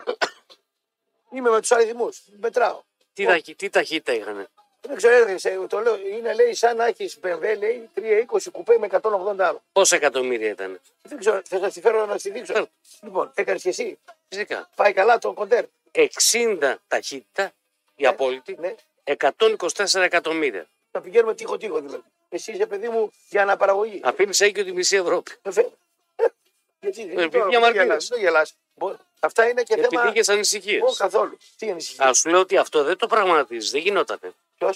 Είμαι με τους αριθμούς. Μετράω. Τι, ταχύ- τι ταχύτητα είχαν. Δεν ξέρω, ρε, σε- το λέω. Είναι λέει σαν να έχεις BMW, λέει 320 κουπέ με 180 άλλο. Πόσα εκατομμύρια ήταν. Δεν ξέρω, θα σας τη φέρω να στη δείξω. Λοιπόν, έκανες και εσύ. Φυσικά. Πάει καλά το κοντέρ. 60 ταχύτητα η απόλυτη. Ναι. 124 εκατομμύρια. Να πηγαίνουμε τείχο τείχο δηλαδή. Εσύ είσαι παιδί μου για αναπαραγωγή. Αφήνεις έγκυο τη μισή Ευρώπη. Ε, φε- Ε, Γιατί δεν επειδή διαμαρτύρεσαι. Δεν γελάς. Μπο- Αυτά είναι και Επειδή θέμα. είχε ανησυχίε. Εγώ καθόλου. Τι ανησυχεί. Ας σου λέω ότι αυτό δεν το πραγματίζεις. Δεν γινότανε. Ποιος.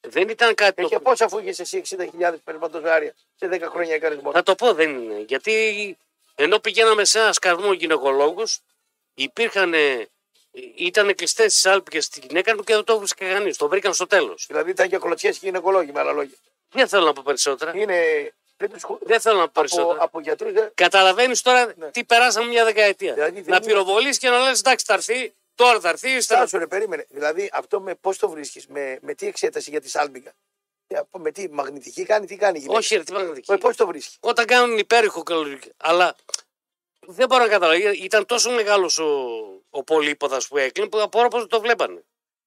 Δεν ήταν κάτι. Και Το... πώς αφού είχες εσύ 60.000 περισματοζάρια σε 10 χρόνια έκανε μόνο. Θα το πω δεν είναι. Γιατί ενώ πηγαίναμε σε ένα σκαρμό γυναικολόγους, υπήρχαν. Ήταν κλειστές τις άλπικε στη γυναίκα μου και δεν το βρίσκα κανείς. Το βρήκαν στο τέλος. Δηλαδή ήταν και κλωτσιές και γυναικολόγοι με άλλα λόγια. Δεν θέλω να πω περισσότερα. Είναι. Δεν τους χου... Δεν θέλω να πω Ε, από, περισσότερα. από γιατρούς. Δεν... Καταλαβαίνεις τώρα Ναι. τι περάσαμε μια δεκαετία. Δηλαδή, δεν να είναι- πυροβολείς και να λες: Εντάξει, θα έρθει, τώρα θα έρθει, ύστερα. Στάσου ρε, περίμενε. Δηλαδή αυτό με πώς το βρίσκεις, με, με τι εξέταση για τη σάλμπικα. Ε, από- Με τι μαγνητική κάνει, τι κάνει. η γυναίκα. Όχι, ρε, τι πραγματική. Ε, Πώς το βρίσκεις. Όταν κάνουν υπέρηχο καλοκαιρι. Αλλά δεν μπορώ να καταλάβω. Ε, Ήταν τόσο μεγάλος ο, ο πολύποδας που έκλεινε που απορώ πώς το βλέπανε.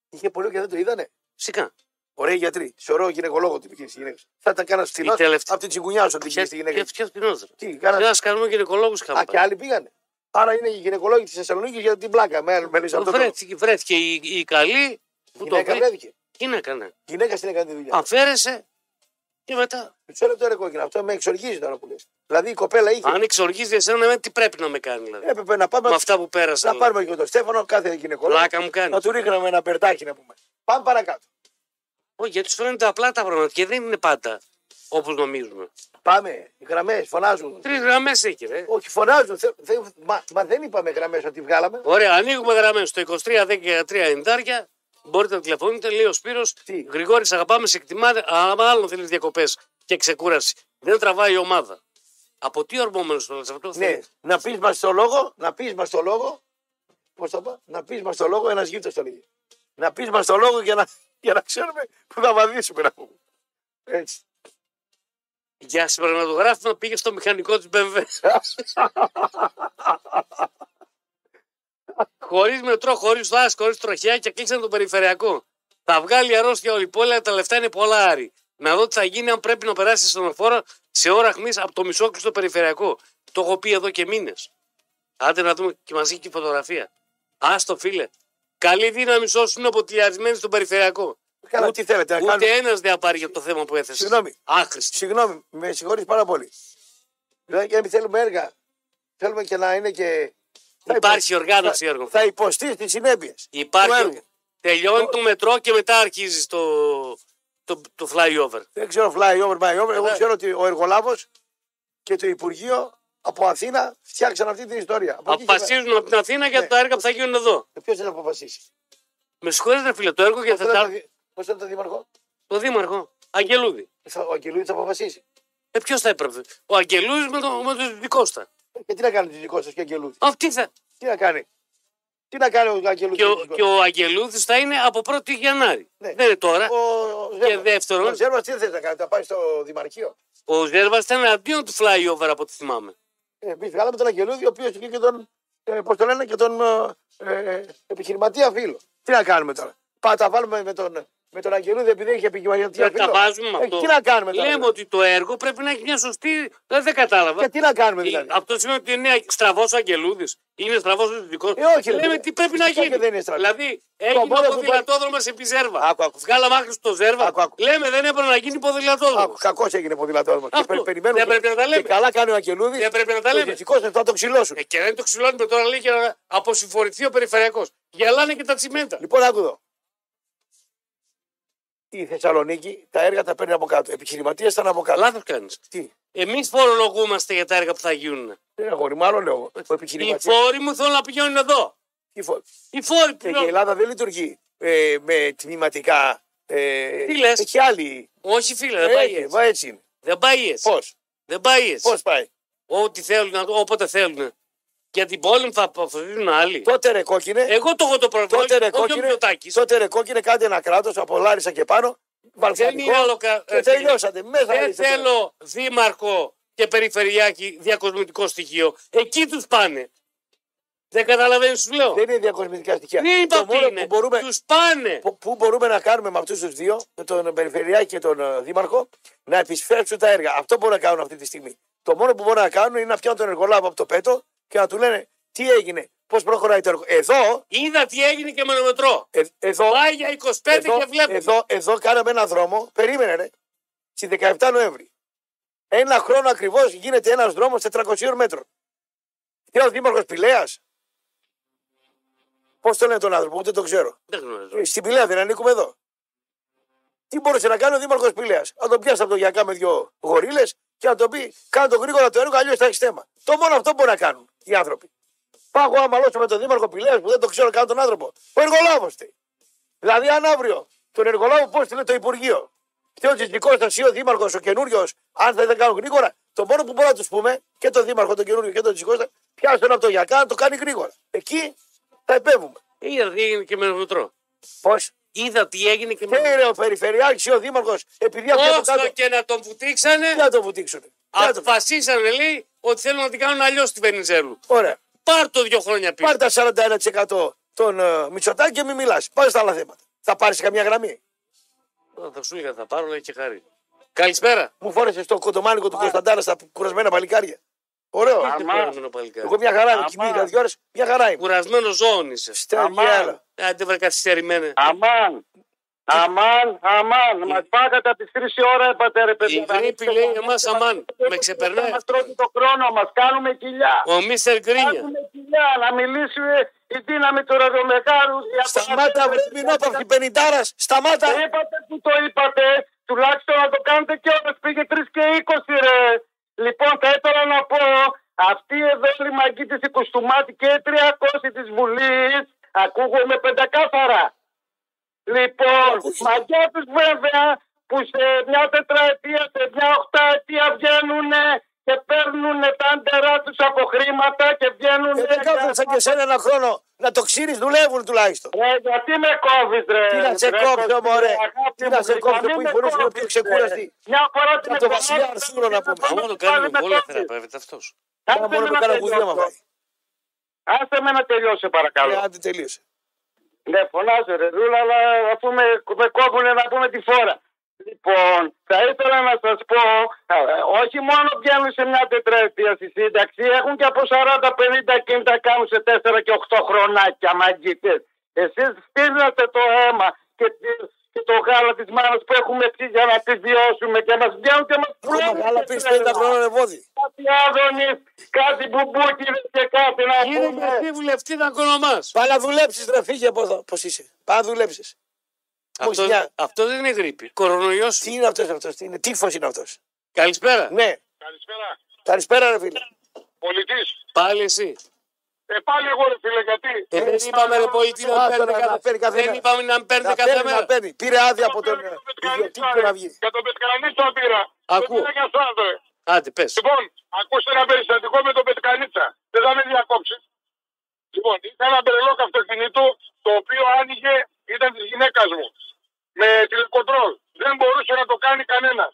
Είχε πολύ και δεν το είδανε. Φυσικά. Ωραίοι γιατροί. Σε ωραίο γυναικολόγο την πήγε στη γυναίκα. σου. Θα ήταν κανένα φθηνός. τελευταία- Από την τσιγκουνιά σου την πήγε στη γυναίκα. Και σου. ποιο ποινόδρο. Τι, κάνα... Ένα καλό γυναικολόγο Α, και είχαμε. άλλοι πήγανε. Άρα είναι οι γυναικολόγοι της Θεσσαλονίκης για την πλάκα. Με με λες αυτό. το- Βρέθηκε, βρέθηκε η, η καλή Η που το Γυναίκα βρήκε. βρέθηκε. Τι να έκανε. Η Γυναίκα στην έκανε τη δουλειά. Αφαίρεσε και μετά. Μισό λεπτό ρε κόκκινα. Αυτό με εξοργίζει τώρα που λες. Δηλαδή η κοπέλα είχε. Αν εξοργίζει εσένα, με τι πρέπει να με κάνει. Δηλαδή. Έπρεπε να πάμε. Με αυτά που πέρασα. Ε, Να πάρουμε και τον Στέφανο, κάθε γυναικολόγο. Πλάκα μου κάνεις. Να του ρίχναμε ένα περτάκι να πούμε. Πάμε παρακάτω. Όχι, γιατί σου φαίνονται απλά τα πράγματα και δεν είναι πάντα όπως νομίζουμε. Πάμε. Γραμμές, φωνάζουν. Τρεις γραμμές έχει, ρε. Όχι, φωνάζουν. Θε- θε- Μα, μα δεν είπαμε γραμμές ότι βγάλαμε. Ωραία, ανοίγουμε γραμμές στο 23-13-90. Μπορείτε να τηλεφωνείτε, λέει ο Σπύρος. Τι? Γρηγόρης, αγαπάμε, σε εκτιμάτε. Άμα άλλο θέλεις διακοπές και ξεκούραση. Δεν τραβάει η ομάδα. Από τι ορμόμενος το λες αυτό, Ναι, θέλει. να πεις μας το λόγο, να πεις μας το λόγο. Πώς το είπα, να πεις μας το λόγο, ένας γύτο το λέγει. Να πεις μας το λόγο για να, για να ξέρουμε που θα βαδίσουμε να πούμε. Έτσι. Για συμπερανατογράφημα πήγε στο μηχανικό της BMW. χωρίς μετρό, χωρίς δάση, χωρίς τροχιά και κλείσαν τον περιφερειακό. Θα βγάλει αρρώστια όλη η πόλη, αλλά τα λεφτά είναι πολλά άρη. Να δω τι θα γίνει αν πρέπει να περάσει στον φόρο σε ώρα χμής από το μισόκλειστο περιφερειακό. Το έχω πει εδώ και μήνες. Άντε να δούμε και μαζί και η φωτογραφία. Άστο φίλε. Καλή δύναμη σε όσους είναι αποτυλιαρισμένοι στον περιφερειακό. Καλά, Ούτε- τι θέλετε να κάνουμε. Ούτε ένας δεν απάρει για το θέμα που έθεσε. Συγγνώμη. Άχρηστο. Συγγνώμη, με συγχωρείς πάρα πολύ. Δηλαδή, γιατί θέλουμε έργα. Θέλουμε και να είναι και. θα Υπάρχει υπο- οργάνωση θα- έργων. Θα υποστεί τι συνέπειε. Υπάρχει. έργου. Τελειώνει το μετρό και μετά αρχίζει το, το, το flyover. Δεν ξέρω fly over by over. Εγώ Καλά. ξέρω ότι ο εργολάβος και το Υπουργείο από Αθήνα φτιάξαν αυτή την ιστορία. Από εκεί και πέρα. Αποφασίζουν από την Αθήνα για Ναι. τα έργα που θα γίνουν εδώ. Ποιο Ε, θα αποφασίσει. Με συγχωρείτε, φίλε, το έργο για Πώ θα Θεσσαλονίκη. είναι το δήμαρχο. Ε, Το Δήμαρχο, Αγγελούδη. Θα- Ο Αγγελούδη θα αποφασίσει. Ε, ποιος θα έπρεπε. Ο Αγγελούδης με τον με τον Δικώστα. Και Ε, τι να κάνει ο δικός σας και ο Αγγελούδης. Αυτή θα. Τι να κάνει. Τι να κάνει ο Αγγελούδης. Και ο, και ο Αγγελούδης θα είναι από 1η Γενάρη. Ναι. Δεν είναι τώρα. Ζέρβας. δεύτερον- Ο Ζέρβας τι θε να κάνει, θα πάει στο Δημαρχείο. Ο Ζέρβας ήταν αντίον του flyover από ό,τι θυμάμαι. Εμεί Ε, βγάλαμε τον Αγγελούδη, ο οποίος είχε και τον. Ε, Πώς το λένε, ε, και τον ε, ε, επιχειρηματία φίλο. Τι να κάνουμε τώρα. Πάμε τα βάλουμε με τον, με με τον Αγγελούδη επειδή είχε επικοινωνιακή Δεν τα βάζουμε με Ε, αυτό. τι να κάνουμε τώρα. Λέμε ότι το έργο πρέπει να έχει μια σωστή. Δεν, δεν κατάλαβα. Και τι να κάνουμε Ε, δηλαδή. Αυτό σημαίνει ότι είναι στραβός ο Αγγελούδης. Είναι στραβός ο Δυτικός. Ε, όχι, ρε, Λέμε παιδιά. τι πρέπει να Φυσικά γίνει. και δεν είναι στραβή. Δηλαδή έγινε μόνο ο που ποδηλατόδρομο επί Ζέρβα. Άκου, άκου. Βγάλαμε άκρη στο Ζέρβα. Άκου, άκου. Λέμε δεν έπρεπε να γίνει ποδηλατόδρομος. Κακός έγινε ποδηλατόδρομος. Και Αυτό. περι- περιμένουμε. Δεν πρέπει να τα λέμε. Και καλά κάνει ο Αγγελούδης. Δεν πρέπει να τα λέμε. Δυστυχώ θα το ξυλώσουν. Ε, και δεν το ξυλώνουμε τώρα λέει για να αποσυμφορηθεί ο περιφερειακός. Γελάνε και τα τσιμέντα. Λοιπόν, άκου εδώ. Η Θεσσαλονίκη τα έργα τα παίρνει από κάτω. Επιχειρηματίες ήταν από κάτω. Λάθος κάνεις. Τι. Εμείς φορολογούμαστε για τα έργα που θα γίνουν. Ε, αγόρι, μάλλον λέω. Λοιπόν, Οι Ο επιχειρηματία. φόροι μου θέλουν να πηγαίνουν εδώ. Τι φο- Ε, Οι φόροι Και που η Ελλάδα δεν λειτουργεί ε, με τμήματικά. Ε, Τι λες? Έχει άλλη. Ε, Όχι φίλε, δεν πάει Έχει, έτσι. μα έτσι είναι. Δεν πάει έτσι. Πώς. Δεν πάει έτσι. Πώς πάει. Ό,τι θέλουν, όποτε θέλουν. Για την πόλη μου θα αποφασίζουν άλλοι. Τότε ρε κόκκινε. Εγώ το έχω το πρόβλημα. τότε ρε Ε, όχι ο κόκκινε. Μητσοτάκης. Τότε ρε κόκκινε κάντε ένα κράτος από Λάρισα και πάνω. Δεν Βαλκανικό. είναι άλλο κα- ε, Και τελειώσατε. Μέσα Δεν είστε τώρα. θέλω δήμαρχο και περιφερειάκι διακοσμητικό στοιχείο. Εκεί τους πάνε. Δεν καταλαβαίνεις, σου λέω. Δεν είναι διακοσμητικά στοιχεία. Δεν είπα το ότι μόνο είναι. που μπορούμε, Τους πάνε. που, που μπορούμε να κάνουμε με αυτούς τους δύο, με τον Περιφερειάκη και τον ε, Δήμαρχο, να επισφέρξουν τα έργα. Αυτό μπορούν να κάνουν αυτή τη στιγμή. Το μόνο που μπορούν να κάνουν είναι να πιάνουν τον εργολάβο από το πέτο και να του λένε τι έγινε, πώς προχωράει το έργο. Εδώ, Είδα τι έγινε και με το μετρό. ε, εδώ, Πάει για 25 εδώ, και βλέπω. εδώ, εδώ κάναμε ένα δρόμο, περίμενε ρε, στι 17 Νοέμβρη. Ένα χρόνο ακριβώς γίνεται ένας δρόμος 400 μέτρων. Και ο Δήμαρχος Πηλέας. Πώς το λένε τον άνθρωπο, ούτε το ξέρω. Δεν γνωρίζω. Ε, Στην Πηλέα δεν ανήκουμε εδώ. Τι μπορούσε να κάνει ο Δήμαρχος Πηλέας. Να τον πιάσει από το γιακά με δύο γορίλες και να τον πει: Κάνε τον γρήγορα το έργο, αλλιώς θα έχεις θέμα. Το μόνο αυτό μπορεί να κάνουν οι άνθρωποι. Πάω εγώ να μαλώσω με τον Δήμαρχο Πηλέα που δεν το ξέρω καν τον άνθρωπο. Ο εργολάβος τη. Δηλαδή, αν αύριο τον εργολάβο πώς στείλε το Υπουργείο και ο Τζιτικό ήταν ή ο Δήμαρχος ο καινούριος, αν θα δεν κάνουν γρήγορα, το μόνο που μπορούμε να τους πούμε και τον Δήμαρχο τον καινούριο και τον Τζιτικό ήταν πιάσε τον από το γιακά να το κάνει γρήγορα. Εκεί θα επέμβουμε. Είδα τι έγινε και με το μετρό. Πώς Είδα τι έγινε και με το και ρε ο Περιφερειάρχης, ο Δήμαρχος, επειδή αυτοί από μετρό. κάτω. Όσο και να τον βουτήξανε, Τι να το βουτήξουν. αποφασίσανε λέει ότι θέλουν να την κάνουν αλλιώς στη Βενιζέλου. Ωραία. Πάρ το δύο χρόνια πίσω. Πάρε τα 41% των ε, Μητσοτάκη και μην μιλά. Πάρε στα άλλα θέματα. Θα πάρεις καμιά γραμμή. Α, Θα σου είχα, θα πάρω, λέει και χάρη. Καλησπέρα. Μου φόρεσε το κοντομάνικο του Κωνσταντάρα στα κουρασμένα παλικάρια. Ωραίο. Τι περιμένω παλικάρι. Εγώ μια χαρά. Κοιμήθηκα δύο ώρες. Μια χαρά είμαι. Κουρασμένο ζώων είσαι. Στέργια. Άντε βρε καθυστερημένα. Αμάν. Αμάν, αμάν. Μας φάγατε από τις 3 η ώρα, είπατε ρε παιδιά. Η γρήπη λέει εμά αμάν. Με ξεπερνάει. Μας τρώτε το χρόνο μας, κάνουμε κοιλιά. Ο Μίστερ Γκρίνια. Κάνουμε κοιλιά να μιλήσει ε, η δύναμη του ραδομεγάρου. για το- Σταμάτα, βρε μηνόπαυτη πενηντάρα. Σταμάτα. Το είπατε που το είπατε. Τουλάχιστον να το κάνετε και όλες. Πήγε 3 και 20 ρε. Λοιπόν, θα ήθελα να πω, αυτή εδώ η μαγκή της η Κουστούμάτη και η 300 της Βουλής ακούγομαι πεντακάθαρα. Λοιπόν, μαγιά τους βέβαια που σε μια τετραετία, σε μια οχταετία βγαίνουν και παίρνουν τα άντερά τους από χρήματα και βγαίνουν. Ε, Δεν κάθεσαν και σε ένα χρόνο να το ξύρει, δουλεύουν τουλάχιστον. Ρε, γιατί με κόβεις, ρε. Τι να σε ρε, κόψω, Κωστή, μωρέ. αγάπη Τι μου, να σε γλυκά, κόψω μην που με η φωνή σου είναι κόβεις, πιο ξεκούραστη. ρε. Μια φορά την Από το Βασιλιά εβδομάδα Αρσούρο να πούμε. Άμα το κάνουμε όλα θεραπεύεται αυτό. Άρα μόνο με κάνα κουδία μα τελειώσω. πάει. Άσε με να τελειώσω, παρακαλώ. Ε, Άντε τελείωσε. Ναι, φωνάζω ρε Δούλα, αλλά αφού με, με κόβουνε να πούμε τη φόρα. Λοιπόν, θα ήθελα να σας πω, ε, όχι μόνο πιάνουν σε μια τετραετία στη σύνταξη, έχουν και από 40-50 κίνητα κάνουν σε 4 και 8 χρονάκια μαγκίτες. Εσείς στείλατε το αίμα και, τη- και το γάλα της μάνας που έχουμε ψήσει για να τη βιώσουμε και μας πιάνουν και μας Ακόμα καλά πήγε 50 χρόνια ρεβόδι. Κάτι άδωνης, κάτι μπουμπούκι και κάτι να Κύριε πούμε. Γκαρσί, βουλευτή να κονομάς. Πάει να δουλέψεις, ρε φύγε από εδώ. Πώς είσαι. Πάει να δουλέψεις. Αυτός, μια- αυτός δεν είναι γρήπη. Κορονοϊός. Τι είναι αυτός αυτός, τι είναι, τύφο είναι αυτός. Καλησπέρα. Ναι, Καλησπέρα, καλησπέρα, ρε φίλε. πολιτής. Πάλι εσύ. Ε, πάλι εγώ ρε φίλε, γιατί. Ε, δεν ναι, είπαμε ρε πολιτή να Άστο, μην παίρνετε να κάθε- παίρνει κάθε Δεν μέρα. είπαμε να μην παίρνετε Να κάθε παίρνει, να μέρα. παίρνει. Πήρε άδεια από τον ε, Για ιδιοκτήτη του να βγει. Για τον Πετκανή τον πήρα. Ακούω. Τον πήρα για εσάς, ρε. Άντε πες. Λοιπόν, ακούστε ένα περιστατικό με τον Πετκανίτσα. Δεν θα με διακόψει. Λοιπόν, είχα ένα μπερελόκ αυτοκινήτου το οποίο άνοιγε, ήταν της γυναίκας μου. Με τηλεκοντρόλ. Δεν μπορούσε να το κάνει κανένας.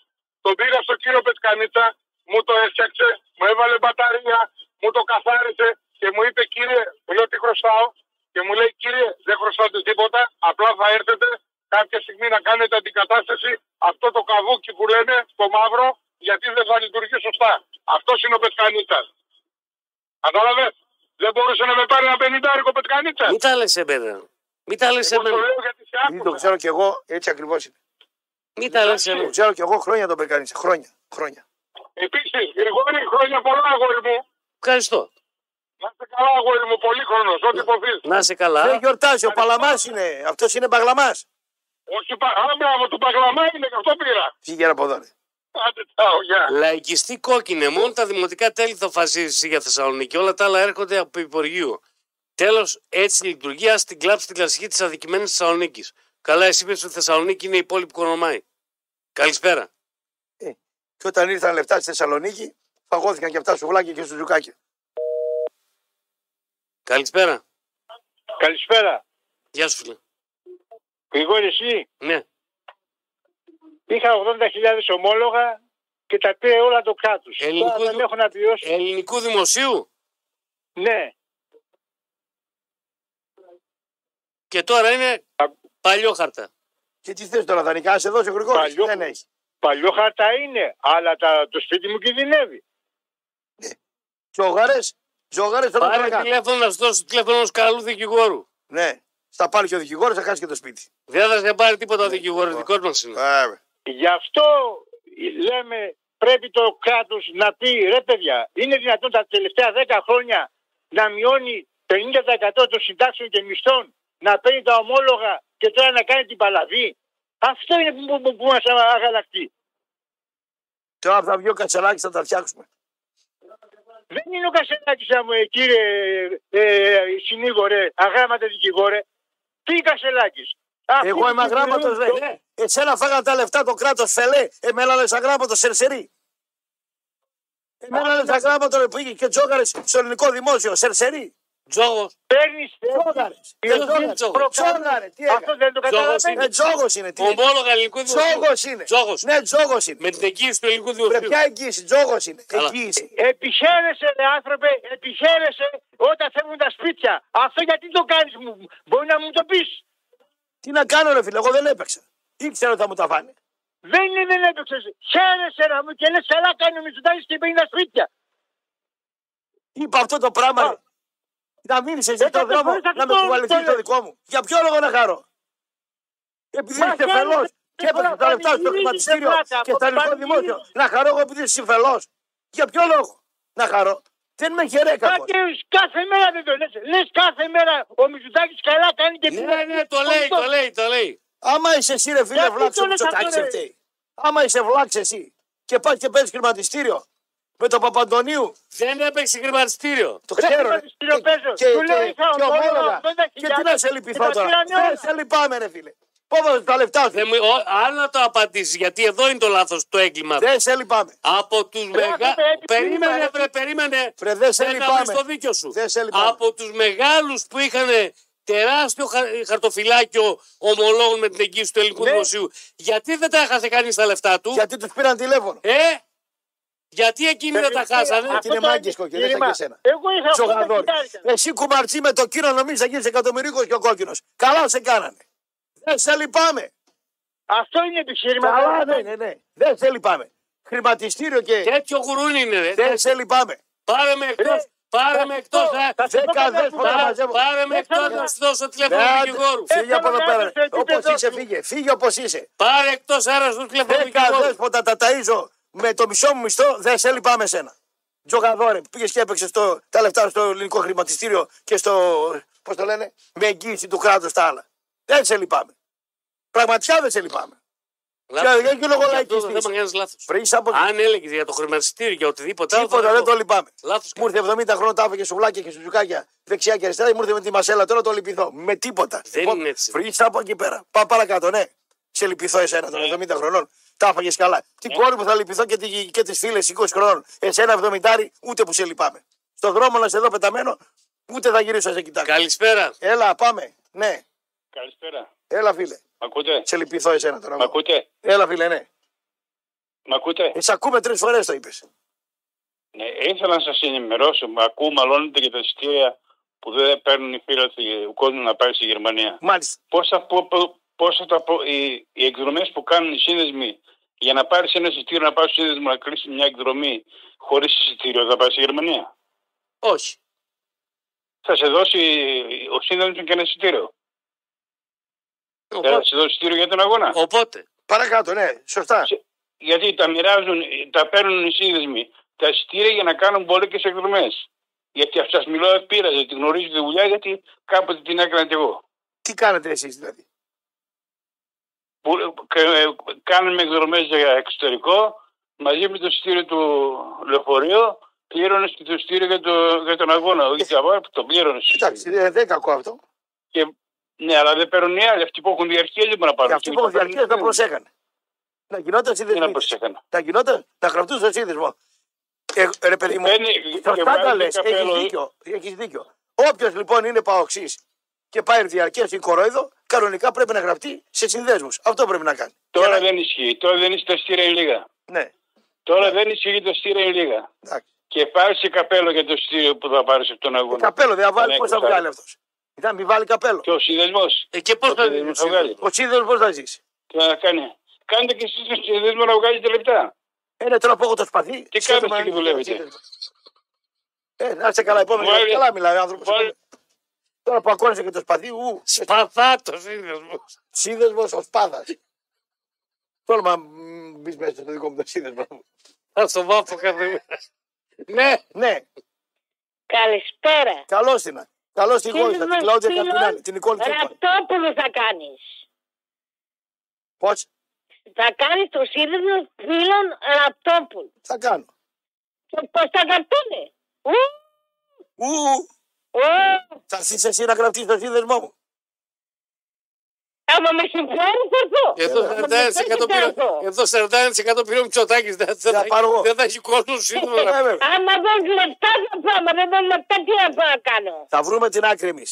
Τον πήρα στον κύριο Πετκανίτσα, μου το έφτιαξε, μου έβαλε μπαταρία, μου το καθάρισε και μου είπε κύριε, μου λέει τι χρωστάω. Και μου λέει κύριε, δεν χρωστάτε τίποτα, απλά θα έρθετε, κάποια στιγμή να κάνετε αντικατάσταση αυτό το καβούκι που λένε στο μαύρο γιατί δεν θα λειτουργεί σωστά. Αυτός είναι ο Πετκανίτσα. Κατάλαβες. Δεν μπορούσε να με πάρει ένα πενιντάρικο Πετκανίτσα. Μην τα λες εμένα. Μην τα λες Εγώ το εμένα. λέω γιατί σε Ήδη το άκουγα. ξέρω κι εγώ, έτσι ακριβώς είναι. Μην τα λες Το εμένα. ξέρω κι εγώ χρόνια τον Περκανίτσα. Χρόνια. χρόνια. Επίσης, Γρηγόρη, χρόνια πολλά, αγόρι μου. Ευχαριστώ. Να είστε καλά, αγόρι μου, πολύ χρόνος. Ό,τι υποθείς. Να είσαι Δεν καλά. γιορτάζει, ο Παλαμάς είναι. Αυτός είναι Παγλαμά. Όχι, πα... Α, μπράβο, του παγλαμά είναι και αυτό πήρα. Φύγε ένα από εδώ. ρε. Άντε, τσάω, γεια. Λαϊκιστή κόκκινε. Μόνο τα δημοτικά τέλη θα φασίζεις για Θεσσαλονίκη. Όλα τα άλλα έρχονται από υπουργείο. Τέλος, έτσι λειτουργεί. Ας την κλάψει την κλασική της αδικημένης Θεσσαλονίκης. Καλά, εσύ είπε ότι η Θεσσαλονίκη είναι η πόλη που κορομάει. Καλησπέρα. Και όταν ήρθαν λεφτά στη Θεσσαλονίκη, παγώθηκαν και αυτά σουβλάκια και σουζουκάκια. Καλησπέρα. Καλησπέρα. Γεια σου, φίλε. Γρηγόρη, εσύ. Ναι. Είχα 80.000 ομόλογα και τα πήρε όλα το κράτος. Ελληνικού Τώρα δεν δου- Ε- έχω να πληρώσω. Ελληνικού δημοσίου. Ναι, Και τώρα είναι παλιόχαρτα. Και τι θες τώρα, δανεικά, σε δώσει ο Γρηγόρης. Παλιό. Δεν έχεις. παλιό χαρτά είναι, αλλά τα, το σπίτι μου κινδυνεύει. Τζόγαρε, τζόγαρε θα το Πάρε κάνει. τηλέφωνο να σου δώσω τηλέφωνο ενός καλού δικηγόρου. Ναι. Στα πάρει και ο δικηγόρος, θα χάσει και το σπίτι. Δεν θα σε πάρει Ναι. τίποτα ο δικηγόρο, δικός μας είναι. Βέβαια. Γι' αυτό λέμε πρέπει το κράτος να πει ρε παιδιά, είναι δυνατόν τα τελευταία 10 χρόνια να μειώνει 50% των συντάξεων και μισθών, να παίρνει τα ομόλογα και τώρα να κάνει την παλαβή. Αυτό είναι που, που, που μας αγαλακτεί. Τώρα θα βγει ο Κατσαράκης, θα τα φτιάξουμε. Δεν είναι ο Κασελάκης, α, μου, ε, κύριε ε, συνήγορε, αγράμματα δικηγόρε. Τι Κασελάκης. Αυτοί Εγώ είμαι που αγράμματο, κυκλοφορούν ναι. ρε. Εσένα φάγανε τα λεφτά το κράτος, φελέ. Ε, Εμένα λες αγράμματος, σερσερί. Ε, Εμένα λες αγράμματος, ρε, που είχε και τζόγαρε στο ελληνικό δημόσιο, σερσερί. Ε, Τζόγος. Παίρνεις Τζόγαρε. Ποιος είναι τέτοιο τζόγος? Τζόγαρε, Ε, τι Αυτό έκανε. δεν το Τζόγος καταλαβαίνεις. είναι. Ε, τζόγος είναι, τι. είναι. Ομόλογα ελληνικού δημοσίου. Τζόγος είναι. Τζόγος. Ναι, τζόγος είναι. Με την εγγύηση του ελληνικού Ρε, δημοσίου. ποια εγγύηση, τζόγος είναι. Καλά. Εγγύηση. Επιχαίρεσαι, ρε άνθρωπε, επιχαίρεσαι όταν φεύγουν τα σπίτια. Αυτό γιατί το κάνεις μου, μπορεί να μου το πεις. Τι να κάνω, ρε φίλε, εγώ δεν έπαιξα. Ήξερα ότι θα μου τα φάνε. Δεν είναι δεν έπαιξες. Χαίρεσαι να μου και λες καλά κάνει ο Μητσοτάκης και παίρνει τα σπίτια. Είπα αυτό το πράγμα. Α. ρε. Να μείνεις σε Δεν τον θα το δρόμο, μπορείς να να με το- κουβαληθεί το το λες. δικό μου. Για ποιο λόγο να χαρώ. Επειδή Μα είσαι χαίρεσαι, φελό και δεν έπαιξε χωρά, τα λεφτά στο πανηγυρίζεις, χρηματιστήριο πλάκα, και στο ελληνικό πανηγυρίζεις. δημόσιο. Να χαρώ εγώ επειδή είσαι φελός. Για ποιο λόγο να χαρώ. Δεν με χαιρέει Μα κακός. και κάθε μέρα δεν το λες. Λες κάθε μέρα ο Μητσοτάκης καλά κάνει και παίρνει τα Ναι, ναι, σπίτια. το λέει, το λέει, το λέει. Άμα είσαι εσύ, ρε φίλε, Γιατί βλάξε το ο λες αυτό, Μητσοτάκης ρε? αυτή. Άμα είσαι βλάξε εσύ και πας και παίρνει χρηματιστήριο με τον Παπαντονίου, Δεν έπαιξε χρηματιστήριο. το Δεν ξέρω. ρε. χρηματιστήριο παίζω. και, Του λέω, και, είχα και ομόλογα ομόλογα. 80.000 Και τι να σε λυπηθώ και τα τώρα. πήρανε όλα. Δεν σε λυπάμαι, ρε φίλε. Πόβα τα λεφτά σου. Δεν μου, ο, αν να το απαντήσεις, γιατί εδώ είναι το λάθος το έγκλημα. Δεν σε λυπάμαι. Από τους μεγάλου. βέβαια, έτσι Περίμενε, είναι, βρε, περίμενε. Φρε, δεν σε Δεν έκανες λυπάμαι. το δίκιο σου. Δεν σε λυπάμαι. Από τους μεγάλους που είχαν τεράστιο χα- χαρτοφυλάκιο ομολόγων με την εγγύηση του ελληνικού Ναι. δημοσίου, γιατί δεν τα έχασε κανείς τα λεφτά του. Γιατί τους πήραν τηλέφωνο. Ε! Γιατί εκείνοι δεν τα χάσανε. Αυτό είναι το μάγκες, κόκκινε, δεν θα εγχείρημα. και εσένα. Εγώ είχα Ψογαδόρη. 80.000. Εσύ κουμαρτσί με το κύριο νομίζεις θα γίνεις εκατομμυρίκος και ο κόκκινος. Καλά σε κάνανε. Δεν σε λυπάμαι. Αυτό είναι επιχείρημα. Καλά, δεν ναι, ναι, ναι. Δεν σε λυπάμαι. Χρηματιστήριο και... Τέτοιο γουρούνι είναι. ρε. Δεν σε λυπάμαι. Πάρε με εκτός. Πάρε με ε. εκτό. θα σε Δέκα πω κανένα δέσποτα που- μαζεύω. Πάρε με Δεν εκτό θέλω να να- σου δώσω τηλέφωνο Ε, Άντε, δικηγόρου. Φύγε από εδώ Θέλω να πέρα. έρθω στο Όπως επίπεδο είσαι, σου. φύγε. Φύγε όπως είσαι. Πάρε εκτός αέρας του τηλέφωνο Δέκα δικηγόρου. δέσποτα τα ταΐζω με το μισό μου μισθό, δεν σε λυπάμαι σένα. Τζογαδόρε, πήγες και έπαιξες στο, τα λεφτά στο ελληνικό χρηματιστήριο και στο. Πώς το λένε, με εγγύηση του κράτους τα άλλα. Δεν σε λυπάμαι. Πραγματικά δεν σε λυπάμαι. Λάθος. Και- και λόγω Για αυτό λαϊκιστής. Το θέμα κάνεις λάθος. Πριν από Αν έλεγες για το χρηματιστήριο για οτιδήποτε άλλο. τίποτα, δεν το λυπάμαι. Λάθος. Μου ήρθε 70 χρόνια, τα έφεγε σουβλάκια και σουζουκάκια δεξιά και αριστερά. Μου ήρθε με τη μασέλα, τώρα το λυπηθώ. Με τίποτα. Λοιπόν, Δεν είναι έτσι. Φρυγεί από εκεί πέρα. Πά παρακάτω, ναι. Σε λυπηθώ εσένα Ναι. των 70 χρονών. Τα έφαγες καλά. Την κόρη μου θα λυπηθώ και, τη, και τις φίλες 20 χρονών. Εσένα 70 ούτε που σε λυπάμαι. Στον δρόμο να σε δω πεταμένο, ούτε θα γυρίσω να σε κοιτάξω. Καλησπέρα. Έλα, πάμε. Ναι, Καλησπέρα. έλα φίλε. Μ' ακούτε. Σε λυπηθώ εσένα τώρα. Μ' ακούτε. Έλα φίλε, ναι. Μ' ακούτε. Ε, σ' ακούμε τρεις φορές το είπες. Ναι, ήθελα να σας ενημερώσω. Μ' ακούω, μαλώνετε και τα εισιτήρια που δεν παίρνουν οι φίλοι του κόσμου να πάει στη Γερμανία. Μάλιστα. Πόσα, πο, πο, πώς θα τα πω, οι, οι εκδρομές που κάνουν οι σύνδεσμοι για να πάρεις ένα εισιτήριο να πάρεις στο σύνδεσμο να κλείσει μια εκδρομή χωρίς εισιτήριο, θα πάει στη Γερμανία. Όχι. Θα σε δώσει ο σύνδεσμος και ένα εισιτήριο. Θα Οπότε, σε δώσει εισιτήριο για τον αγώνα. οπότε, Παρακάτω, ναι, σωστά. Γιατί τα μοιράζουν, τα παίρνουν οι σύνδεσμοι τα εισιτήρια για να κάνουν πολλέ εκδρομές. Γιατί αυτά σας μιλάω πείραζε, τη γνωρίζω τη δουλειά γιατί κάποτε την έκανα και εγώ. Τι κάνετε εσείς δηλαδή. που κα- ε, κάνουμε εκδρομές για εξωτερικό μαζί με το στήριο του λεωφορείου. Πλήρωνε και το στήριο για, το, για τον αγώνα. Όχι για αγώνα, το πλήρωνε. Εντάξει, δεν δεν κακό αυτό. Ναι, αλλά δεν παίρνουν οι άλλοι. Αυτοί που έχουν διαρκέ δεν μπορούν να πάρουν. Για αυτοί που έχουν διαρκέ να προσέχανε. Να γινόταν Τι να συνδεσμοί. προσέχανε. Να γινόταν, να κρατούσαν σύνδεσμο. Ε, ρε παιδί μου, Παίρνει- και σωστά βγάζει τα λε. καπέλο. Έχει δίκιο. Έχεις δίκιο. Όποιος λοιπόν είναι παοξής και πάει διαρκές ή κορόιδο, κανονικά πρέπει να γραφτεί σε συνδέσμους. Αυτό πρέπει να κάνει. Τώρα Για να- δεν ισχύει. Τώρα δεν ισχύει το στήριο είναι λίγα. Ναι, Τώρα δεν ισχύει το στήριο είναι λίγα. εντάξει. Και πάρει σε καπέλο για το στήριο που θα πάρεις από Λοιπόν, τον Το αγώνα. καπέλο δεν θα βάλει, Κανένα πώς θα εικοσάρι. βγάλει αυτός. Ήταν μη βάλει καπέλο. Και ο συνδεσμός. ε, και πώς θα Ε, θα βγάλει. δίνει Ο σύνδεσμο πώς θα ζήσει. Τι να κάνει. Κάντε και εσείς το συνδεσμό να βγάλετε λεπτά. Ένα Ε, ναι, τώρα που έχω το σπαθί. Τι ξέρω κάνετε να και είναι δουλεύετε. σύνδεσμο. Ε, να είσαι καλά, επόμενο. Βάλε- Καλά μιλάει ο άνθρωπος. βάλε- Τώρα που ακόνησε και το σπαθί, ου, Σπαθά το σύνδεσμος. σύνδεσμος ο σπάθας. Τόλμα μ, μπεις μέσα στο δικό μου το σύνδεσμο. Θα στο βάφω κάθε μέρα. Ναι, Ναι, Καλησπέρα. καλώς την. Καλώς την Γόησα, την Σύνδεσμος Κλάουδια φίλων, Καπινάλη, την Νικόλη ε, Τσίπα. Ραπτόπουλος θα κάνεις. Πώς Θα κάνεις το σύνδεσμο φίλων Ραπτόπουλου. θα κάνω. Και πώς θα γραφτούνε. Ου, Ου, ου, θα έρθει εσύ να γραφτεί το σύνδεσμό μου. Άμα με συμφέρει θα έρθω. Ε, εδώ Άμα με 41% θέλεις, θα πήρε- έρθω. εδώ 41% πήρε ο Μητσοτάκης. Δεν Θα θα- πάρω εγώ. δεν θα έχει κόσμο Ε, σύντομα. βέβαια. Άμα δεν λεφτά θα πάω, άμα δεν δω λεφτά τι να πάω να κάνω. Θα βρούμε την άκρη εμείς.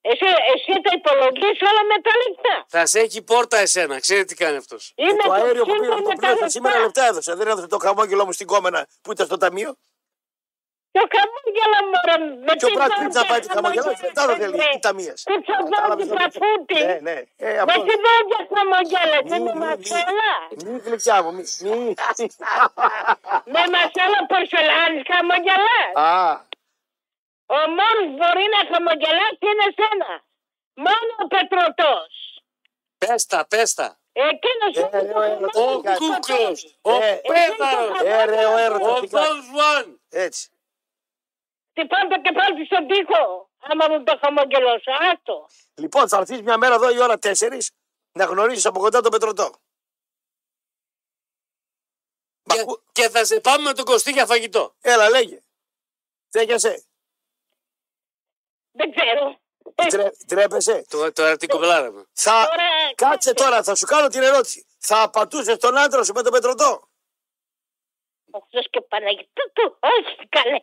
Εσύ, εσύ τα υπολογίζεις όλα με τα λεφτά. Θα σε έχει πόρτα εσένα. Ξέρετε τι κάνει αυτός. Είναι Ε, Το αέριο που πήρε σύνδεσμο το με τα πλοίο σήμερα λεφτά. λεπτά έδωσε. Δεν έδωσε το χαμόγελο μου στην κόμενα που ήταν στο ταμείο. Το χαμόγελο μωρέ. με Και ο τι Μπράτ Πιτ βάζεις να πάει τη χαμογελά, χαμόγελα, μετά δεν ρε. θέλει οι ταμείε. Τι θα βάζεις παππούτη. Ναι, ναι. Ε, Με αυτό. τι βάζεις χαμόγελα. Δεν Μη, με μη, μη. μασέλα. Μη γλυκιά μου, μη. μη. Με μασέλα πορσελάνης χαμογελά. Α, Ο μόνος μπορεί να χαμογελάσει είναι σένα. Μόνο ο πετρωτός. Πέστα, πέστα. Εκείνος Ε, είναι ρε, το ο χαμόγελο ερωτικός. Ο που θα κάνει. Κούκλος, ο Ε, Πέδαρος, ε, ρε, ο έρωτας, ο τι κάνει. Δον Ζουάν. Έτσι. Τυπώνω το κεφάλι του στον τοίχο. Άμα μου το χαμογελώσω, άστο. Λοιπόν, θα έρθεις μια μέρα εδώ η ώρα 4 να γνωρίσεις από κοντά τον Πετροτό. Μ' Και- ακού- Και θα σε πάμε με τον Κωστή για φαγητό. Έλα, λέγε. Στέκιασε. Δεν ξέρω. Ε, Τρέ- Τρέπεσαι. Το- Τώρα την κοπελάρα μου. Θα... Τώρα, Κάτσε τώρα, θα σου κάνω την ερώτηση. Θα απατούσε τον άντρα σου με τον Πετροτό. Ο Χριστός και ο Παναγιώτης του, όχι καλέ.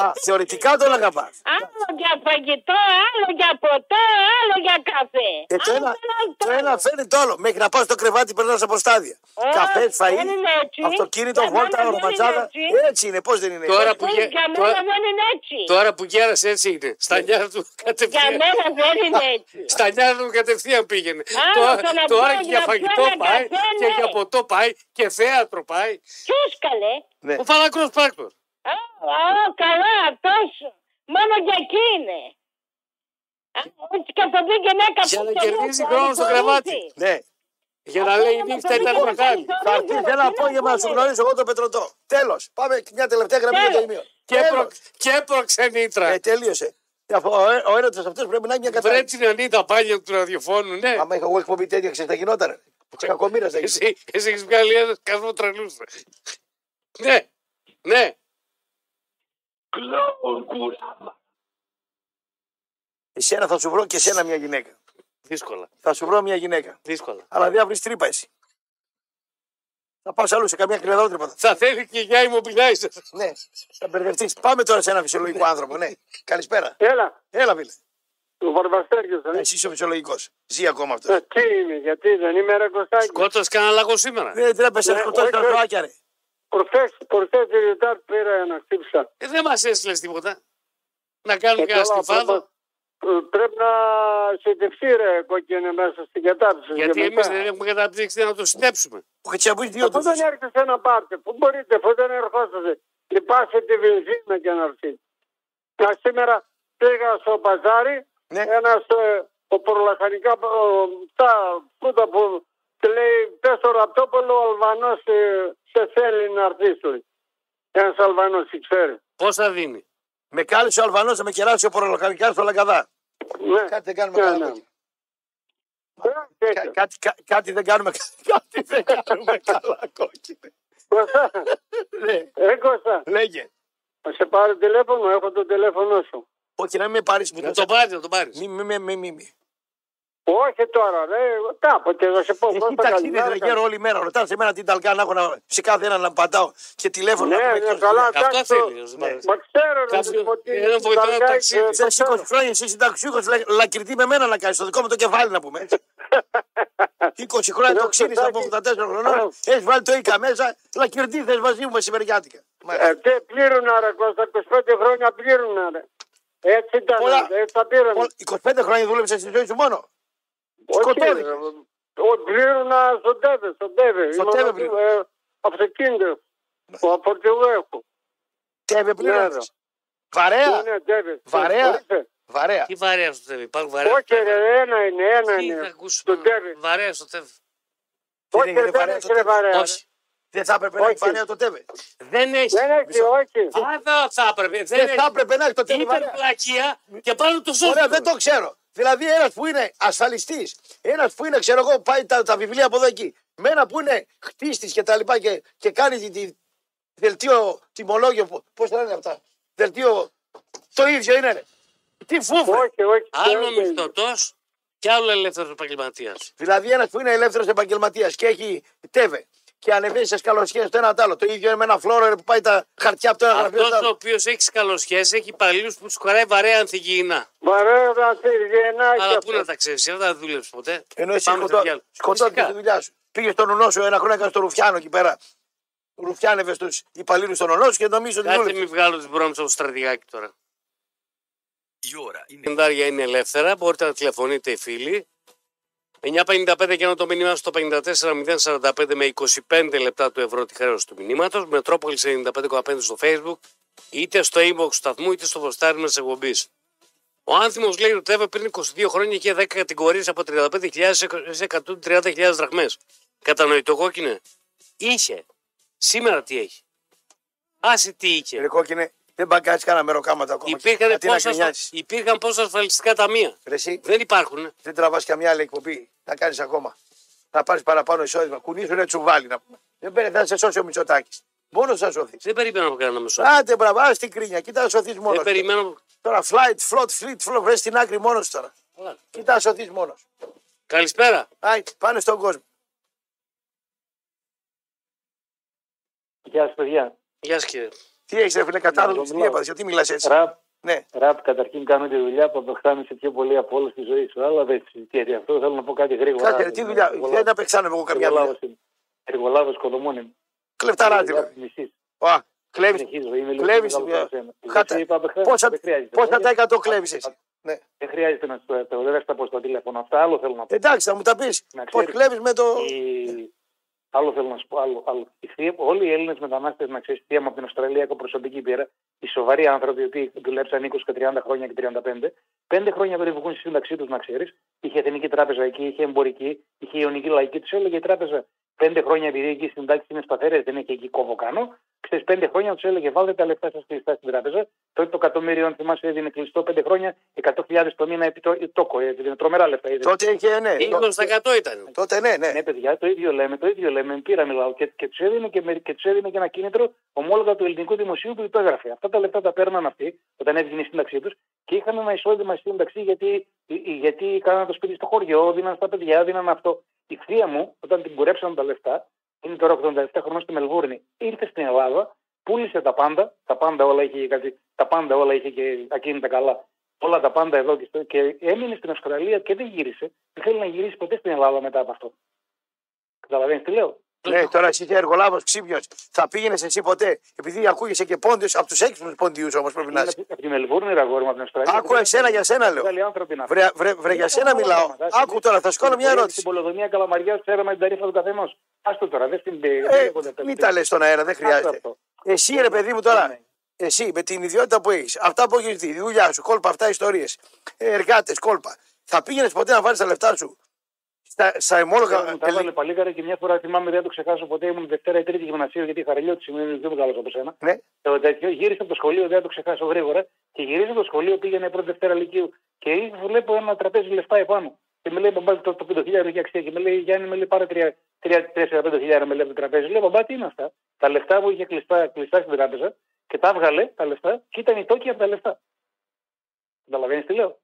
Α, θεωρητικά τον αγαπάς. Άλλο για φαγητό, άλλο για ποτό, άλλο για καφέ. Και το Άλλο ένα, άλλο. το ένα φέρνει το άλλο. Μέχρι να πάω στο κρεβάτι, περνάς από στάδια. Ε, Καφέ, φαΐ, δεν είναι έτσι. αυτοκίνητο, Για μένα βόλτα, δεν είναι ορματζάδα. Ε, έτσι. Έτσι είναι, πώς δεν είναι. Τώρα που, Ε, γε- Για μένα τώρα, δεν είναι έτσι. τώρα που γέρασε έτσι είναι. Στα νιάτα του Για κατευθείαν. μένα δεν είναι έτσι. Στα νιάτα του κατευθείαν πήγαινε. Άλλο Τώρα- το να Τώρα πάω και για να πιω φαγητό ένα πάει καφέ, και ναι. για ποτό πάει και θέατρο πάει. Ποιος καλέ. Ναι. Ο Φαλακρός Πράκτορ. Α, α, καλά, αυτός μόνο για εκεί είναι. Α, Έτσι και από την γυναίκα Για να τελείωσε, κερδίζει αν χρόνος στο χωρίζει. κρεβάτι. Ναι. Για να λέει νύχτα ήταν μεγάλη. Θα έρθει ένα απόγευμα να σου γνωρίσω εγώ τον Πετροτό. Τέλος. Πάμε και μια τελευταία γραμμή για το Τέλος. ημείο. Και, Τέλος. προ, και προξενήτρα. Ε, τελείωσε. Ο, ο έρωτας αυτός πρέπει να είναι μια Βρε κατάσταση. την Ανίτα πάλι του ραδιοφώνου, ναι. Άμα είχα εγώ εκπομπή τέτοια, ξέρεις, θα γινόταν. ρε. Κακομοίρας θα γινόταν. Εσύ, εσύ έχεις βγάλει ένα σκασμό τρελούς. ναι, ναι. Εσένα θα σου βρω και εσένα μια γυναίκα. Δύσκολα, Θα σου βρω μια γυναίκα. δύσκολα. Αλλά δεν θα βρεις τρύπα εσύ. Θα πα αλλού σε καμιά κρυαδότρυπα. Θα θέλει και για immobilizer. Ναι, θα μπερδευτείς. Πάμε τώρα σε ένα φυσιολογικό άνθρωπο, ναι. Καλησπέρα. Έλα, Έλα, Βίλε. ο Βαρβαστέργιος δεν Εσύ είσαι ο φυσιολογικός. Ζει ακόμα αυτός. είναι. Τι είμαι, γιατί δεν είμαι ρε Κωστάκη. Σκότωσες κανένα λαγό σήμερα. Ε, Δεν τρέπεσαι να Ναι, σκοτώσει τα όχι, όχι. ζωάκια, ρε. Προχθές, προχθές τη Δετάρτη πήρα ένα χτύπησα. Ε, δεν μας έστειλες τίποτα. Να κάνουμε Και κανένα καλά, στιφάδο. πρώτα- Πρέπει να συντηφθεί ρε κόκκινη μέσα στην κατάψυξη. Γιατί εμείς δεν έχουμε καταπτύξει να το συντέψουμε. Ο Χατσαμπής δύο Πού τους. δεν έρχεστε να πάρτε, πού μπορείτε, πού δεν ερχόσαστε. Λυπάστε τη βενζίνα και να έρθεις. Να σήμερα πήγα στο παζάρι, Ναι. ένας ε, ο προλαχανικά, ο, τα φρούτα που τη λέει πες στο Ραπτόπολο ο Αλβανός ε, σε θέλει να έρθεις του. Ένας Αλβανός τι ξέρει. Πόσα δίνει. Με κάλεσε ο Αλβανός να με κεράσει ο Πορολοκανικάρης στο Λαγκαδά. Ναι. Κάτι δεν κάνουμε Ναι, καλά. ναι. παιδιά. Κα- Κα- τέτοιο. κάτι- κα- Κάτι δεν κάνουμε καλά. Κάτι δεν κάνουμε καλά, κόκκινε. Κώστα, Ναι, ε, Κώστα, Λέγε. θα σε πάρω τηλέφωνο, έχω το τηλέφωνο σου. Όχι, να μην με πάρεις που Να το το πάρεις, να το πάρεις. Μη, μη, μη, μη, μη, μη. Όχι τώρα, ρε, κάποτε θα σε πω. Εκεί Κώστα, ταξίδι καλημέρα, τρεγέρω όλη μέρα. Ρωτάς σε μένα την ταλκά να έχω να σε κάθε έναν να πατάω και τηλέφωνο. να Ναι, πούμε ναι, εκτός. καλά. Αυτά εντάξει, θέλεις. ο Ζημάρας. Ναι. Μα ξέρω, ρε, Κάποιο- σου πω τι- έναν βοηθό τα να βγάζει, ταξίδι. ε, Σε 20 χρόνια εσύ συνταξιούχος λακριτή με μένα να κάνεις το δικό μου το κεφάλι να πούμε. έτσι. 20 χρόνια Ρε, το ξύνει από Κωστάκη. 84 χρονών. Έχεις βάλει το ΙΚΑ μέσα. Λακριτή θε μαζί μου μεσημεριάτικα. Μα, Ε, τι πλήρωνα ρε Κώστα, 25 χρόνια πλήρωνα ρε. Έτσι ήταν, Πολλά- ρε, έτσι τα πήραμε. μόλις 25 χρόνια δούλεψες στη ζωή σου μόνο. σκοτώδη. ρε, ε, ο- Πλήρωνα στον Τέβε, στον Τέβε. Στον Ήμουν Τέβε από- πλήρωνα. ε, Αυτοκίνητο. Ναι. Ο φορτηγό έχω. Τέβε Ναι, ρε. πλήρω. Βαρέα. Ναι, Τέβε. Βαρέα. Ορίστε. Βαρέα. Τι βαρέα στο τέβι, υπάρχουν βαρέα. Όχι ρε, ένα είναι, ένα Τι ναι. θα είναι. ακούσουμε. Στον Τέβε. Βαρέα στο τέβι. Όχι, είναι δεν βαρέα έχει το ρε Τέβε. βαρέα. Όχι. Δεν θα έπρεπε να έχει Όχι. βαρέα το τέβε. Δεν έχει. Δεν έχει, όχι. Α, δεν θα έπρεπε. Δεν Δεν θα έχει. έπρεπε να έχει το τέβε. Ήταν βαρέα. πλακία και πάνω το Ωραία, σώμα. δεν το ξέρω. Δηλαδή, ένας που είναι ασφαλιστής, ένας που είναι, ξέρω εγώ, πάει τα, τα βιβλία από εδώ εκεί, με ένα που είναι χτίστης και τα λοιπά και, και κάνει τη, τη- δελτίο τιμολόγιο. Πώ τα λένε αυτά. Δελτίο. Το ίδιο είναι. Ρε. Τι φούφρε. Όχι, όχι. Άλλο δεν έχει. μισθωτό και άλλο ελεύθερος επαγγελματίας. Δηλαδή, ένας που είναι ελεύθερος επαγγελματίας και έχει τέβε και ανεβαίνεις σε σκαλοσχέ το ένα το άλλο. Το ίδιο είναι με ένα φλόρο ρε, που πάει τα χαρτιά από το ένα γραφείο στο Αυτός ο άλλο. οποίος έχει καλοσχέσεις έχει υπαλλήλους που τους χωράει βαρέα ανθυγιεινά. Βαρέα, θα γεννάει και Αλλά πού αυτό. να τα ξέρεις, δεν τα δούλεψε ποτέ. Ε, Ενώ εσύ Ε, Πάμε στο διάλογο. σκοτώθηκε Φυσικά. τη δουλειά σου. Πήγες στον ονό σου ένα χρόνο, έκανες στο Ρουφιάνο εκεί πέρα. Ρουφιάνευες στους υπαλλήλους στον ονό σου και νομίζω ότι Κάτσε δούλευε. μην βγάλω την πρόμηση από το στρατηγάκι τώρα. Η ώρα είναι Κεντάρια είναι ελεύθερα, μπορείτε να τηλεφωνείτε οι φίλοι. 9.55 και ένα το μήνυμα στο 54.045 με 25 λεπτά του ευρώ τη χρέωση του μηνύματος. Μετρόπολης 95,5 στο facebook, είτε στο inbox του σταθμού, είτε στο ποστάρι μας εκπομπής. Ο άνθρωπος λέει ότι Τέβε πριν 22 χρόνια είχε 10 κατηγορίες από 35.000 σε 130.000 δραχμές. Κατανοητό κόκκινε. Είχε. Σήμερα τι έχει. Άσε τι είχε. Ρε κόκκινε, δεν μπαγκάζει κανένα μεροκάματα ακόμα. Υπήρχαν Γιατί να πόσα, κρινιάζεις. υπήρχαν πόσα ασφαλιστικά ταμεία. Ρε εσύ, Δεν υπάρχουν. δεν τραβάς καμιά άλλη εκπομπή. Να κάνεις ακόμα. Να πάρεις παραπάνω εισόδημα. Κουνήσου ένα τσουβάλι να πούμε. Δεν παίρνει, θα σε σώσει ο Μητσοτάκης. Μόνος θα σωθείς. Δεν περιμένω να κάνω μεσό. Άντε, μπραβά, ας την κρίνια. Κοίτα να σωθείς μόνος. Δεν περιμένω. Τώρα flight, float, fleet, float, βρες στην άκρη μόνος τώρα. Καλά. Κοίτα να σωθείς μόνος. Καλησπέρα. Άιτ, πάνε στον κόσμο. Γεια σας παιδιά. Γεια σας κύριε. Τι έχεις, ρε φίλε, κατάλαβες, τι μιλάω. έπαθε, γιατί μιλάς έτσι. Ραπ, Ναι, ραπ καταρχήν κάνω τη δουλειά που απεχθάνεσαι πιο πολύ από όλη τη ζωή σου. Αλλά δεν συζητιέται αυτό. Θέλω να πω κάτι γρήγορα. κάτσε, ρε, τι δουλειά. Δεν απεξάνω εγώ καμιά δουλειά. Εργολάβος είμαι. Εργολάβος Κολομόνη. Κλεφταράκι, Δουλειά ρε. που μισείς. Α, κλέβεις. Συνεχίζω, είμαι λίγο Κλέβεις, μεγάλος δουλειά. από σένα. Χάτα. Εσύ είπα, απεχθάνεσαι, Πόσα- δεν χρειάζεται. Πόσα Δεν τα εκατό χρειάζεται. κλέβει εσύ. Ναι. Δεν χρειάζεται να σου το έρθω. Δεν θα στα πω στο τηλέφωνο. Αυτά άλλο θέλω να πω. Εντάξει, θα μου τα πεις. Να Πώς ξέρεις. κλέβεις με το. Η- Άλλο θέλω να σου πω. Άλλο, άλλο. Η θεία- Όλοι οι Έλληνες μετανάστες, να ξέρεις, θεία μου από την Αυστραλία, έχω προσωπική πείρα. Οι σοβαροί άνθρωποι, οι οποίοι δουλέψαν 20 και 30 χρόνια και 35, πέντε χρόνια πριν βγουν στη σύνταξή τους, να ξέρεις, είχε Εθνική Τράπεζα εκεί, είχε Εμπορική, είχε Ιωνική Λαϊκή, τους έλεγε η Τράπεζα. Πέντε χρόνια επειδή εκεί στην τάξη είναι σταθερές, δεν έχει εκεί κόβοκάνο. Ξέρεις, πέντε χρόνια τους έλεγε βάλτε τα λεφτά σας κλειστά στην τράπεζα. Τότε το εκατομμύριο, αν θυμάσαι, έδινε κλειστό πέντε χρόνια, 100.000 το μήνα επί το, τόκο. έδινε τρομερά λεφτά. έδινε. Τότε είχε, ναι. 20% ήταν. Τότε ναι, ναι. Ναι, παιδιά, το ίδιο λέμε, το ίδιο λέμε. Με Πήρα μιλάω και, και τους έδινε και, μερι- και, τους έδινε και ένα κίνητρο ομόλογα του ελληνικού δημοσίου που υπέγραφε. Αυτά τα λεφτά τα παίρναν αυτοί όταν έβγαινε η σύνταξή τους και είχαν ένα εισόδημα στη σύνταξη γιατί, γιατί κάναν το σπίτι στο χωριό, δίναν στα παιδιά, δίναν αυτό. Η θεία μου, όταν την κουρέψαν τα λεφτά, είναι τώρα 87 χρονών στη Μελβούρνη, ήρθε στην Ελλάδα, πούλησε τα πάντα, τα πάντα όλα είχε, κάτι, τα πάντα όλα είχε και ακίνητα καλά. Όλα τα πάντα εδώ και, στο- και έμεινε στην Αυστραλία και δεν γύρισε. Δεν θέλει να γυρίσει ποτέ στην Ελλάδα μετά από αυτό. Καταλαβαίνεις τι λέω. Ναι, τώρα εσύ είσαι εργολάβος ξύπνιος. Θα πήγαινες εσύ ποτέ. Επειδή ακούγεσαι και πόντιος από τους έξυπνους πόντιους όμως πρέπει να Είναι είσαι. από- Από τη Μελβούρνη, ρε αγόρι μου, από την Αυστραλία. Άκου εσένα για σένα λέω. Μεγάλοι άνθρωποι να Βρε, βρε, βρε για σένα μιλάω. Άκου τώρα, θα σου κάνω μια ερώτηση. Στην Πολυδομία Καλαμαριά ξέραμε την ταρήφα του καθενός. Άστο τώρα, δεν την Ε, μην τα λες στον αέρα, δεν χρειάζεται. αυτό. Ναι, Εσύ, ρε παιδί μου, τώρα, εσύ με την ιδιότητα που έχεις, αυτά που έχεις δει, δουλειά σου, κόλπα, αυτά ιστορίες, εργάτες, κόλπα. Θα πήγαινες ποτέ να βάλεις τα λεφτά σου στα, στα Μου ημόλογα. ε, τα έβαλε παλίγαρα και μια φορά θυμάμαι, δεν θα το ξεχάσω ποτέ, ήμουν Δευτέρα ή Τρίτη γυμνασίου, γιατί χαριλιώτη σημαίνει δεν μεγάλο από σένα. Ναι. Το τέτοιο, γύρισα από το σχολείο, δεν θα το ξεχάσω γρήγορα. Και γυρίζω από το σχολείο, πήγαινε πρώτη Δευτέρα Λυκείου και βλέπω ένα τραπέζι λεφτά επάνω. Και με λέει μπαμπά το, το 5.000 έχει αξία. Και με λέει Γιάννη, με λέει πάρε 3-4-5.000 με λέει από το τραπέζι. Λέω μπαμπά τι είναι αυτά. Τα λεφτά μου είχε κλειστά, κλειστά στην τράπεζα και τα έβγαλε τα λεφτά και ήταν η τόκη από τα λεφτά. Καταλαβαίνεις τι λέω.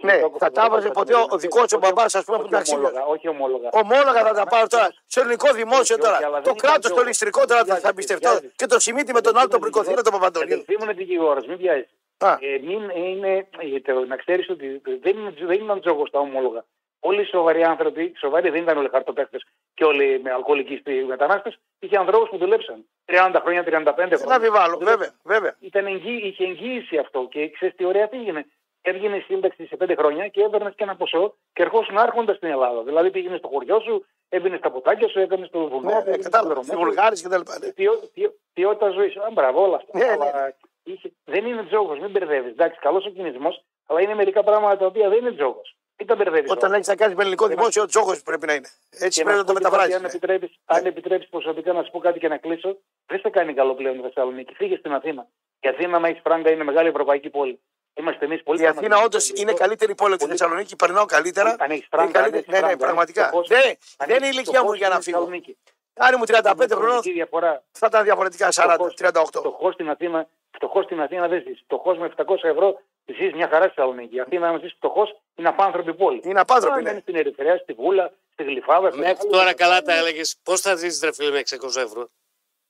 Ναι, Τόκο θα από τα έβαζε λεφτά, ποτέ ο- ο δικό σου όχι- μπαμπάς, ας πούμε, που όχι ήταν ξύλο. ομόλογα, όχι ομόλογα. Ομόλογα θα τα πάρω τώρα. Στο ελληνικό δημόσιο Όχι, όχι, αλλά τώρα. δεν Το είναι κράτο, κάποιο- το ληστρικό τώρα θα- θα Βιάζει, εμπιστευτώ. βιάζει. Και το σημείτι με τον άλλο τον πρικοθήνα τον Παπαντολίου. Ήμουν δικηγόρος, μην πιάσει. Α. Ε, μην είναι, ε, το- να ξέρεις ότι δεν, είναι- δεν ήταν τζόγος τα ομόλογα. Όλοι οι σοβαροί άνθρωποι, σοβαροί δεν ήταν όλοι χαρτοπέχτε και όλοι με αλκοολικοί μετανάστες, είχε ανθρώπους που δουλέψαν 30 χρόνια, 35 Δεν χρόνια. αμφιβάλλω, Δουλέψαν. βέβαια, βέβαια. Ήταν εγγύ, είχε εγγύηση αυτό και ξέρεις τι ωραία τι έγινε. Έβγαινε η σύνταξη σε 5 χρόνια και έπαιρνε και ένα ποσό και ερχόσουν άρχοντας στην Ελλάδα. Δηλαδή πήγαινε στο χωριό σου, έμπαινε στα ποτάκια σου, έκανε το βουνό. Ναι, πήγαινες ναι, στο κατάλαβα. δρόμο Στη σου. Βουλγάρης και τα λοιπά. ναι. Ποιο- ποιο- Ποιότητα ζωής. Α, μπράβο, όλα αυτά. Ναι, ναι. Αλλά είχε- δεν είναι τζόγος, μην μπερδεύεις. Εντάξει, καλός ο κινησμός, αλλά είναι μερικά πράγματα τα οποία δεν είναι τζόγος. Μην τα μπερδεύεις. Όταν έχεις να κάνεις με ελληνικό Και να- δημόσιο, τζόγος πρέπει να είναι. Έτσι πρέπει να το ε. μεταφράζεις. Αν επιτρέπεις, αν επιτρέπεις προσωπικά να σου πω κάτι και να κλείσω, δεν σε κάνει καλό πλέον η Θεσσαλονίκη. Φύγες στην Αθήνα. Η Αθήνα, με έχεις φράγκα, είναι μεγάλη ευρωπαϊκή πόλη. Είμαστε εμείς πολύ Η Αθήνα όντω είναι καλύτερη πόλη από τη Πολύ- Θεσσαλονίκη, περνάω καλύτερα. Αν έχεις Είναι φράγκα, καλύτερη- αν έχεις Ναι, ναι, φράγκα, πραγματικά. αν έχεις το Ναι, φως, αν δεν είναι η έχεις το ηλικία μου φως για να στη φύγω. Θεσσαλονίκη. Αν ήμουν 35 χρονών, Η διαφορά θα ήταν διαφορετικά 40, φως. 38. Φτωχό στην Αθήνα, φτωχό στην Αθήνα δεν ζεις. Φτωχό με 700 ευρώ ζεις μια χαρά στη Θεσσαλονίκη. Η Αθήνα, αν ζεις φτωχός, είναι απάνθρωπη πόλη. Είναι απάνθρωπη, Αν ναι. μένεις στην Ερυθρέα, στη Βούλα, στη Γλυφάδα. στο Μέχρι άλλο, Ε, τώρα καλά τα έλεγες. Πώς θα ζήσει ρε φίλε με 600 ευρώ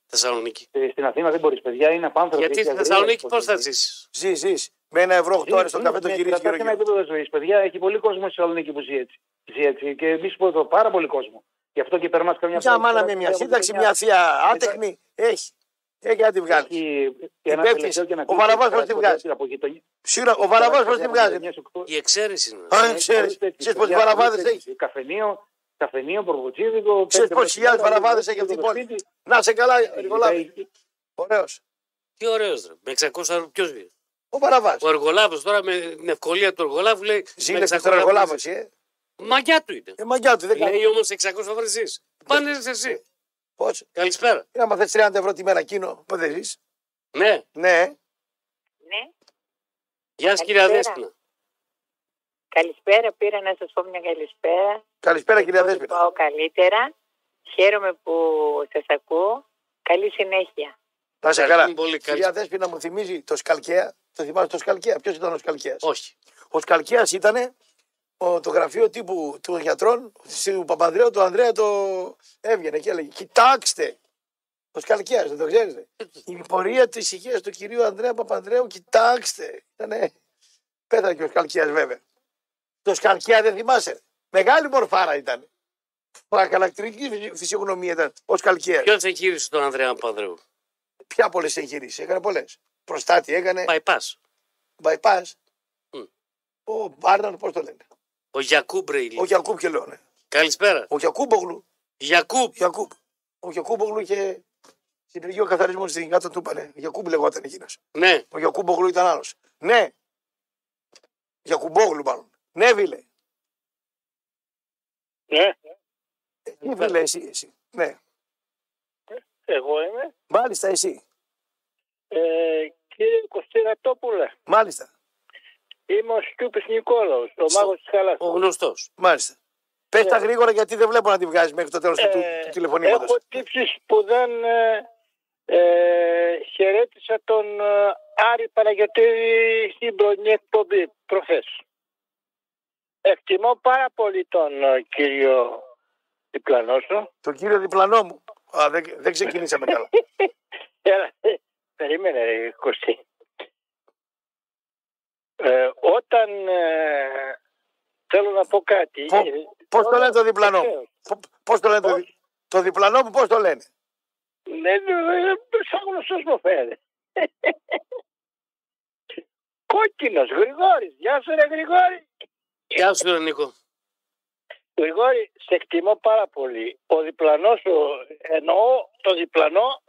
Θεσσαλονίκη. ε, Στην Αθήνα δεν μπορείς, παιδιά, είναι Ε, απάνθρωπη. Γιατί στη Έχει Θεσσαλονίκη αγρία, πώς θα έχει ζήσει. Ζεις, ζεις. Με ένα ευρώ 8 ώρε στον Ζει, καφέ το ναι, γυρίζει κρατάς ένα γύρω-γύρω. επίπεδο ζωής, παιδιά. Έχει πολύ κόσμο στη Θεσσαλονίκη που ζει έτσι. Ζει έτσι. Και εμείς που εδώ πάρα πολύ κόσμο. Γι' αυτό και περνάς καμιά Μια μάνα με μια σύνταξη, μια θεία άτεχνη. Έχει. Έχει να τη βγάλεις. Έχει Υπεύθυνη. ένα τελευταίο και να Ο κλείσω, Βαραβάς τώρα, πώς τη βγάζει. από γειτονιά- Σίγουρα ο Βαραβάς πώς τη βγάζει. γειτονιάς οκτώ- Η εξαίρεση είναι. Αν ξέρει, ξέρεις πόσες βαραβάδε έχει. Καφενείο, καφενείο, προβοτσίδικο. Ξέρει πόσε χιλιάδε βαραβάδε έχει αυτή την πόλη. Να σε καλά, Εργολάβη. Ωραίος. Τι ωραίος ρε. Με 600 ευρώ ποιο βγει. Ο Βαραβά. Ο εργολάβος τώρα με την ευκολία του εργολάβου λέει. Ζήλεψε με 600 τον ευρώ εργολάβο, ζεις. εσύ. ε. Μαγιά του είναι. Ε, μαγιά του, δεν κάνει. Λέει όμω 600 ευρώ ζεις. Πάνε Ε. ρε εσύ. Πώς. Καλησπέρα. Άμα θες 30 ευρώ τη μέρα εκείνο, πότε ζεις. Ναι. Ναι. Ναι. Γεια σας Καλησπέρα. κυρία Δέσπινα. Καλησπέρα, πήρα να σας πω μια καλησπέρα. Καλησπέρα, κυρία Ελπίζω Δέσπινα. Πάω καλύτερα. Χαίρομαι που σας ακούω. Καλή συνέχεια. Να σε Ευχαριστούμε καλά. πολύ. Κυρία Καλησπέρα. Δέσπινα μου θυμίζει το Σκαλκαία. Το θυμάσαι το Σκαλκαία. Ποιος ήταν ο Σκαλκαίας. Όχι. Ο Σκαλκαίας ήταν το γραφείο τύπου των γιατρών του Παπανδρέου, του Ανδρέα το έβγαινε και έλεγε Κοιτάξτε! Ο Σκαλκαίας, δεν το ξέρετε. Η πορεία της υγείας του κυρίου Ανδρέα Παπανδρέου, κοιτάξτε! Ήτανε... Πέθανε και ο Σκαλκαίας βέβαια. Το Σκαλκαία δεν θυμάσαι. Μεγάλη μορφάρα ήταν. Παρακαλακτική φυση- φυσιογνωμία ήταν ο Σκαλκαία. Ποιο εγχείρησε τον Ανδρέα Παπανδρέου. Ποια πολλέ εγχειρήσει, έκανε πολλές. Προστάτη έκανε, Παϊπά. bypass. Μμ. Ο Μπάρναν, πώς το λένε. Ο Γιακούμπρεϊ. Ο Γιακούμπ και λέω, ναι. Καλησπέρα. Ο Γιακούμπογλου. Γιακούπ. Γιακούμπ. Ο Γιακούμπογλου είχε συνεργείο καθαρισμού στην κάτω του είπανε. Γιακούμπ λεγόταν εκείνος. Ναι. Ο Γιακούμπογλου ήταν άλλος. Ναι. Γιακουμπόγλου μάλλον. Ναι, βίλε. Ναι, Τι Ε, βίλε εσύ, εσύ. Ναι. εγώ είμαι. Μάλιστα εσύ. Ε, κύριε Κωστηρατόπουλε, Μάλιστα. είμαι ο Στούπης Νικόλαος, ο Στο- μάγος της χαλάς. Ο γνωστός. Μάλιστα. Πες τα γρήγορα γιατί δεν βλέπω να τη βγάζεις μέχρι το τέλος του, Ε, του, του τηλεφωνήματος. Έχω τύψεις που δεν ε, ε, χαιρέτησα τον ε, Άρη Παναγιωτήρη στην πρωινή εκπομπή προχθές. Εκτιμώ πάρα πολύ τον ε, κύριο Διπλανό σου. Το κύριο διπλανό μου. Α, δεν, δεν ξεκινήσαμε καλά. Έλα, ε, περίμενε ρε, Κωστή. Ε, όταν ε, θέλω να πω κάτι... Πω- ε, Πώς το λένε το διπλανό Βεβαίως. Πώς το λένε το, δι- Το διπλανό μου πώς το λένε. Δεν είναι «Ε, σαν γνωστός μου φαίνεται. Κόκκινος, Γρηγόρης. Γεια σου ρε Γρηγόρη. Ε. Γεια σου, ρε Νίκο. Γρηγόρη, σε εκτιμώ πάρα πολύ. Ο διπλανός σου, εννοώ το διπλανό,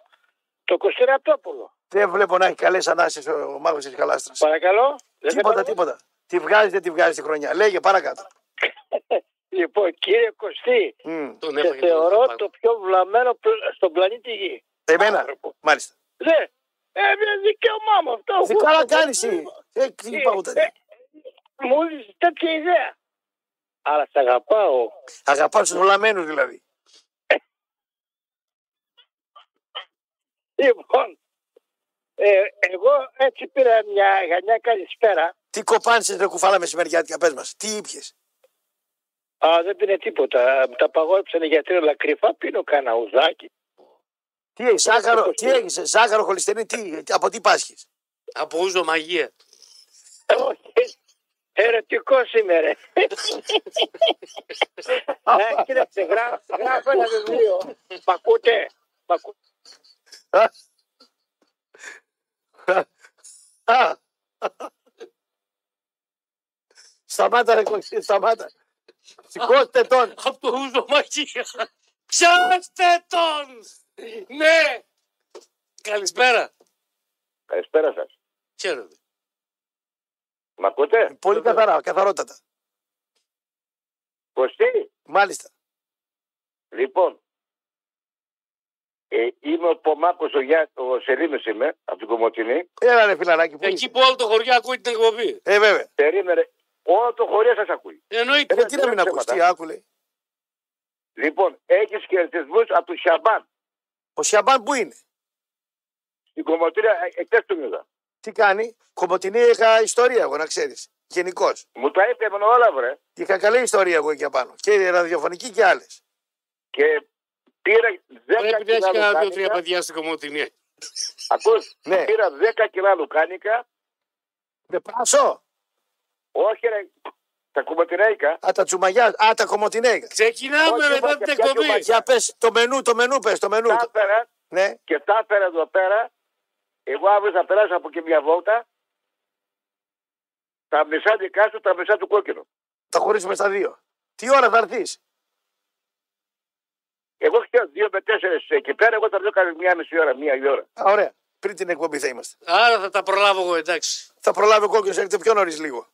το Κωστηραπτόπουλο. Δεν βλέπω να έχει καλές ανάσεις ο μάγος της Καλάστρα. Παρακαλώ. δεν Τίποτα, καταλαβαίνω. τίποτα. Τη βγάζει, δεν τη βγάζει τη χρονιά. Λέγε παρακάτω. Λοιπόν, κύριε Κωστή, σε θεωρώ το πιο βλαμμένο πλ- στον πλανήτη Γη. Εμένα. Μάλιστα. Ναι, ε, ε, δικαίωμά μου αυτό. Τι καλά κάνει. Τι πάω Ε, ε, Μου έδωσε τέτοια ιδέα. Αλλά σ' αγαπάω. Αγαπά του βλαμμένου δηλαδή. Λοιπόν, ε, εγώ έτσι πήρα μια γανιά καλησπέρα. Τι κοπάνισες ρε κουφάλα μεσημεριάτικα, πες μας. Τι ήπιες. Α, δεν πίνε τίποτα. Μου Τα παγόρεψαν οι γιατροί, αλλά κρυφά πίνω κανένα ουδάκι. Τι έχεις, σάκαρο, τι έχεις, σάκαρο, χολυστερίνη, τι, από τι πάσχεις. Από ούζο μαγεία. Όχι. Ερωτικός σήμερα. ε, κοίταξε, γρά, γράφω ένα βιβλίο. Μ' ακούτε. Μ' ακού- Σταμάτα ρε κολλή, σταμάτα. Σηκώστε τον. Από το ούζο μαγεία. Πιάστε τον. Ναι. Καλησπέρα. Καλησπέρα σας. Χαίρομαι. Μ' ακούτε. Πολύ καθαρά, καθαρότατα. Κωστή. Μάλιστα. Λοιπόν, ε, είμαι ο Πομάκος ο, Γιά, ο Σελήνος είμαι, από την Κομωτινή. Έλα ρε φιλαράκι που Εκεί που όλο το χωριό ακούει την εκπομπή. Ε, βέβαια. Περίμενε, όλο το χωρίο σας ακούει. Εννοείται. Ε, τι να μην ψέματα. ακούς, τι άκουλε. Λοιπόν, έχεις χαιρετισμούς από τον Σιαμπάν, Ο Σιαμπάν που είναι, στην Κομωτινή, εκτές του μήνα. τι κάνει. Κομωτινή είχα ιστορία εγώ να ξέρεις, γενικώς. Μου τα είπε εμένα όλα, βρε. Είχα καλή ιστορία εγώ εκεί απάνω. Και ραδιοφωνική και άλλες. Και πήρα 10 Πρέπει να έχεις κιλά κανένα δύο-τρία λουκάνικα. παιδιά στην Κομωτινή. Ακούς, Ναι. πήρα 10 κιλά λουκάνικα. Με πράσο. Όχι, ρε, τα κομωτινέικα. Α, τα τσουμαγιά. Α, τα κομωτινέικα. Ξεκινάμε Όχι, μετά μάτια, την πια εκπομπής. και μάτια. Για πες το μενού, το μενού, πες το μενού. Τα έφερα Ναι, και τα έφερα εδώ πέρα. Εγώ αύριο θα περάσω από εκεί μια βόλτα. Τα μισά δικά σου, τα μισά του κόκκινου. τα χωρίσουμε στα δύο. Τι ώρα θα έρθεις. Εγώ ξέρω δύο με τέσσερις εκεί πέρα. Εγώ θα βγω κανένα μία μισή ώρα, μία η ώρα. Ωραία. Πριν την εκπομπή θα είμαστε. Άρα θα τα προλάβω εγώ, εντάξει. Θα προλάβει ο κόκκινος, έρχεται πιο νωρίς λίγο.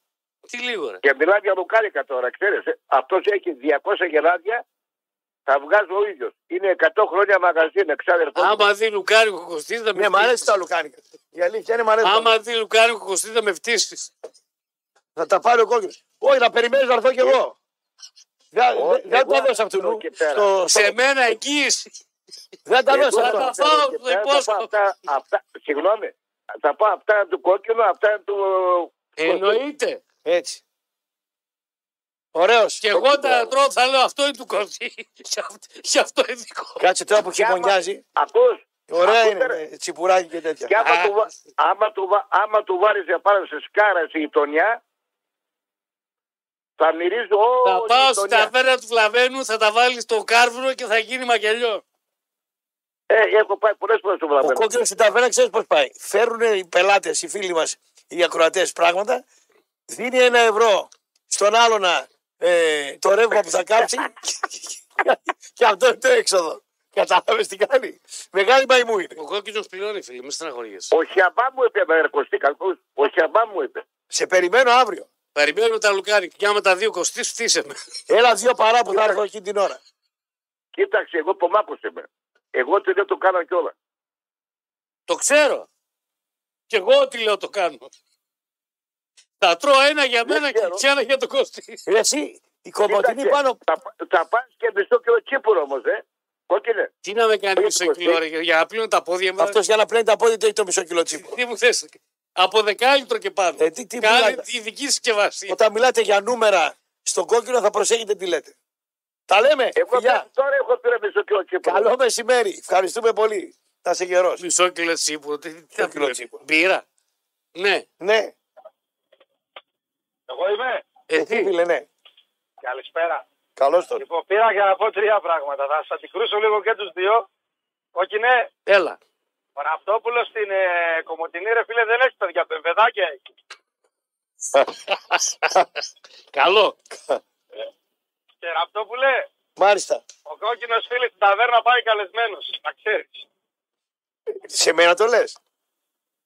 Τι λίγο, ρε. Και μιλάμε για λουκάνικα τώρα, ξέρεις. Αυτός έχει 200 γελάδια. Θα βγάζω ο ίδιος. Είναι 100 χρόνια μαγαζίν, εξάδελφο. Άμα δει Λουκάνικο Κωστή θα με Ναι, μ' αρέσει φτύσεις. τα λουκάνικα. Η αλήθεια είναι μ' αρέσει. τα- Άμα δει Λουκάνικο Κωστή θα με φτύσεις. Θα τα πάρει ο κόκκινο. Όχι, να περιμένεις να έρθω κι εγώ. Δεν Όχι, δεν- δεν εγώ τα θα δώσω αυτού. έρθω του. εκεί πέρα. Στο- Σε στο- μένα εγγύηση. Δεν τα Εγώ δώσω θα αυτό. τα φάω, φέρω και το πέρα, θα υπόσχομαι. πάω αυτά- αυτά- Συγγνώμη. Θα πάω αυτά είναι του κόκκινου, αυτά είναι του. Εννοείται. Έτσι. Ωραίος. Και εγώ τα τρώω, θα λέω αυτό είναι του Κωστή. Γι' αυτό- Γι' αυτό είναι δικό. Κάτσε τώρα που άμα- χειμωνιάζει. Ακούς. Ωραία Ακούστε, είναι. ρε. με Τσιπουράκι και Και τέτοια. άμα Α. του, βα- άμα του, βα- άμα του βάλεις για πάνω σε σκάρα στη γειτονιά, θα μυρίζει όλη Θα η πάω στην γειτονιά. ταβέρνα του Φλαβένου, θα τα βάλεις στο κάρβουνο και θα γίνει μαγελιό. Ε, έχω πάει πολλές φορές στο Ο βλαβένο. κόκκινο στην ταβέρνα ξέρεις πώς πάει. Φέρουν οι πελάτες, οι φίλοι μας, οι ακροατές πράγματα. Δίνει ένα ευρώ στον άλλο να ε, το ρεύμα που θα κάψει. και αυτό είναι το έξοδο. Κατάλαβες τι κάνει. Μεγάλη μαϊμού είναι. Ο κόκκινος πληρώνει, φίλε, μη στεναχωριέσαι. Ο Χιαμπά μου είπε, με ερκοστή κακούς, ο Χιαμπά μου είπε. Σε περιμένω αύριο. Περιμένουμε τα λουκάνικα. Και άμα τα δύο Κωστής, φτύσε με. Έλα δύο παρά που θα έρθω εκείνη την ώρα. Κοίταξε, εγώ πομάκος είμαι. Εγώ τι δεν το κάνω κιόλας. Το ξέρω. Και εγώ ό,τι λέω το κάνω. Θα τρώω ένα για μένα και- ξέρω. και ένα για τον Κωστή. Ρε Εσύ, η κομποτινή Κοίταξε, πάνω. Θα, θα πας και μισό κιλό τσίπουρο όμως, ε. Κόκκινε. Τι να με κάνει Όχι, μισό Κωστή. κιλό, ρε, για να πλύνω τα πόδια μου. Αυτός για να πλένει τα πόδια του έχει το μισό κιλό τσίπουρο. Τι μου θες, από δεκάλυτρο και πάνω. Ε, τι- τι κάνει μιλάτε. τη δική συσκευασία. Όταν μιλάτε για νούμερα στον κόκκινο θα προσέχετε τι λέτε. Τα λέμε. Εγώ Φιλιά. τώρα έχω πήρα μισό κιλό τσίπουρο. Καλό μεσημέρι. Ευχαριστούμε πολύ. Θα σε καιρό. Μισό κιλό τσίπουρο. Τι, τι θα κιλό πει, τσίπουρο. Μπύρα. Ναι, Ναι. Εγώ είμαι. Εσύ, εσύ. φίλε, ναι. Καλησπέρα. Καλώς τον. Λοιπόν, πήρα για να πω τρία πράγματα. Θα σας αντικρούσω λίγο και τους δύο. Όχι, ναι, Έλα. ο Ραπτόπουλος στην ε, Κομωτινή, ρε φίλε, δεν έχει παιδιά. Παιδάκια έχει. Καλό. Και Ραπτόπουλε, Μάλιστα. ο κόκκινος φίλης στην ταβέρνα πάει καλεσμένος. Να ξέρεις. Σε μένα το λες.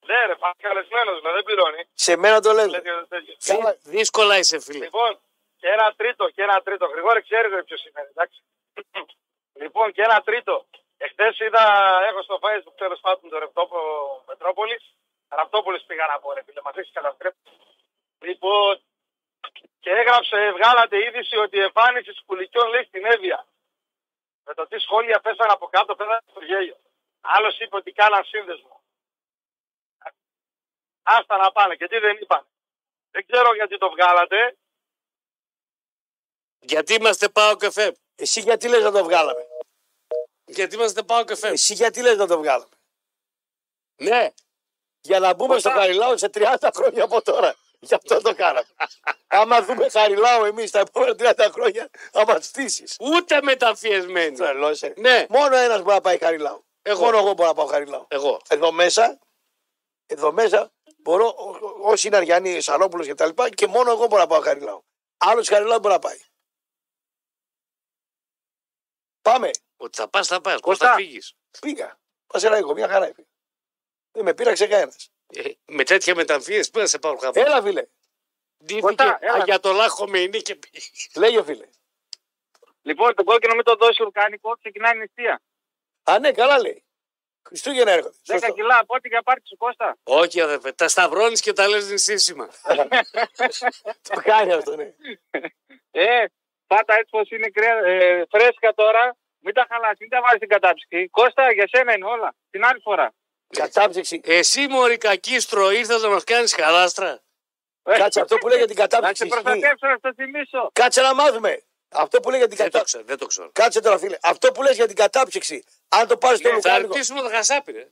Ναι, ρε, πάει καλεσμένος, δεν πληρώνει. Σε μένα το λες. Τέτοιο, τέτοιο. Δύσκολα είσαι, φίλε. Λοιπόν, και ένα τρίτο, και ένα τρίτο. Γρηγόρη, ξέρεις ποιος είναι, εντάξει. λοιπόν, και ένα τρίτο. Εχθές είδα, έχω στο facebook τέλος πάντων το ρεπτόπο Μετρόπολης. Ραπτόπολη πήγα να πω, ρε φίλε, μας έχεις καταστρέψει. Λοιπόν, και έγραψε, βγάλατε είδηση ότι η εμφάνιση σκουλικιών λέει στην Εύβοια. Με το τι σχόλια πέσαν από κάτω, πέρασε στο γέλιο. Άλλος είπε ότι κάναν σύνδεσμο. Άστα να πάνε και τι δεν είπαν. Δεν ξέρω γιατί το βγάλατε. Γιατί είμαστε πάω και φεύγω. Εσύ γιατί λες να το βγάλαμε. Γιατί είμαστε πάω και Ναι. φεύγω. Εσύ γιατί λες να το βγάλαμε. Ναι. Για να μπούμε στο Χαριλάου σε 30 χρόνια από τώρα. Γι' αυτό το κάναμε. άμα δούμε Χαριλάου εμείς τα επόμενα 30 χρόνια, θα μας στήσεις. Ούτε μεταφιεσμένοι. ε. Τρελώσε. Ναι. Μόνο ένας μπορεί να πάει Χαριλάου. Εγώ. Μόνο εγώ μπορώ να πάω Χαριλάου. Εγώ. Εδώ μέσα, εδώ μέσα μπορώ, ό- ό- όσοι είναι Αριανοί, Σαρόπουλο και τα λοιπά, και μόνο εγώ μπορώ να πάω Χαριλάου. Άλλο Χαριλάου μπορεί να πάει. Πάμε. Ότι θα πας, θα πας. Πώς Κώστα. θα φύγεις. Πήγα. Πασεραϊκό, μια χαρά είπε. Δεν με πήραξε κανένας. Ε, με τέτοια μεταμφίεση πού να σε πάω χαμός. Έλα, φίλε. Ντύθηκε για το λάχο με είναι και πήγες. Λέγει ο φίλε. Λοιπόν, το κόκκινο μην το δώσει ουρκανικό, ξεκινάει η νηστεία. Α, ναι, καλά λέει. Χριστούγεννα έρχονται. 10 κιλά από ό,τι για πάρτι σου Κώστα. Όχι, αδερφέ. Τα σταυρώνεις και τα λες νησίσιμα. Το κάνει αυτό, ναι. Ε, πάτα έτσι πως είναι κρέα- ε, φρέσκα τώρα. Μην τα χαλάσει, μην τα βάλεις στην κατάψυξη. Κώστα, για σένα είναι όλα. Την άλλη φορά. Κατάψυξη. Εσύ, Μωρή Κακίστρο, ήρθες να μας κάνεις χαλάστρα. Κάτσε αυτό που λέει για την Να σε κατάψυξη. ισχύει. προστατεύσω, να στο θυμίσω. Κάτσε να μάθουμε. Αυτό που λέει για την Δεν το κατάψυξη. ξέρω. Δεν το ξέρω. Κάτσε τώρα, φίλε. Αυτό που λες για την κατάψυξη. Αν το πάρεις στο Ναι, θα Λουκάνικο. ρωτήσουμε τον Χασάπη, ρε.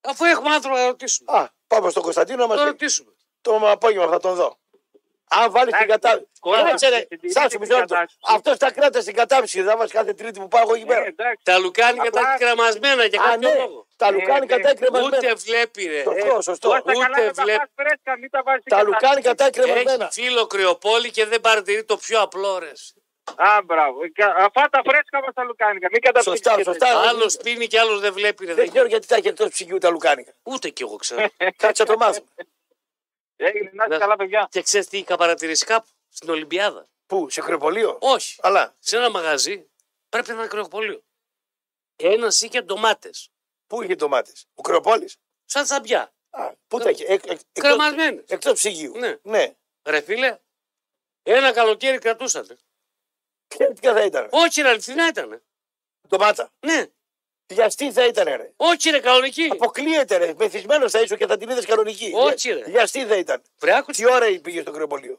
Αφού έχουμε άνθρωπο να ρωτήσουμε. Α, πάμε στον Κωνσταντίνο Το μα ρωτήσουμε. Το απόγευμα θα τον δω. Αν βάλεις την κατάψυξη. κόρα, Κάτσε, ρε. στην τρίτη Σάτσου, την μισό λεπτό. κατάψυξη. Αυτός τα κράτα στην κατάψυξη. Δεν θα βάζει κάθε Τρίτη που πάω εγώ εκεί Ε, πέρα. εντάξει. Τα λουκάνικα Απλά- τα έχει κρεμασμένα για Α, κάποιο ναι. λόγο. Τα Ε, λουκάνικα ναι. τα κρεμασμένα. Ούτε βλέπει, ρε. Ε, Σωστό, σωστό. Κώστα, καλά ούτε να τα βλέπ- πας φρέσκα, μην τα βάλεις στην Τα κατάψυξη. λουκάνικα τα κρεμασμένα. Έχει φίλο κρυοπόλη και δεν παρατηρεί το πιο απλό, ρε. Α, μπράβο. Ε, κα- Αφά τα φρέσκα μας τα λουκάνικα. Μην καταψυξείς. Σωστά, σωστά. Άλλο πίνει και άλλος δεν βλέπει, ρε. Δεν Δεν- ξέρω γιατί τα έχει εκτό ψυγείου τα λουκάνικα. Ούτε κι εγώ ξέρω. Κάτσε να το μάθουμε. Έγινε, να είστε Να- καλά, παιδιά. και ξέρεις τι είχα παρατηρήσει κάπου στην Ολυμπιάδα. Πού, σε κρεπολείο. Όχι. Αλλά Σε ένα μαγαζί πρέπει να είναι κρυοπολείο. Ένας είχε ντομάτες. πού είχε ντομάτες. Ο Κρεοπόλη. Σαν τσαμπιά. Α, πού τα είχε. Εκ, εκ, Κρεμασμένες. Εκτός ψυγείου. Ναι. ναι. Ρε φίλε, ένα καλοκαίρι κρατούσατε. Ποια- Ποια θα ήταν. Όχι, ρε, αληθινά ήταν. Ντομάτα. Ναι, Γιαστή θα ήταν, ρε. όχι, ρε, κανονική. Αποκλείεται, ρε. Μεθυσμένος θα ήσουν και θα την είδες κανονική. Όχι, ρε. Γιαστή θα ήταν. Βρε, άκου Τι ώρα πήγε στο κρεοπολείο.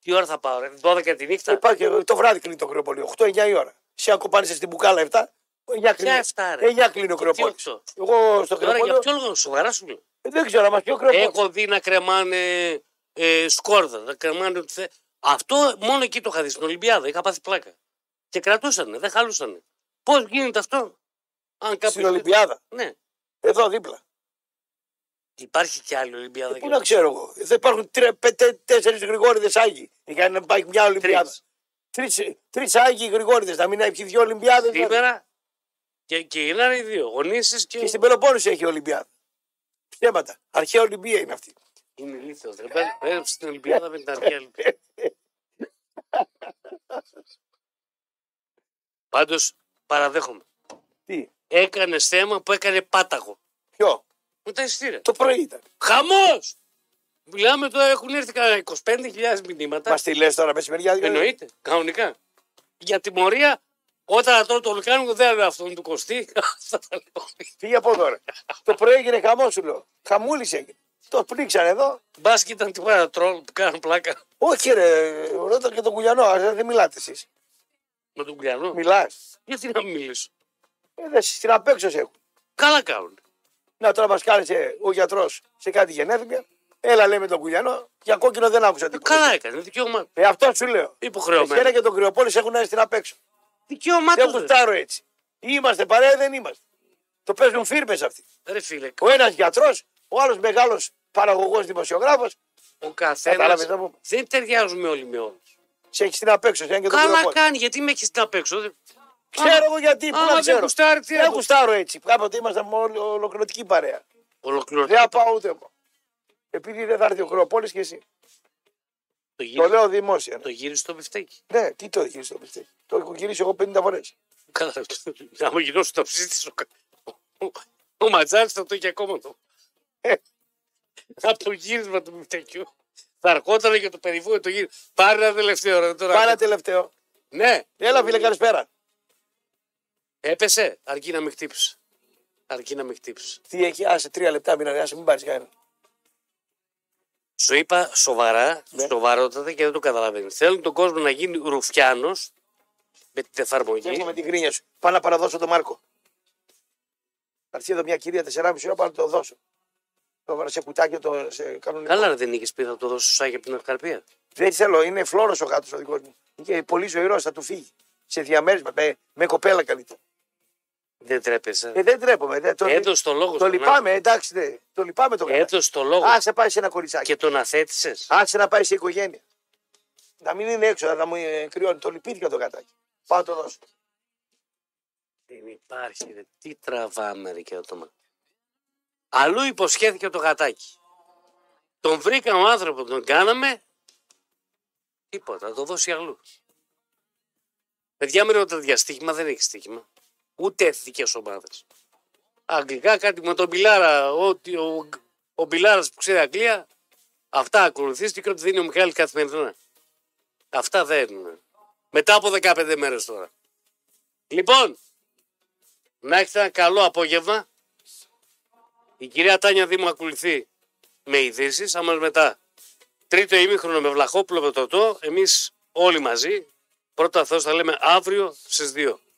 Τι ώρα θα πάω, ρε, 12 τη νύχτα. Υπάρχει, το βράδυ κλείνει το κρεοπολείο. 8-9 η ώρα. Σε ακοπάνισε στην μπουκάλα 7. 9 κλείνει. Ποια 7, ρε. 9 κλείνει ο κρεοπόλη. όξο. Εγώ στο Τώρα για κρεοπολείο. ποιο λόγο, σοβαρά σου λέω. Δεν ξέρω, μα ποιο κρεοπόλη. Έχω δει να κρεμάνε ε, σκόρδα, να κρεμάνε ό,τι θε. Αυτό μόνο εκεί το είχα δει στην Ολυμπιάδα. Είχα πάθει πλάκα. Και κρατούσανε, δεν χαλούσανε. Πώς γίνεται αυτό, αν κάποιος. Στην Ολυμπιάδα. Ναι, Εδώ δίπλα. υπάρχει και άλλη Ολυμπιάδα. Ε, Πού να ξέρω εγώ. Δεν υπάρχουν τέσσερις γρηγόριδες Άγιοι. Για να υπάρχει μια Ολυμπιάδα. Τρεις Άγιοι γρηγόριδες, να μην έχει δύο Ολυμπιάδες. Σήμερα και, και γίνανε οι δύο. Γονίσει και. Και στην Πελοπόννησο έχει Ολυμπιάδα. Ψέματα. Αρχαία Ολυμπία είναι αυτή. Είναι ηλίθιο. Δεν παίρνει- παίρνει στην Ολυμπιάδα με την αρχαία Ολυμπιάδα. Πάντως παραδέχομαι. Τι, Έκανε θέμα που έκανε πάταγο. ποιο. Με τα εισιτήρια. Το πρωί ήταν. Χαμός! Μιλάμε τώρα, έχουν έρθει κανένα 25.000 μηνύματα. Μας τι λες τώρα μεσημεριά. ε, Εννοείται, κανονικά. Για τιμωρία, όταν τρώω το λουκάνικο, δεν λέω αυτόν του κοστί. Αυτά τα λέω. Φύγε από εδώ. ρε. το πρωί έγινε χαμό σου λέω. Χαμούλησε. έγινε. Το πνίξαν εδώ. Μπα και ήταν τίποτα τρόλ που κάνουν πλάκα Όχι ρε, ρώτα και τον κουλιανό, ας δεν μιλάτε εσείς. με τον Κουλιανό. Μιλάς. Γιατί να μην μιλήσω. Ε, δε, στην απέξω σε έχουν. Καλά κάνουν. Να τώρα μας κάλεσε ο γιατρός σε κάτι γενέθλια Έλα λέει με τον Κουλιανό. Για κόκκινο δεν άκουσα τίποτα. Καλά Ε, έκανε. Δικαίωμα. Ε, αυτό σου λέω. Υποχρεωμένο. Εσένα και τον Κρυοπόλης έχουν έρθει να παίξουν. Δικαίωμά Δεν κουστάρω έτσι. Ή είμαστε παρέα ή δεν είμαστε. Το παίζουν φίρμες αυτοί. Ρε φίλε, Ο ένας γιατρός, ο άλλος μεγάλος παραγωγός δημοσιογράφος. Ο καθένας. Δεν ταιριάζουμε όλοι με όλους. Ε, Σε έχεις την απέξω, σε και τον Καλά Κρυοπόλη. κάνει, γιατί με έχεις την απέξω. Ξέρω εγώ γιατί. Πού άμα να δεν Ε, ξέρω. γουστάρει, τι να δεν γουστάρω έτσι. Κάποτε ήμασταν μόλι ολοκληρωτική παρέα. Ολοκληρωτική. Δεν θα πάω ούτε εγώ. Επειδή δεν θα έρθει ο Κρυοπόλη και εσύ. Το, Ε, Το λέω δημόσια. Το γύρισε στο μπιφτέκι. Ναι, τι το γύρισε το πιστή. Το έχω γυρίσει εγώ 50 φορές. Καλά. Να μου γυρώσει το ψήτη. Ο Ματζάρης θα το είχε ακόμα το. Ε, Από το γύρισμα του μπιφτέκιου. Θα ερχόταν για το περιβόητο το γύρισμα. Πάρε ένα τελευταίο ρε τώρα. Πάρα τελευταίο. Ναι. Έλα, φίλε, καλησπέρα. Έπεσε, αρκεί να με χτύψει. Αρκεί να με χτύψει. Τι έχει, άσε τρία λεπτά, μην αργάσει, μην πάρεις κανένα. Σου είπα σοβαρά, Ναι. σοβαρότατα και δεν το καταλαβαίνει. Θέλουν τον κόσμο να γίνει ρουφιάνος με την εφαρμογή. Φεύγω με την κρίνια σου. Πάω να παραδώσω τον Μάρκο. Θα έρθει εδώ μια κυρία 4,5 ώρα, πάω να το δώσω. Το έβαλα σε κουτάκι, το σε κανονικό. Καλά, ρε, δεν είχες πει θα το δώσω σάγια από την Ναι. ευκαρπία. Δεν θέλω, είναι φλόρος ο γάτος ο δικός μου. Και πολύ ζωηρός, θα του φύγει. Σε διαμέρισμα, με, με κοπέλα καλύτερα. Δεν τρέπεσαι. Ε, δεν τρέπομαι. Δεν, το, Έδωσε το λόγο το στον λυπάμαι, εντάξει, ναι. το λυπάμαι το γάτο. Έδωσε το λόγο. Άσε πάει σε ένα κοριτσάκι. Και τον αθέτησες. Άσε να πάει σε οικογένεια. Να μην είναι έξω, να μου ε, κρυώνει. Το λυπήθηκα το γατάκι. Πάω να το δώσω. Δεν υπάρχει. Ρε. Τι τραβάμε, ρε, και το μα. Αλλού υποσχέθηκε το γατάκι. Τον βρήκαμε άνθρωπος, τον κάναμε. Τίποτα, θα το δώσει αλλού. Παιδιά, μην ρωτάτε για στοίχημα, δεν έχει στοίχημα. Ούτε εθνικές ομάδες. Αγγλικά κάτι με τον Πιλάρα, ότι ο, ο Πιλάρα που ξέρει Αγγλία, αυτά ακολουθήστε και ό,τι δίνει ο Μιχάλης καθημερινά. Αυτά δένουν. Μετά από 15 μέρες τώρα. Λοιπόν, να έχετε ένα καλό απόγευμα. Η κυρία Τάνια Δήμου ακολουθεί με ειδήσεις. Αμέσως μετά, τρίτο ημίχρονο με Βλαχόπουλο με το Εμείς όλοι μαζί. Πρώτα Θεός θα λέμε αύριο στις 2.